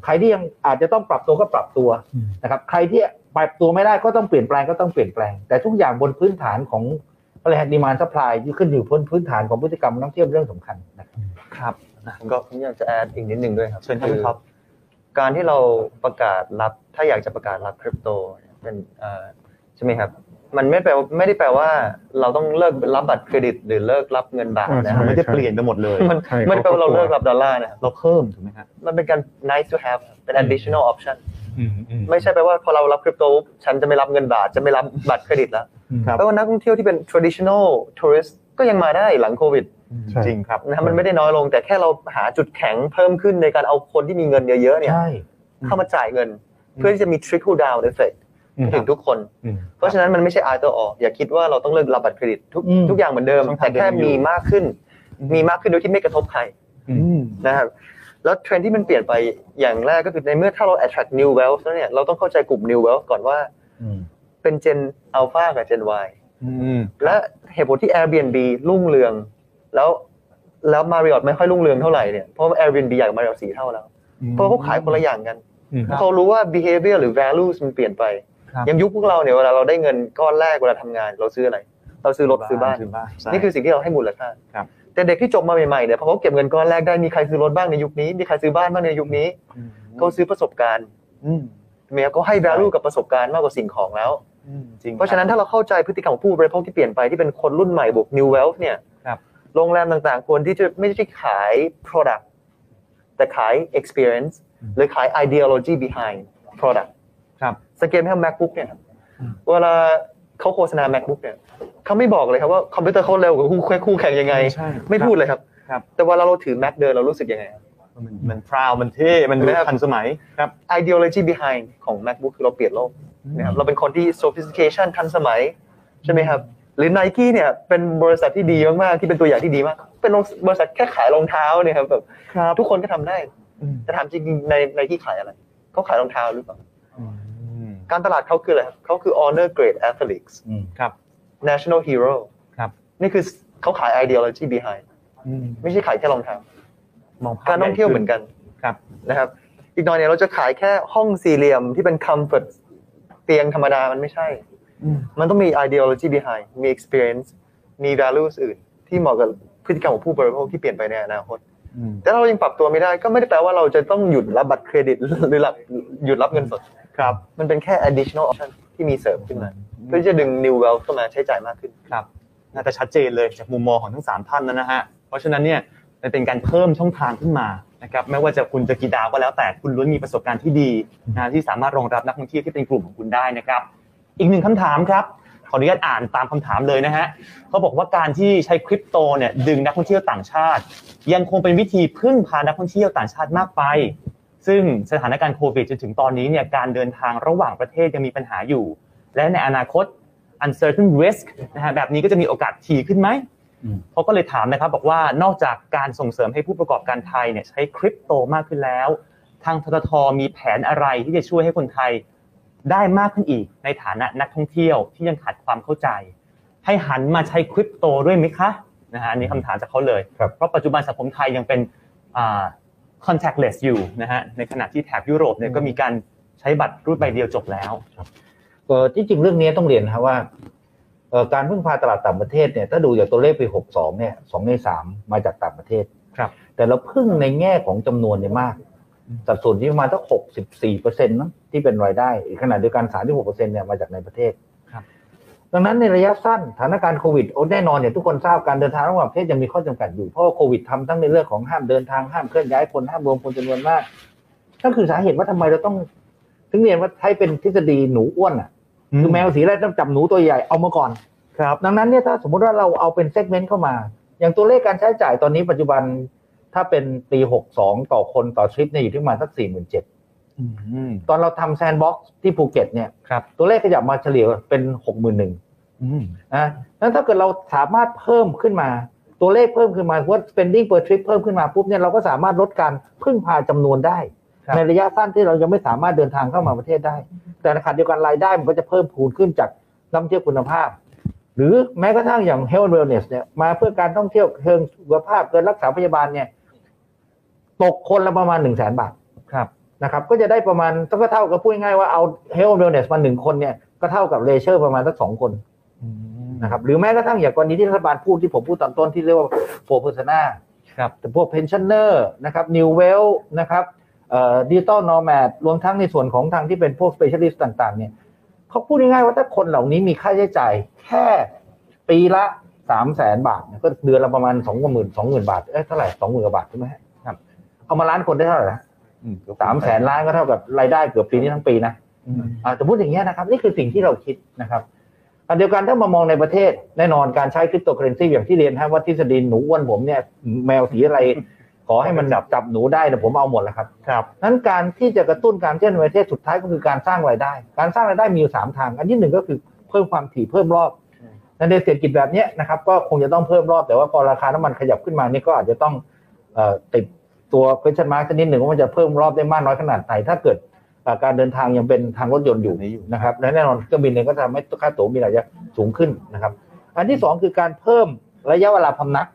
Speaker 3: ใครที่ยังอาจจะต้องปรับตัวก็ปรับตัว
Speaker 2: อืม
Speaker 3: นะครับ ใครที่ปรับตัวไม่ได้ก็ต้องเปลี่ยนแปลงก็ต้องเปลี่ยนแปลง แต่ทุกอย่างบนพื้นฐานของอะไรดีมานซัพพลายที่ขึ้นอยู่บนพื้นฐานของพฤติกรรมนักท่องเที่ยวเป็นเรื่องสำคัญนะครับ
Speaker 2: ครับนะ
Speaker 4: ผม
Speaker 2: ก็
Speaker 4: ผมอยากจะแอดอีกนิดหนึ่งด้วยครับ
Speaker 2: เชิญครับ
Speaker 4: อ
Speaker 2: คุณท็อป
Speaker 4: การที่เราประกาศรับถ้าอยากจะประกาศรับคริปโตเนี่ยเป็นเอ่อใช่ไหมครับ มันไม่แปลว่าไม่ได้แปลว่า เราต้องเลิกรับบัตรเครดิต หรือเลิกรับเงินบาทนะครั
Speaker 5: ใช่
Speaker 4: บ
Speaker 2: ไม่ได้
Speaker 5: ใช่
Speaker 2: เปลี่ยนไปหมดเลย
Speaker 4: มัน
Speaker 5: ใช่
Speaker 4: ไม่ได้แปลว่าเรา
Speaker 5: ครอบ
Speaker 4: เลิ
Speaker 5: ครัว
Speaker 4: กรับดอลลาร์นะครับ
Speaker 2: เราเพิ่มถูกไหมฮะ
Speaker 4: มันเป็นการ nice to have เป็น additional option
Speaker 2: อืมอืม
Speaker 4: ไม่ใช่แปลว่าพอเรารับคริปโตปุ๊บฉันจะไม่รับเงินบาทจะไม่รับบัตรเครดิตแล้ว
Speaker 2: ครับ
Speaker 4: แปลว่านักท่องเที่ยวที่เป็น traditional tourist ก็ยังมาได้หลังโควิด
Speaker 5: ใช่
Speaker 2: จริงครับ
Speaker 4: นะครับมันไม่ได้น้อยลงแต่แค่เราหาจุดแข็งเพิ่มขึ้นในการเอาคนที่มีเงินเยอะๆเนี่ย
Speaker 3: ใช่
Speaker 4: เข้ามาจ่ายเงิน เพื่อที่จะมี trickle down effect
Speaker 5: อืม
Speaker 4: ถึงทุกคน
Speaker 5: อืม
Speaker 4: เพราะฉะนั้นมันไม่ใช่ either or อย่าคิดว่าเราต้องเลิกรับบัตรเครดิตทุก
Speaker 3: อืม
Speaker 4: ทุกอย่างเหมือนเดิม
Speaker 2: ช่องทาง
Speaker 4: แต่
Speaker 2: เดิม
Speaker 4: แค่
Speaker 2: อยู่
Speaker 4: มีมากขึ้น มีมากขึ้นโดยที่ไม่กระทบใคร
Speaker 2: อืม
Speaker 4: นะครับแล้วเทรนด์ที่มันเปลี่ยนไปอย่างแรกก็คือในเมื่อถ้าเรา attract new wealth แล้วเนี่ยเราต้องเข้าใจกลุ่ม new wealth ก่อนว่าเป็น gen alpha กับ gen y
Speaker 2: อืม
Speaker 4: และเหตุผลที่ Airbnb รุ่งเรือง แล้วแล้ว Marriott ไม่ค่อยรุ่งเรืองเท่าไหร่เนี่ยเพราะ Airbnb ใหญ่กว่า Marriott สีเท่าแล้ว เพราะเขาขายคนละอย่างกัน
Speaker 5: อืม
Speaker 4: เขารู้ว่า behavior หรือ values มันเปลี่ยนไป
Speaker 2: ครับ
Speaker 4: อยังยุคพวกเราเนี่ยเวลาเราได้เงินก้อนแรกเวลาทำงาน เราซื้ออะไร เราซื้อรถซื้อบ้าน
Speaker 2: ซื้อบ้านใช่
Speaker 4: นี่คือสิ่งที่เราให้มูลค่า
Speaker 2: ครับ
Speaker 4: แต่เด็กที่จบมาใหม่ๆเนี่ยพอเขาเก็บเงินก้อนแรกได้มีใครซื้อรถบ้างในยุคนี้มีใครซื้อบ้านบ้างในยุคนี้เขาซื้อประสบการณ์
Speaker 2: อืม
Speaker 4: เมียเขาให้ value กับประสบการณ์มากกว่าสิ่งของแล้ว
Speaker 2: อืมจริง
Speaker 4: เพราะฉะนั้นถ้าเราเข้าใจพฤติกรรมของผู้บริโภคที่เปลี่ยนไปที่เป็นคนรุ่นใหม่บวก new wealth เนี่ย
Speaker 2: ครับ
Speaker 4: โรงแรมต่างๆ ควรที่จะไม่ใช่ขาย product แต่ขาย experience
Speaker 2: อืม
Speaker 4: หรือขาย ideology behind product
Speaker 2: ครับ
Speaker 4: สังเกตไหมครับ macbook เนี่ยครับเวลาเขาโฆษณา macbook เนี่ยเขาไม่บอกเลยครับว่าคอมพิวเตอร์เขาเร็วกว่าคู่แข่งคู่แข่งยังไง
Speaker 2: ใช่
Speaker 4: ไม่พูดเลยครับ
Speaker 2: ครับ
Speaker 4: แต่เวลาเราถือ mac เดินเรารู้สึกยังไงครับ
Speaker 2: มันมันพราวมันเท่มันดู
Speaker 4: นะครับ
Speaker 2: ทันสมัยครับ
Speaker 4: ideology behind ของ macbook คือเราเปลี่ยนโลกนะครับเราเป็นคนที่ sophistication ทันสมัย ใช่ไหมครับ หรือ n i กี้เนี่ยเป็นบริษัทที่ดีมากๆ ที่เป็นตัวอย่างที่ดีมาก เป็นบริษัทแค่ขายรองเท้าเนี่ยครับแบบ
Speaker 2: ครับ
Speaker 4: ทุกคนก็ทำได้
Speaker 2: อืม
Speaker 4: แต่ถามจริงๆในในที่ขายอะไร เขาขายรองเท้าหรือเปล่า การตลาดเขาคืออะไรครับเขาคือ honor grade athletes
Speaker 3: อืม
Speaker 2: ครับ
Speaker 4: national hero
Speaker 2: ครับ
Speaker 4: นี่คือเขาขาย ideology behind
Speaker 2: อืม
Speaker 4: ไม่ใช่ขายแค่รองเท้า
Speaker 2: มองภพ
Speaker 4: การท่องเที่ยวเหมือนกัน
Speaker 2: ครับ
Speaker 4: นะครับอีกหน่อยเนี่ยเราจะขายแค่ห้องสี่เหลี่ยมที่เป็น comfort เตียงธรรมดามันไม่ใช่
Speaker 2: อืม
Speaker 4: มันต้องมี ideology behind มี experience มี values อื่น ที่เหมาะกับพฤติกรรมของผู้บริโภคที่เปลี่ยนไปในอนาคต
Speaker 2: อืม
Speaker 4: แต่ถ้าเรายังปรับตัวไม่ได้ก็ไม่ได้แปลว่าเราจะต้องหยุดรับบัตรเครดิต หรือหลับหยุดรับเงินสด
Speaker 2: ครับ
Speaker 4: มันเป็นแค่ additional option ที่มีเสริมขึ้นมาเพื่อที่จะดึง new wealth เข้ามาใช้จ่ายมากขึ้น
Speaker 2: ครับน่าจะชัดเจนเลยจากมุมมองของทั้ง 3 ท่านแล้วนะฮะ เพราะฉะนั้นเนี่ยมันเป็นการเพิ่มช่องทางขึ้นมานะครับไม่ว่าจะคุณจะกี่ดาวก็แล้วแต่คุณล้วนมีประสบการณ์ที่ดีนะที่สามารถรองรับนักท่องเที่ยวที่เป็นกลุ่มของคุณได้นะครับ อีกหนึ่งคำถามครับ ขออนุญาตอ่านตามคำถามเลยนะฮะเขาบอกว่าการที่ใช้คริปโตเนี่ยดึงนักท่องเที่ยวต่างชาติ ยังคงเป็นวิธีพึ่งพานักท่องเที่ยวต่างชาติมากไป ซึ่งสถานการณ์โควิดจนถึงตอนนี้เนี่ยการเดินทางระหว่างประเทศยังมีปัญหาอยู่ และในอนาคต uncertain risk นะฮะแบบนี้ก็จะมีโอกาสถี่ขึ้นไหม
Speaker 3: อืม
Speaker 2: เขาก็เลยถามนะครับบอกว่านอกจากการส่งเสริมให้ผู้ประกอบการไทยเนี่ยใช้คริปโตมากขึ้นแล้ว ทางทททมีแผนอะไรที่จะช่วยให้คนไทยได้มากขึ้นอีก ในฐานะนักท่องเที่ยวที่ยังขาดความเข้าใจ ให้หันมาใช้คริปโตด้วยไหมคะนะฮะอันนี้คำถามจากเขาเลย
Speaker 3: ครับ
Speaker 2: เพราะปัจจุบันสังคมไทยยังเป็นอ่า contactless อยู่นะฮะในขณะที่แถบยุโรปเนี่ยก็มีการใช้บัตรรูดใบเดียวจบแล้ว
Speaker 3: เอ่อที่จริงเรื่องนี้ต้องเรียนนะครับว่าเอ่อการพึ่งพาตลาดต่างประเทศเนี่ยถ้าดูจากตัวเลขปี62เนี่ยสองในสามมาจากต่างประเทศ
Speaker 2: ครับ
Speaker 3: แต่เราพึ่งในแง่ของจำนวนเนี่ยมากสัดส่วนที่ประมาณสัก64เปอร์เซ็นต์นะที่เป็นรายได้ขณะเดียวกัน36เปอร์เซ็นต์เนี่ยมาจากในประเทศดังนั้นในระยะสั้นสถานการณ์โควิดโอ้แน่นอนเนี่ยทุกคนทราบการเดินทางระหว่างประเทศยังมีข้อจำกัดอยู่เพราะว่าโควิดทำทั้งในเรื่องของห้ามเดินทางห้ามเคลื่อนย้ายคนห้ามรวมคนจำนวนมากนั่นคือสาเหตุว่าทำไมเราต้องถึงเรียนว่าใช้เป็นทฤษฎีหนูอ้วนอ่ะ คือแมวสีแรกต้องจับหนูตัวใหญ่เอามาก่อน
Speaker 2: ครับ
Speaker 3: ดังนั้นเนี่ยถ้าสมมุติว่าเราเอาเป็นเซกเมนต์เข้ามา อย่างตัวเลขการใช้จ่ายตอนนี้ปัจจุบันถ้าเป็นปี 62 ต่อคนต่อทริปเนี่ยอยู่ที่ประมาณสัก 47,000 ตอนเราทำแซนด์บ็อกซ์ที่ภูเก็ตเนี่ย
Speaker 2: ครับ
Speaker 3: ตัวเลขขยับมาเฉลี่ยเป็น 61,000 นะนั้นถ้าเกิดเราสามารถเพิ่มขึ้นมา ตัวเลขเพิ่มขึ้นมาว่า spending per trip เพิ่มขึ้นมาปุ๊บเนี่ยเราก็สามารถลดการพึ่งพาจำนวนได้
Speaker 2: ครับ
Speaker 3: ในระยะสั้นที่เรายังไม่สามารถเดินทางเข้ามาประเทศได้ แต่ในขณะเดียวกันรายได้มันก็จะเพิ่มพูนขึ้นจากนักท่องเที่ยวคุณภาพ หรือแม้กระทั่งอย่าง health and wellness เนี่ยมาเพื่อการท่องเที่ยวเชิงสุขภาพเกินรักษาพยาบาลเนี่ยตกคนละประมาณหนึ่งแสนบาท
Speaker 2: ครับ
Speaker 3: นะครับ ก็จะได้ประมาณก็เท่ากับพูดง่ายๆว่าเอา health and wellness มาหนึ่งคนเนี่ยก็เท่ากับเลเชอร์ประมาณสักสองคน นะครับหรือแม้กระทั่งอย่างกรณีที่รัฐบาลพูดที่ผมพูดตอนต้นที่เรียกว่าโฟร์เพอร์ซนา
Speaker 2: ครับ
Speaker 3: แต่พวกเพนชั่นเนอร์นะครับนิวเวลนะครับดิจิตอลนอร์แมดรวมทั้งในส่วนของทางที่เป็นพวกสเปเชียลิสต์ต่าง ๆ เนี่ยเขาพูดง่ายๆว่าถ้าคนเหล่านี้มีค่าใช้จ่ายแค่ปีละสามแสนบาทเนี่ยก็เดือนละประมาณสองหมื่นสองหมื่นบาท เอ้ยเท่าไหร่สองหมื่นกว่าบาทใช่ไหมครับ เอามาล้านคนได้เท่าไหร่นะสามแสนล้านก็เท่ากับรายได้เกือบปีนี้ทั้งปีนะ อ่าสมมติอย่างเงี้ยนะครับนี่คือสิ่งที่เราคิดนะครับอันเดียวกันถ้ามามองในประเทศแน่นอนการใช้คริปโตเคอเรนซีอย่างที่เรียนฮะว่าทฤษฎีหนูอ้วนผมเนี่ยแมวสีอะไร ขอให้มันจับจับหนูได้แต่ผมเอาหมดแหล้วครับ
Speaker 2: ครับ
Speaker 3: นั้นการที่จะกระตุ้นการเชื่อในประเทศสุดท้ายก็คือการสร้างรายได้ การสร้างรายได้มีอยู่สามทาง อันที่หนึ่งก็คือเพิ่มความถี่เพิ่มรอบในเศรษฐกิจแบบเนี้ยนะครับก็คงจะต้องเพิ่มรอบแต่ว่าพอราคาน้ำมันขยับขึ้นมานี่ก็อาจจะต้องเอ่อติดตัว question mark สักนิดหนึ่งว่ามันจะเพิ่มรอบได้มากน้อยขนาดไหนถ้าเกิด เอ่อการเดินทางยังเป็นทางรถยนต์อยู่นะครับและแน่นอนเครื่องบินเองก็ทำให้ค่าตั๋วมีหลายอย่างสูงขึ้นนะครับ อันที่สองคือการเพิ่มระยะเวลาพำนัก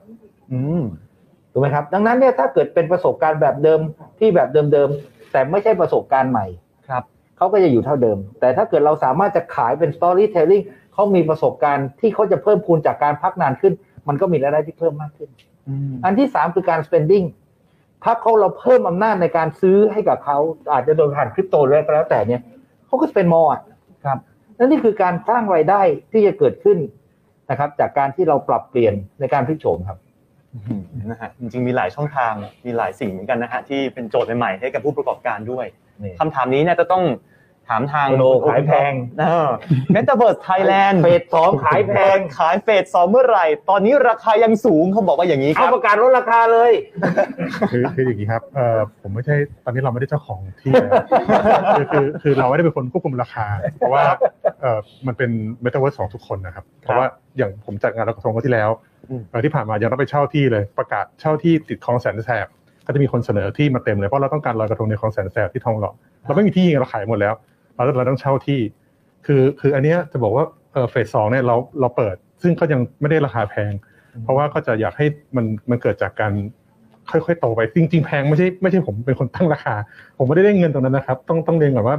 Speaker 3: ถูกไหมครับ ดังนั้นเนี่ยถ้าเกิดเป็นประสบการณ์แบบเดิมที่แบบเดิมๆแต่ไม่ใช่ประสบการณ์ใหม่
Speaker 2: ครับ
Speaker 3: เขาก็จะอยู่เท่าเดิม แต่ถ้าเกิดเราสามารถจะขายเป็น storytelling เขามีประสบการณ์ที่เขาจะเพิ่มพูนจากการพักนานขึ้น มันก็มีรายได้ที่เพิ่มมากขึ้น อันที่สามคือการ spending ถ้าเขาเราเพิ่มอำนาจในการซื้อให้กับเขาอาจจะโดยผ่านคริปโตเลยก็แล้วแต่เนี่ยเขาก็ spend more อะครับนั่นนี่คือการสร้างรายได้ที่จะเกิดขึ้นนะครับ จากการที่เราปรับเปลี่ยนในการพลิกโฉมครับ
Speaker 2: นะฮะจริงๆมีหลายช่องทางมีหลายสิ่งเหมือนกันนะฮะที่เป็นโจทย์ใหม่ๆให้กับผู้ประกอบการด้วย
Speaker 3: นี่
Speaker 2: คำถามนี้เน่าจะต้องถามทาง
Speaker 3: โลขายแพง
Speaker 2: เมตาเวิร์สไทยแลนด์
Speaker 3: เฟสสองขายแพง
Speaker 2: ขายเฟสสองเมื่อไหร่ ตอนนี้ราคายังสูงเขาบอกว่าอย่างนี้ค
Speaker 3: เอา
Speaker 2: รับ
Speaker 3: ประกาศลดราคาเลย
Speaker 5: คือคืออย่างนี้ครับเอ่อผมไม่ใช่ตอนนี้เราไม่ได้เจ้าของที่นะ คือคือคือเราไม่ได้เป็นคนควบคุมราคา เพราะว่าเอ่อมันเป็นเมตาเวิร์สของทุกคนนะครับ เพราะว่าอย่างผมจัดงานลอยกระทงวันที่แล้ว
Speaker 2: อืม
Speaker 5: เอ่อที่ผ่านมายังต้องไปเช่าที่เลยประกาศเช่าที่ติดคลองแสนแสบก็จะมีคนเสนอที่มาเต็มเลยเพราะเราต้องการลอยกระทงในคลองแสนแสบที่ทองหล่อเราไม่มีที่เราขายหมดแล้ว เราเราต้องเช่าที่ คือคืออันเนี้ยจะบอกว่าเอ่อเฟสสองเนี่ยเราเราเปิด ซึ่งก็ยังไม่ได้ราคาแพง เพราะว่าก็จะอยากให้มันมันเกิดจากการค่อยๆโตไปจริงๆแพงไม่ใช่ไม่ใช่ผมเป็นคนตั้งราคา ผมไม่ได้ได้เงินตรงนั้นนะครับ ต้องต้องเรียนก่อนว่า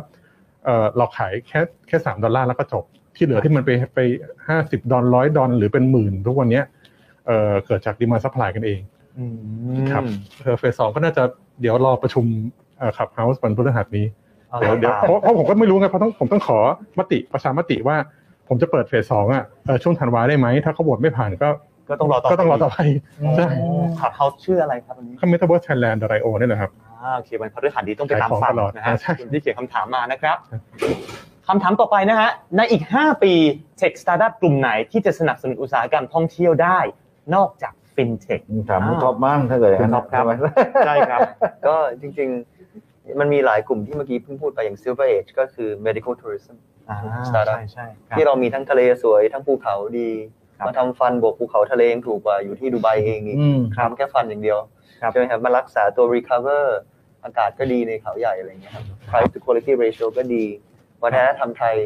Speaker 5: เออเราขายแค่แค่สามดอลลาร์แล้วก็จบ ที่เหลือที่มันไปไปห้าสิบดอลร้อยดอลหรือเป็นหมื่นทุกวันเนี้ยเออเกิดจากดีมาซัพพลายกันเอง ครับ เออเฟสสองก็น่าจะเดี๋ยวรอประชุมขับเฮาส์วันพฤหัสนี้ เดี๋ยวเดี๋ยวเพราะเพราะผมก็ไม่รู้ไงเพราะต้องผมต้องขอมติประชามติว่า ผมจะเปิดเฟสสองอ่ะเอ่อช่วงธันวาได้ไหมถ้าเขาโหวตไม่ผ่านก็
Speaker 2: ก็ต้องรอต่อ
Speaker 5: ก็ต้องรอต่อไปใช่
Speaker 2: ขับเฮาชื่ออะไรครับวันนี้
Speaker 5: คอมเมนต์เวิร์สไทยแลนด์อะไรโอเนี่ยนะครับ
Speaker 2: อ่าโอเควันพฤหัสนี้ต้องไปตาม
Speaker 5: ขา
Speaker 2: ฟั
Speaker 5: ย
Speaker 2: ง
Speaker 5: ของตลอด
Speaker 2: นะฮะ
Speaker 5: ใช่
Speaker 2: คุณที่เขียนคำถามมานะครับคำถามต่อไปนะฮะในอีก 5 ปี Tech Startup กลุ่มไหนที่จะสนับสนุนอุตสาหกรรมท่องเที่ยวได้ นอกจาก FinTech
Speaker 3: ถามคุณท็อปบ้างถ้าเกิดอย่างนั้น
Speaker 2: คุณท็อปครับ
Speaker 3: ใช่ไหม
Speaker 2: ใช่ครับ
Speaker 4: ก็จริงๆ มันมีหลายกลุ่มที่เมื่อกี้เพิ่งพูดไปอย่าง Silver Age ก็คือ medical tourism
Speaker 2: อ่า
Speaker 4: Startup
Speaker 2: ใช่ใช่ครับ
Speaker 4: ที่เรามีทั้งทะเลสวยทั้งภูเขาดี
Speaker 2: ครับ
Speaker 4: มาทำฟันบวกภูเขาทะเลยังถูกกว่าอยู่ที่ดูไบเองอีก
Speaker 3: อืม
Speaker 4: ทำแค่ฟันอย่างเดียว
Speaker 2: ครับ
Speaker 4: ใช่ไหมครับมารักษาตัว recover อากาศก็ดีในเขาใหญ่อะไรอย่างเงี้ยครับ price to quality ratio ก็ดี วัฒนธรรมไทย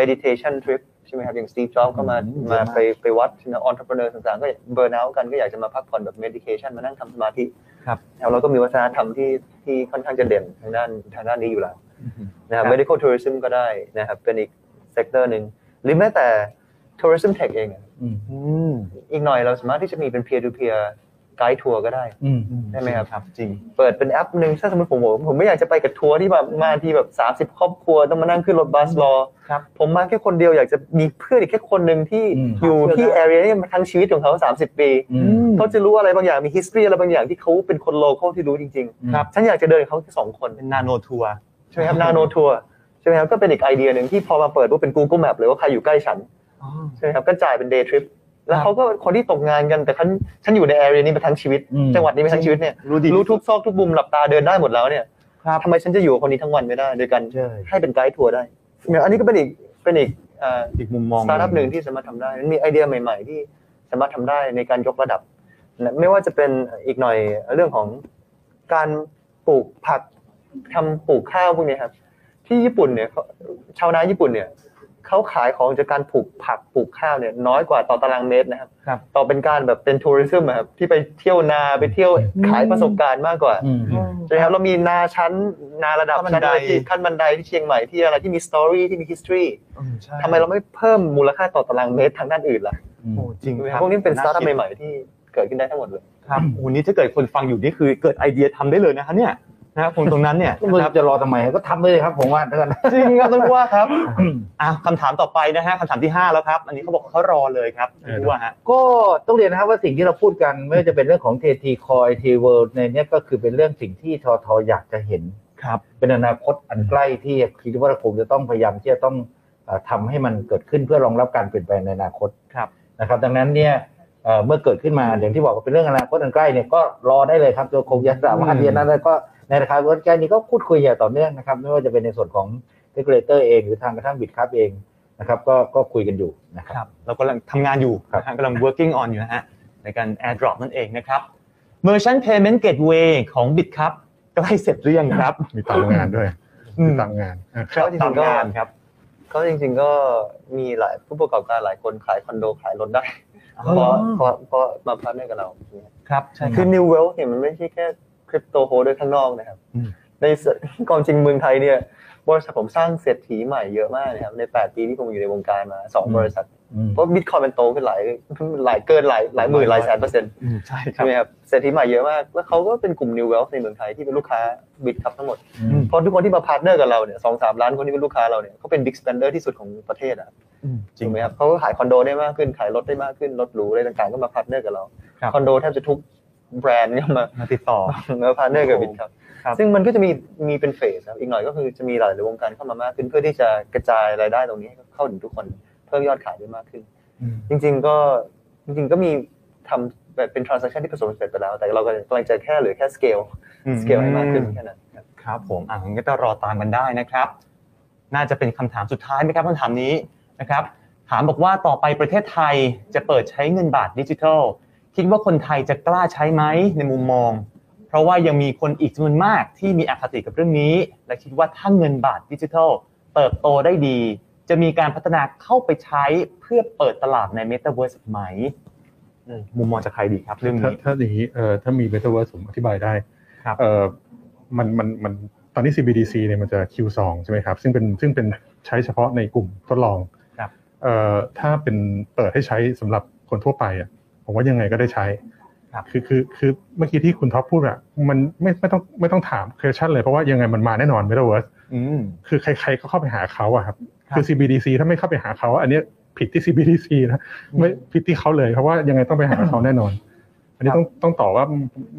Speaker 4: meditation trip ใช่ไหมครับ อย่าง Steve Jobs ก็มามาไปไปวัดนะ entrepreneur ต่างๆ ก็เบ r ร์น u t กันก็อยากจะมาพักผ่อนแบบ meditation มานั่งทำสมาธิ นะครับแล้วก็มีวัฒนธรรมที่ที่ค่อนข้างจะเด่นทางด้านทางด้านนี้อยู่แล้วนะครับ medical tourism ก็ได้นะครับเป็นอีกเซกเตอร์หนึ่งหรือแม้แต่ tourism tech เองอะ
Speaker 2: อืม
Speaker 4: อีกหน่อยเราสามารถที่จะมีเป็น peer to peer guide tour ก็ได้
Speaker 3: อืม
Speaker 4: ได้ไหมครับ
Speaker 2: จริง
Speaker 4: เปิดเป็นแอปหนึ่งถ้าสมมติผมบอกผมไม่อยากจะไปกับทัวร์ที่แบบมาที่แบบ 30 ครอบครัวต้องมานั่งขึ้นรถบัสรอ
Speaker 2: ครับ
Speaker 4: ผมมาแค่คนเดียวอยากจะมีเพื่อนอีกแค่คนหนึ่งที่
Speaker 3: อืม
Speaker 4: อยู่ที่แอเรียนี้มาทั้งชีวิตของเขา 30 ปี
Speaker 3: อืม
Speaker 2: ม
Speaker 4: เขาจะรู้อะไรบางอย่างมี history อะไรบางอย่างที่เขาเป็นคนโลเคอลที่รู้จริงๆ
Speaker 3: ครับ
Speaker 4: ฉันอยากจะเดินกับเขาแค่สองคน
Speaker 2: เป็นนาโนทัวร์
Speaker 4: ใช่ไหมครับนาโนทัวร์ใช่ไหมครับก็เป็นอีกไอเดียหนึ่งที่พอมาเปิดว่าเป็น Google Map เลยว่าใครอยู่ใกล้ฉัน
Speaker 2: อ๋
Speaker 4: ใช่ไหมครับก็จ่ายเป็นเดย์ทริปแล้วเขาก็คนที่ตกงานกันแต่ฉันฉันอยู่ในแอเรียนี้มาทั้งชีวิต
Speaker 3: อืม
Speaker 4: จังหวัดนี้มาทั้งชีวิตเนี่ย
Speaker 2: รู้ดี
Speaker 4: รู้ทุกซอกทุกมุมหลับตาเดินได้หมดแล้วเนี่ย
Speaker 2: ครับ
Speaker 4: ทำไมฉันจะอยู่กับคนนี้ทั้งวันไม่ได้โดยการ
Speaker 3: ใช่
Speaker 4: ให้เป็นไกด์ทัวร์ได้เนี่ยอันนี้ก็เป็นอีกเป็นอีกเอ่อ
Speaker 2: อีกมุมมอง
Speaker 4: สตาร์ทอัพหนึ่งที่สามารถทำได้มันมีไอเดียใหม่ ๆ ที่สามารถทำได้ในการยกระดับนะไม่ว่าจะเป็นอีกหน่อยเรื่องของการปลูกผักทำปลูกข้าวพวกนี้ครับ ที่ญี่ปุ่นเนี่ยเขาชาวนาญี่ปุ่นเนี่ยเขาขายของจากการปลูกผักปลูกข้าวเนี่ยน้อยกว่าต่อตารางเมตรนะครับ
Speaker 2: ครับ
Speaker 4: ต่อเป็นการแบบเป็นทัวริซึมอะครับที่ไปเที่ยวนาไปเที่ยวขายประสบการณ์มากกว่า
Speaker 3: อืม
Speaker 4: ใช่ไหมครับเรามีนาชั้นนาระดับ
Speaker 2: ขั้นบั
Speaker 4: ชั้น
Speaker 2: นได
Speaker 4: อะไรที่ขั้นบันไดที่เชียงใหม่ที่อะไรที่มีสตอรี่ที่มี history
Speaker 2: อืใช่
Speaker 4: ทำไมเราไม่เพิ่มมูลค่าต่อตารางเมตรทางด้านอื่นล่ะ
Speaker 2: โอ้จริง
Speaker 4: ถูกไหม
Speaker 2: ค
Speaker 4: ค
Speaker 2: รับบ
Speaker 4: รัพวกนี้เป็นสตาร์ทอัพใหม่ๆที่เกิดขึ้นได้ทั้งหมดเลย
Speaker 2: ครับวันนี้ถ้าเกิดคนฟังอยู่นี่คือเกิดไอเดียทำได้เลยนะฮะเนี่ยนะครับคนตรงนั้นเนี่ย
Speaker 3: ก็
Speaker 2: นะค
Speaker 3: ไม่รู้
Speaker 2: รับ
Speaker 3: จะรอทำไมก็ทำไปเลยครับผมว่า แล้วกัน
Speaker 2: จริงครับต้องว่าครับอ่ะคำถามต่อไปนะฮะคำถามที่ห้าแล้วครับ อันนี้เขาบอกเขารอเลยครับ
Speaker 5: เออ
Speaker 2: รู้ว่าฮะ
Speaker 3: ก็ต้องเรียนนะครับว่าสิ่งที่เราพูดกัน ไม่ว่าจะเป็นเรื่องของเททีคอยทีเวิลด์ในเนี้ยก็คือเป็นเรื่องสิ่งที่ทอทออยากจะเห็น
Speaker 2: ครับ
Speaker 3: เป็นอนาคตอันใกล้ที่คิดว่าเราคงจะต้องพยายามที่จะต้องเอ่อทำให้มันเกิดขึ้นเพื่อรองรับการเปลี่ยนแปลงในอนาคต
Speaker 2: ครับ
Speaker 3: นะครับ ดังนั้นเนี่ยเอ่อเมื่อเกิดขึ้นมาอย่างที่บอกว่าเป็นเรื่องอนาคตอันใกล้เนี่ยก็รอได้เลยครับตัวคงจะสามารถเรียนนั้นแล้วก็ในราคาเวิร์ดแกนี้ก็พูดคุยอย่างต่อเนื่องนะครับไม่ว่าจะเป็นในส่วนของเรกเลเตอร์เองหรือทางกระทั่งบิดครับเองนะครับก็ก็คุยกันอยู่นะครับ
Speaker 2: ครับเรากำลังทำงานอยู่
Speaker 3: ครับ
Speaker 2: นะฮะกำลัง working on อยู่นะฮะในการ airdrop นั่นเองนะครับ merchant payment gateway ของ bit ครับใกล้เสร็จหรือยังครับ
Speaker 5: มีตามงานด้วย
Speaker 2: อืม
Speaker 5: มีตามงานอ่ะ
Speaker 4: ครับ
Speaker 2: ตามงานครับ
Speaker 4: ก็จริง ๆก็มีหลายผู้ประกอบการหลายคนขายคอนโดขายรถได้
Speaker 2: อ๋อ
Speaker 4: เพราะเพราะเพราะมาพาร์ทเนอร์กับเรา
Speaker 2: ครับใช่ค
Speaker 4: คื
Speaker 2: รับ
Speaker 4: อ New Wealth เนี่ยมันไม่ใช่แค่คริปโตโฮด้วยข้างนอกนะครับ
Speaker 2: อืม
Speaker 4: ในส่วนความจริงเมืองไทยเนี่ยบริษัทผมสร้างเศรษฐีใหม่เยอะมากนะครับใน 8 ปีที่ผมอยู่ในวงการมาสอง
Speaker 3: อืม
Speaker 4: บริษัท
Speaker 3: อืม
Speaker 4: เพราะบิตคอยมันโตขึ้นหลายหลายเกินหลายหลายหมื่นหลายแสนเปอร์เซ็นต
Speaker 2: อืมใช่ครั
Speaker 4: ใช่
Speaker 2: บ
Speaker 4: ไหมครับเศรษฐีใหม่เยอะมาก แล้วเขาก็เป็นกลุ่ม New Wealth ในเมืองไทยที่เป็นลูกค้าบิ๊กครับทั้งหมด
Speaker 3: อืม
Speaker 4: เพราะทุกคนที่มาพาร์ทเนอร์กับเราเนี่ยสองสามล้านคนที่เป็นลูกค้าเราเนี่ยเขาเป็นบิ๊กสเปนเดอร์ที่สุดของประเทศอ่ะ
Speaker 2: อืม
Speaker 4: จริงไหมครับเขาขายคอนโดได้มากขึ้น ขายรถได้มากขึ้น รถหรูอะไรต่างๆ ก็มาพาร์ทเนอร์กับเรา
Speaker 2: ครับ
Speaker 4: คอนโดแทบจะทุกแบรนด์เนี่ยมา
Speaker 2: มาติดต่อ
Speaker 4: มาพาร์ทเนอร์กับบิ๊กครับ
Speaker 2: ครับ
Speaker 4: ซึ่งมันก็จะมีมีเป็นเฟสครับอีกหน่อยก็คือจะมีหลายๆวงการเข้ามามากขึ้น เพื่อที่จะกระจายรายได้ตรงนี้ให้เข้าถึงทุกคนเพิ่มยอดขายได้มากขึ้น จริงๆก็จริงๆก็มีทำแบบเป็น transaction ที่ประสบความสำเร็จไปแล้ว แต่เราก็กำลังจะแค่เหลือแค่ scale scale ให้มากขึ้นแค่นั้นครับ
Speaker 2: ครับผมอ่ะงั้นก็ต้องรอตามกันได้นะครับ น่าจะเป็นคำถามสุดท้ายไหมครับคำถามนี้นะครับ ถามบอกว่าต่อไปประเทศไทยจะเปิดใช้เงินบาทดิจิทัล คิดว่าคนไทยจะกล้าใช้ไหมในมุมมอง เพราะว่ายังมีคนอีกจำนวนมากที่มีอคติกับเรื่องนี้ และคิดว่าถ้าเงินบาทดิจิทัล เติบโตได้ดี จะมีการพัฒนาเข้าไปใช้เพื่อเปิดตลาดในเมตาเวิร์สไหมอืมมุมมองจากใครดีครับเรื่อง
Speaker 5: ถ้า
Speaker 2: นี้
Speaker 5: ถ้าอย่างนี้เอ่อถ้ามีเ e ตาเวิร์สผมอธิบายได้
Speaker 2: ครับ
Speaker 5: เอ่อมันมันมันตอนนี้ CBDC เนี่ยมันจะ Q2 ใช่ไหมครับ ซึ่งเป็นซึ่งเป็นใช้เฉพาะในกลุ่มทดลอง
Speaker 2: ครับ
Speaker 5: เอ่อถ้าเป็นเปิดให้ใช้สำหรับคนทั่วไปอ่ะผมว่ายังไงก็ได้ใช้
Speaker 2: ครับ
Speaker 5: คือคือคือเมื่อกี้ที่คุณท็อปพูดอ่ะมันไม่ไม่ต้องไม่ต้องถาม question เลยเพราะว่ายังไงมันมาแน่นอน Metaverse
Speaker 2: อืม
Speaker 5: คือใครๆก็เข้าไปหาเขาอะครับ
Speaker 2: ครับ
Speaker 5: คือ CBDC ถ้าไม่เข้าไปหาเขา อันเนี้ยผิดที่ CBDC นะไม่ผิดที่เขาเลยเพราะว่ายังไงต้องไปหาเขาแน่นอน อันนี้
Speaker 2: ครับ
Speaker 5: ต้องต้องต่อบว่า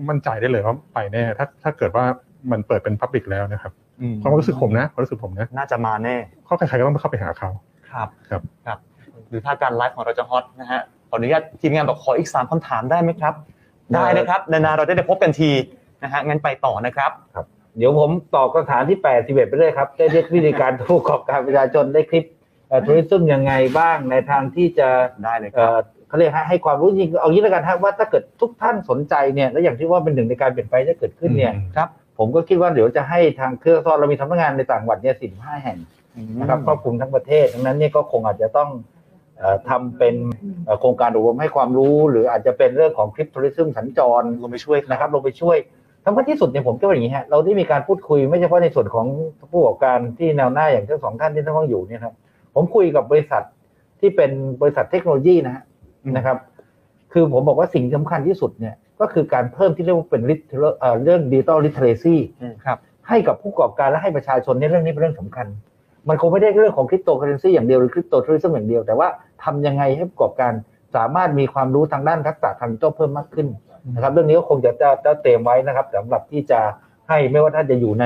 Speaker 5: มั่นใจได้เลยว่าไปแน่ ถ้าถ้าเกิดว่ามันเปิดเป็น Public แล้วนะครับ
Speaker 2: อืม
Speaker 5: ความรู้สึกผมนะความรู้สึกผมนะ
Speaker 2: น่าจะมาแน่
Speaker 5: เขาใครๆก็ต้องเข้าไปหาเขา
Speaker 2: ครับ
Speaker 5: ครับ
Speaker 2: ครับหรือถ้าการไลฟ์ของเราจะฮอตนะฮะขออนุญาตทีมงานบอกขออีก 3คำถามได้ไหมครับ ได้นะครับนานๆเราจะได้พบกันทีนะฮะงั้นไปต่อนะครับ
Speaker 3: เดี๋ยวผมตอบคำถามที่ 8 1 ไปเลยครับ ได้เรียกวิธีการผู้ประกอบการประชาชนได้คลิปทัวริซึมยังไงบ้างในทางที่จะ
Speaker 2: ได้เลยค
Speaker 3: เอ่
Speaker 2: รับ
Speaker 3: อเขาเรียกให้ให้ความรู้จริงเอางี้แล้วกันครับว่าถ้าเกิดทุกท่านสนใจเนี่ยและอย่างที่ว่าเป็นหนึ่งในการเปลี่ยนแปลงที่เกิดขึ้นเนี่ย
Speaker 2: ครับ
Speaker 3: ผมก็คิดว่าเดี๋ยวจะให้ทางเครือซอนเรามีสำนักงานในต่างจังหวัดเนี่ย45 แห่งนะครับครอบคลุมทั้งประเทศดังนั้นเนี่ยก็คงอาจจะต้องเอ่อทำเป็นเอ่อโครงการอบรมให้ความรู้ หรืออาจจะเป็นเรื่องของคลิปทัวริซึมสัญจร
Speaker 2: ลงไปช่วย
Speaker 3: นะครับลงไปช่วยทั้งที่สุดเนี่ยผมก็เป็นอย่างนี้ฮะเราได้มีการพูดคุยไม่เฉพาะในส่วนของผู้ประกอบการที่แนวหน้าอย่างทั้งสองท่านที่ท่านฟังอยู่เนี่ยครับผมคุยกับบริษัทที่เป็นบริษัทเทคโนโลยีนะฮะนะครับ คือผมบอกว่าสิ่งสำคัญที่สุดเนี่ยก็คือการเพิ่มที่เรียกว่าเป็น liter- เอ่อเรื่องดิจิตอลลิเทเรซี
Speaker 2: อืมครับ
Speaker 3: ให้กับผู้ประกอบการและให้ประชาชนในยเรื่องนี้เป็นเรื่องสำคัญ มันคงไม่ได้เรื่องของคริปโตเคอเรนซีอย่างเดียวหรือคริปโตทัวริซึมอย่างเดียว แต่ว่าทำยังไงให้ผู้ประกอบการสามารถมีความรู้ทางด้านทักษะทางดิจิตอลเพิ่มมากขึ้น นะครับเรื่องนี้ก็คงจะจะจะเตรียมไว้นะครับสำหรับที่จะให้ไม่ว่าท่านจะอยู่ใน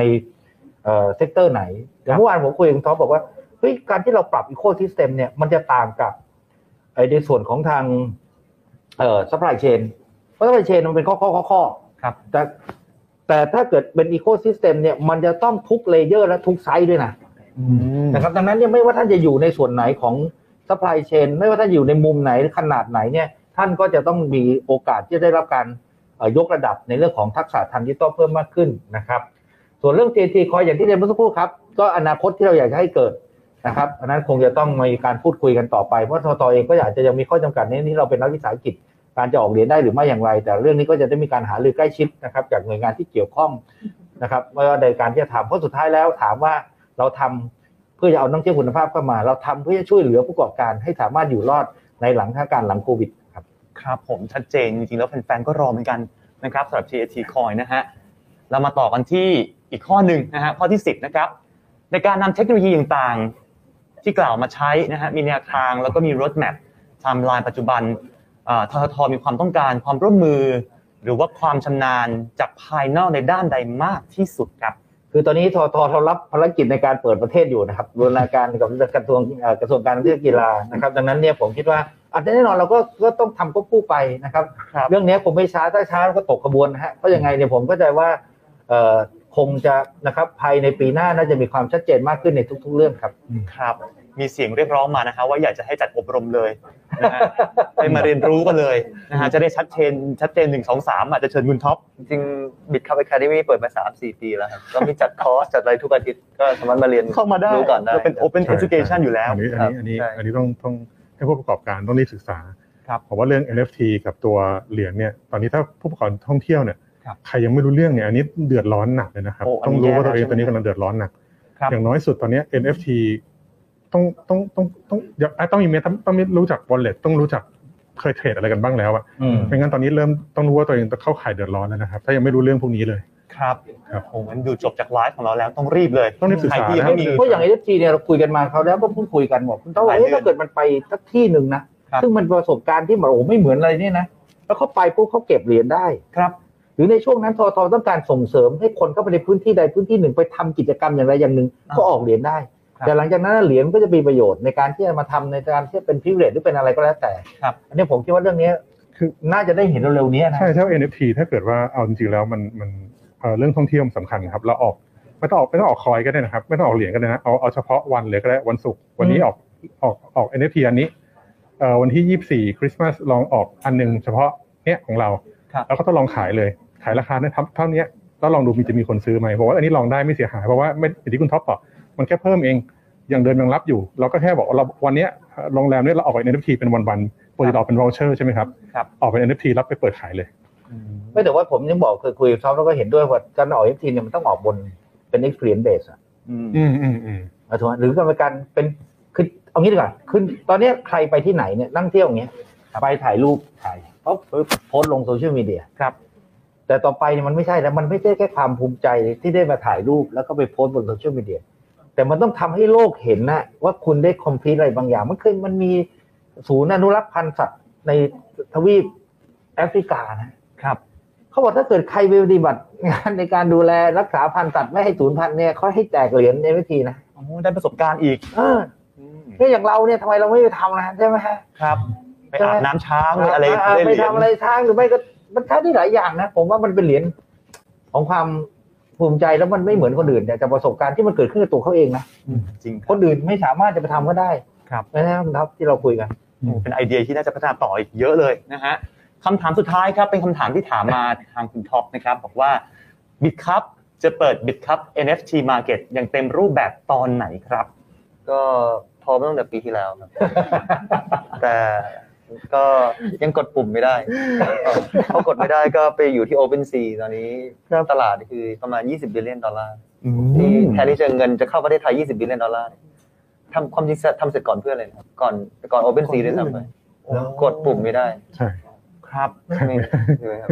Speaker 3: เอ่อเซกเตอร์ไหนแต่เมื่อวานผมคุยกับคุณท็อปบอกว่าเฮ้ยการที่เราปรับอีโค y ิสเ e มเนี่ยมันจะต่างกับ ไอ้ในส่วนของทางเอ่อซัพพลายเชนเพราะซัพพลายเชนมันเป็นข้อข้อข้อข้อ
Speaker 2: ครับ
Speaker 3: แต่แต่ถ้าเกิดเป็นอีโคซิสเต็มเนี่ยมันจะต้องทุกเลเยอร์และทุกไซส์ด้วยนะ นะครับดังนั้นเนี่ยไม่ว่าท่านจะอยู่ในส่วนไหนของซัพพลายเชนไม่ว่าท่านอยู่ในมุมไหนขนาดไหนเนี่ยท่านก็จะต้องมีโอกาสที่จะได้รับการเอ่อยกระดับในเรื่องของทักษะทางดิจิตอลเพิ่มมากขึ้นนะครับ ส่วนเรื่อง JT Coin อย่างที่เรียนเมื่อสักครู่ครับ ก็อนาคตที่เราอยากจะให้เกิดนะครับอันนั้นคงจะต้องมีการพูดคุยกันต่อไปเพราะทตเองก็อยากจะยังมีข้อจำกัดในนี้เราเป็นรัฐวิสาหกิจการจะออกเหรียญได้หรือไม่อย่างไร แต่เรื่องนี้ก็จะได้มีการหารือใกล้ชิดนะครับจากหน่วยงานที่เกี่ยวข้องนะครับว่าในการที่จะทำเพราะสุดท้ายแล้วถามว่าเราทำ เพื่อจะเอานักเที่ยวคุณภาพเข้ามา เราทำเพื่อจะช่วยเหลือผู้ประกอบการให้สามารถอยู่รอดในหลังสถานการณ์หลังโควิดครับ
Speaker 2: ครับผมชัดเจน จริงๆ แล้วแฟนๆ ก็รอเหมือนกันนะครับสำหรับ TAT Coin นะฮะเรามาต่อกันที่อีกข้อหนึ่งนะฮะข้อที่ 10 นะครับ ในการนำเทคโนโลยีต่างๆ ที่กล่าวมาใช้นะฮะมีแนวทางแล้วก็มี roadmap ไทม์ไลน์ปัจจุบันเอ่อทททมีความต้องการความร่วมมือ หรือว่าความชำนาญจากภายนอกในด้านใดมากที่สุดครับ
Speaker 3: คือตอนนี้ทททรับภารกิจในการเปิดประเทศอยู่นะครับบูรณาการกับกระทรวงเอ่อกระทรวงการท่องเที่ยวกีฬานะครับ ดังนั้นเนี่ยผมคิดว่าอันแน่นอนเราก็ก็ต้องทำควบคู่ไปนะครับ
Speaker 2: ครับ
Speaker 3: เรื่องนี้ผมไม่ช้าถ้าช้าก็ตกขบวนนะฮะเพราะยังไงเนี่ยผมเข้าใจว่าเอ่อคงจะนะครับภายในปีหน้าน่าจะมีความชัดเจนมากขึ้นในทุก ๆ เรื่องครับ
Speaker 2: ครับมีเสียงเรียกร้องมานะฮะว่าอยากจะให้จัดอบรมเลยนะฮะ ให้มาเรียนรู้กันเลยนะฮะจะได้ชัดเจนชัดเจนหนึ่งสองสามอาจจะเชิญคุณท็อป
Speaker 4: จริงบิดคับแคดมี่เปิดมา 3 4 ปีแล้วครับ ก็มีจัดคอร์ส จัดอะไรทุกอาทิตย์ ก็สามารถมาเรียน
Speaker 2: เข้ามาได้
Speaker 4: รู้ก่อนได้
Speaker 2: เราเป็น open
Speaker 5: ใช่
Speaker 2: education อยู่แล้ว
Speaker 5: อันนี้อันนี้อันนี้
Speaker 4: ครับ
Speaker 5: อันนี้ต้องต้องให้ผู้ประกอบการต้องรีบศึกษา
Speaker 2: ครับ
Speaker 5: ผมว่าเรื่อง NFT กับตัวเหรียญเนี่ย ตอนนี้ถ้าผู้ประกอบการท่องเที่ยวเนี่ย
Speaker 2: ครับ
Speaker 5: ใครยังไม่รู้เรื่องเนี่ยอันนี้เดือดร้อนหนักเลยนะครับ
Speaker 2: โอ้อันนี้
Speaker 5: ต้องรู้ว่าตัวเอง
Speaker 2: แย่นะ
Speaker 5: ตอนนี้กำลังเดือดร้อนหนัก
Speaker 2: ครับ
Speaker 5: อย่างน้อยสุดตอนเนี้ย NFT ต้องต้องต้องต้องอย่าอ่ะต้องมีเมตาต้องรู้จัก wallet ต้องรู้จักเคยเทรดอะไรกันบ้างแล้วอะไม่งั้นตอนนี้เริ่มต้องรู้ว่าตัวเองจะเข้าข่ายเดือดร้อนแล้วนะครับ ถ้ายังไม่รู้เรื่องพวกนี้เลย
Speaker 2: ครับ
Speaker 5: ครับ
Speaker 2: โอ้งั้นดูจบจากไลฟ์ของเราแล้วต้องรีบเลย
Speaker 5: ต้องรีบศึก
Speaker 2: ใคร
Speaker 5: ษา
Speaker 2: ที่ยัง
Speaker 5: นะ
Speaker 2: ไม่มี
Speaker 3: เพราะอย่างไอเอฟจีเนี่ยเราคุยกันมาเขาวแล้วก็พูดคุยกันบอกคุณเต้า
Speaker 2: หลาย
Speaker 3: เอ๊ะ
Speaker 2: เดือน
Speaker 3: ถ้าเกิดมันไปสักที่หนึ่งนะครับ ซึ่งมันประสบการณ์ที่แบบโอ้โหไม่เหมือนอะไรเนี่ยนะแล้วเขาไปปุ๊บเขาเก็บเหรียญได้
Speaker 2: ครับ
Speaker 3: หรือในช่วงนั้นทอทอต้องการส่งเสริมให้คนเข้าไปในพื้นที่ใดพื้นที่หนึ่งไปทำกิจกรรมอย่างไรอย่างหนึ่ง
Speaker 2: อ่า
Speaker 3: ก็ออกเหรียญได้
Speaker 2: ครับ
Speaker 3: แต่หลังจากนั้นเหรียญก็จะมีประโยชน์ในการที่จะมาทำในการที่จะเป็นพิเรตหรือเป็นอะไรก็แล้วแต่
Speaker 2: ครับ
Speaker 3: อันนี้ผมคิดว่าเรื่องนี้
Speaker 5: คือ
Speaker 3: น่าจะได้เห็นเร็วๆนี้นะ
Speaker 5: ใช่ถ้า NFT ถ้าเกิดว่าเอาจริงๆแล้วมันมันเอ่อเรื่องท่องเที่ยวมันสำคัญครับเราออกไม่ต้องออกไม่ต้องออกคอยก็ได้นะครับ ไม่ต้องออกเหรียญก็ได้นะเอาเอาเฉพาะวันเลยก็ได้วันศุกร์วันนี้ออกออกออก NFT อันนี้เอ่อวันที่ยี่สี่คริสต์มาสลองออกอันหนึงเฉพาะเนี้ยของเรา
Speaker 2: ครับ
Speaker 5: แล้วก็ต้องลองขายเลย ขายราคาเนี่ยเท่าเท่าเนี้ยแล้วลองดูมีจะมีคนซื้อไหมเพราะว่าอันนี้ลองได้ไม่เสียหายเพราะว่าไม่อย่างที่คุณท็อปบอกมันแค่เพิ่มเองอย่างเดินยังรับอยู่ เราก็แค่บอกว่าเราวันเนี้ยโรงแรมเนี้ยเราออก NFT เป็นวันๆปกติเราออกเป็น voucher ใช่ไหมครับ
Speaker 2: ครับ
Speaker 5: ออกเป็น NFT รับไปเปิดขายเลย
Speaker 3: ไม่แต่ว่าผมยังบอกเคยคุยกับเขาแล้วก็เห็นด้วยว่าการออกเอฟทีเนี่ยมันต้องออกบนเป็น experience base อะ
Speaker 2: อืม
Speaker 5: อืมอืมอืม
Speaker 3: เอาถูกไหมหรือกรรมการเป็นคือเอางี้ดีกว่าคือตอนเนี้ยใครไปที่ไหนเนี่ยนั่งเที่ยวอย่างเงี้ยไปถ่ายรูปถ่ายปุ๊บปุ๊บโพสต์ลงโซเชียลมีเดีย
Speaker 2: ครับ
Speaker 3: แต่ต่อไปเนี่ยมันไม่ใช่แล้วมันไม่ใช่แค่ความภูมิใจที่ได้มาถ่ายรูปแล้วก็ไปโพสต์บนโซเชียลมีเดียแต่มันต้องทำให้โลกเห็นนะว่าคุณได้คอมพลีทอะไรบางอย่าง มันเคยมันมีศูนย์อนุรักษ์พันธุ์สัตว์ในทวีปแอฟริกานะครับ เขาบอกถ้าเกิดใครไปปฏิบัติงานในการดูแลรักษาพันธุ์สัตว์ไม่ให้สูญพันธุ์เนี่ยเขาให้แจกเหรียญในวิธีนะ
Speaker 2: โอ้ได้ประสบการณ์อีก
Speaker 3: เออ
Speaker 2: อืม
Speaker 3: เนี่ยอย่างเราเนี่ยทำไมเราไม่ไปทำนะใช่ไหมฮะ
Speaker 2: ครับ ไปอาบน้ำช้างเลยอะไร
Speaker 3: า
Speaker 2: ได้
Speaker 3: ไป
Speaker 2: เหรียญ
Speaker 3: ทำอะไรช้างหรือไม่ก็มันใช้ได้หลายอย่างนะ ผมว่ามันเป็นเหรียญของความภูมิใจแล้วมันไม่เหมือนคนอื่นเนี่ยจากประสบการณ์ที่มันเกิดขึ้นกับตัวเขาเองนะ
Speaker 2: อืมจริงค
Speaker 3: ครับ นอื่นไม่สามารถจะไปทำก็ได้
Speaker 2: ครับ
Speaker 3: นะครับครับที่เราคุยกัน
Speaker 2: โอ้เป็นไอเดียที่น่าจะพัฒนาต่ออีกเยอะเลยนะฮะคำถามสุดท้ายครับ เป็นคำถามที่ถามมาทางคุณท็อปนะครับ บอกว่า BitCup จะเปิด BitCup NFT Market อย่างเต็มรูปแบบตอนไหนครับ
Speaker 4: ก็พอมาตั้งแต่ปีที่แล้วครับ แต่ก็ยังกดปุ่ม ไม่ได้พอกดไม่ได้ก็ไปอยู่ที่ OpenSea ตอนนี้ตลาดคือประมาณ 20 บิลเลียนดอลลาร์ ที่แทนที่จะเงินจะเข้าประเทศไทย 20 บิลเลียนดอลลาร์เนี่ยทำความจริงทำเสร็จก่อนเพื่อนเลยนะครับ ก่อนก่อนโอเปนซีด้วยซ้ำไป
Speaker 2: โอ้
Speaker 4: กดปุ่มไม่ได้
Speaker 5: ใช่
Speaker 2: ครับ
Speaker 4: นี่เลยครับ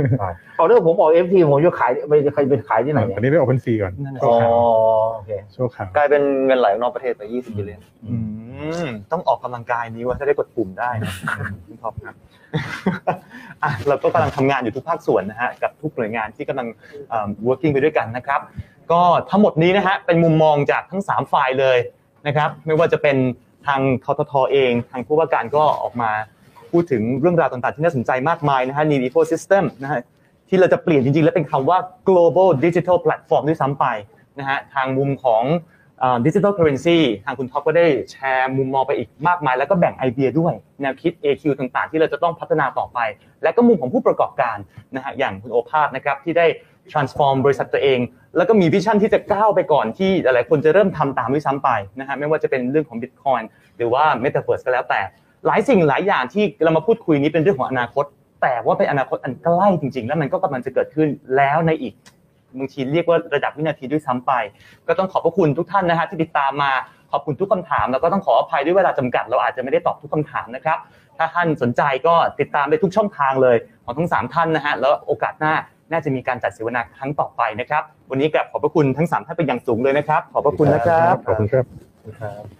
Speaker 3: เอาเรื่องผมออกเอฟทีผมจะขายไปใครไปขายที่ไหน
Speaker 5: อัน
Speaker 3: เนี่ย
Speaker 5: นี้ไป Open Sea ก่อน
Speaker 2: นั่นน่ะ
Speaker 5: ชั่
Speaker 3: อ๋
Speaker 5: ว
Speaker 3: อ
Speaker 5: คราว
Speaker 3: โอเค
Speaker 5: ชั่วคราว
Speaker 4: กลายเป็นเงินไหลออกนอกประเทศไป 20 บิลเลียน
Speaker 2: อืมต้องออกกำลังกายนี้ว่าจะได้กดปุ่มได้นะคุณท็อปครับอ่ะเราก็กำลังทำงานอยู่ทุกภาคส่วนนะฮะกับทุกหน่วยงานที่กำลังเอิ่ม working ไปด้วยกันนะครับ ก็ทั้งหมดนี้นะฮะเป็นมุมมองจากทั้ง 3 ฝ่ายเลยนะครับ ไม่ว่าจะเป็น ทางทททเอง ทางผู้ว่าการก็ออกมาพูดถึงเรื่องราวต่างๆ ที่น่าสนใจมากมายนะฮะ Need Ecosystem นะฮะที่เราจะเปลี่ยนจริงๆ แล้วเป็นคำว่า global digital platform ด้วยซ้ำไปนะฮะทางมุมของดิจิทัลเคอร์เรนซีทางคุณท็อปก็ได้แชร์มุมมองไปอีกมากมาย แล้วก็แบ่งไอเดียด้วย แนวคิด AQ ต่างๆ ที่เราจะต้องพัฒนาต่อไป และก็มุมของผู้ประกอบการนะฮะอย่างคุณโอภาสนะครับที่ได้ transform บริษัทตัวเอง แล้วก็มีวิชั่นที่จะก้าวไปก่อนที่หลายๆคนจะเริ่มทำตามด้วยซ้ำไปนะฮะไม่ว่าจะเป็นเรื่องของ Bitcoin หรือว่า Metaverse ก็แล้วแต่ หลายสิ่งหลายอย่างที่เรามาพูดคุยนี้เป็นเรื่องของอนาคต แต่ว่าเป็นอนาคตอันใกล้จริง ๆ แล้วมันก็กำลังจะเกิดขึ้นแล้วในอีก บางทีเรียกว่าระดับวินาทีด้วยซ้ำไป ก็ต้องขอบพระคุณทุกท่านนะฮะที่ติดตามมาขอบคุณทุกคำถาม แล้วก็ต้องขออภัยด้วยเวลาจำกัด เราอาจจะไม่ได้ตอบทุกคำถามนะครับ ถ้าท่านสนใจก็ติดตามได้ทุกช่องทางเลยของทั้งสามท่านนะฮะแล้วโอกาสหน้าน่าจะมีการจัดเสวนาครั้งต่อไปนะครับ วันนี้กลับขอบพระคุณทั้งสามท่านเป็นอย่างสูงเลยนะครับ ขอบพระคุณนะครับ
Speaker 5: ขอบคุณครับ
Speaker 4: ครับ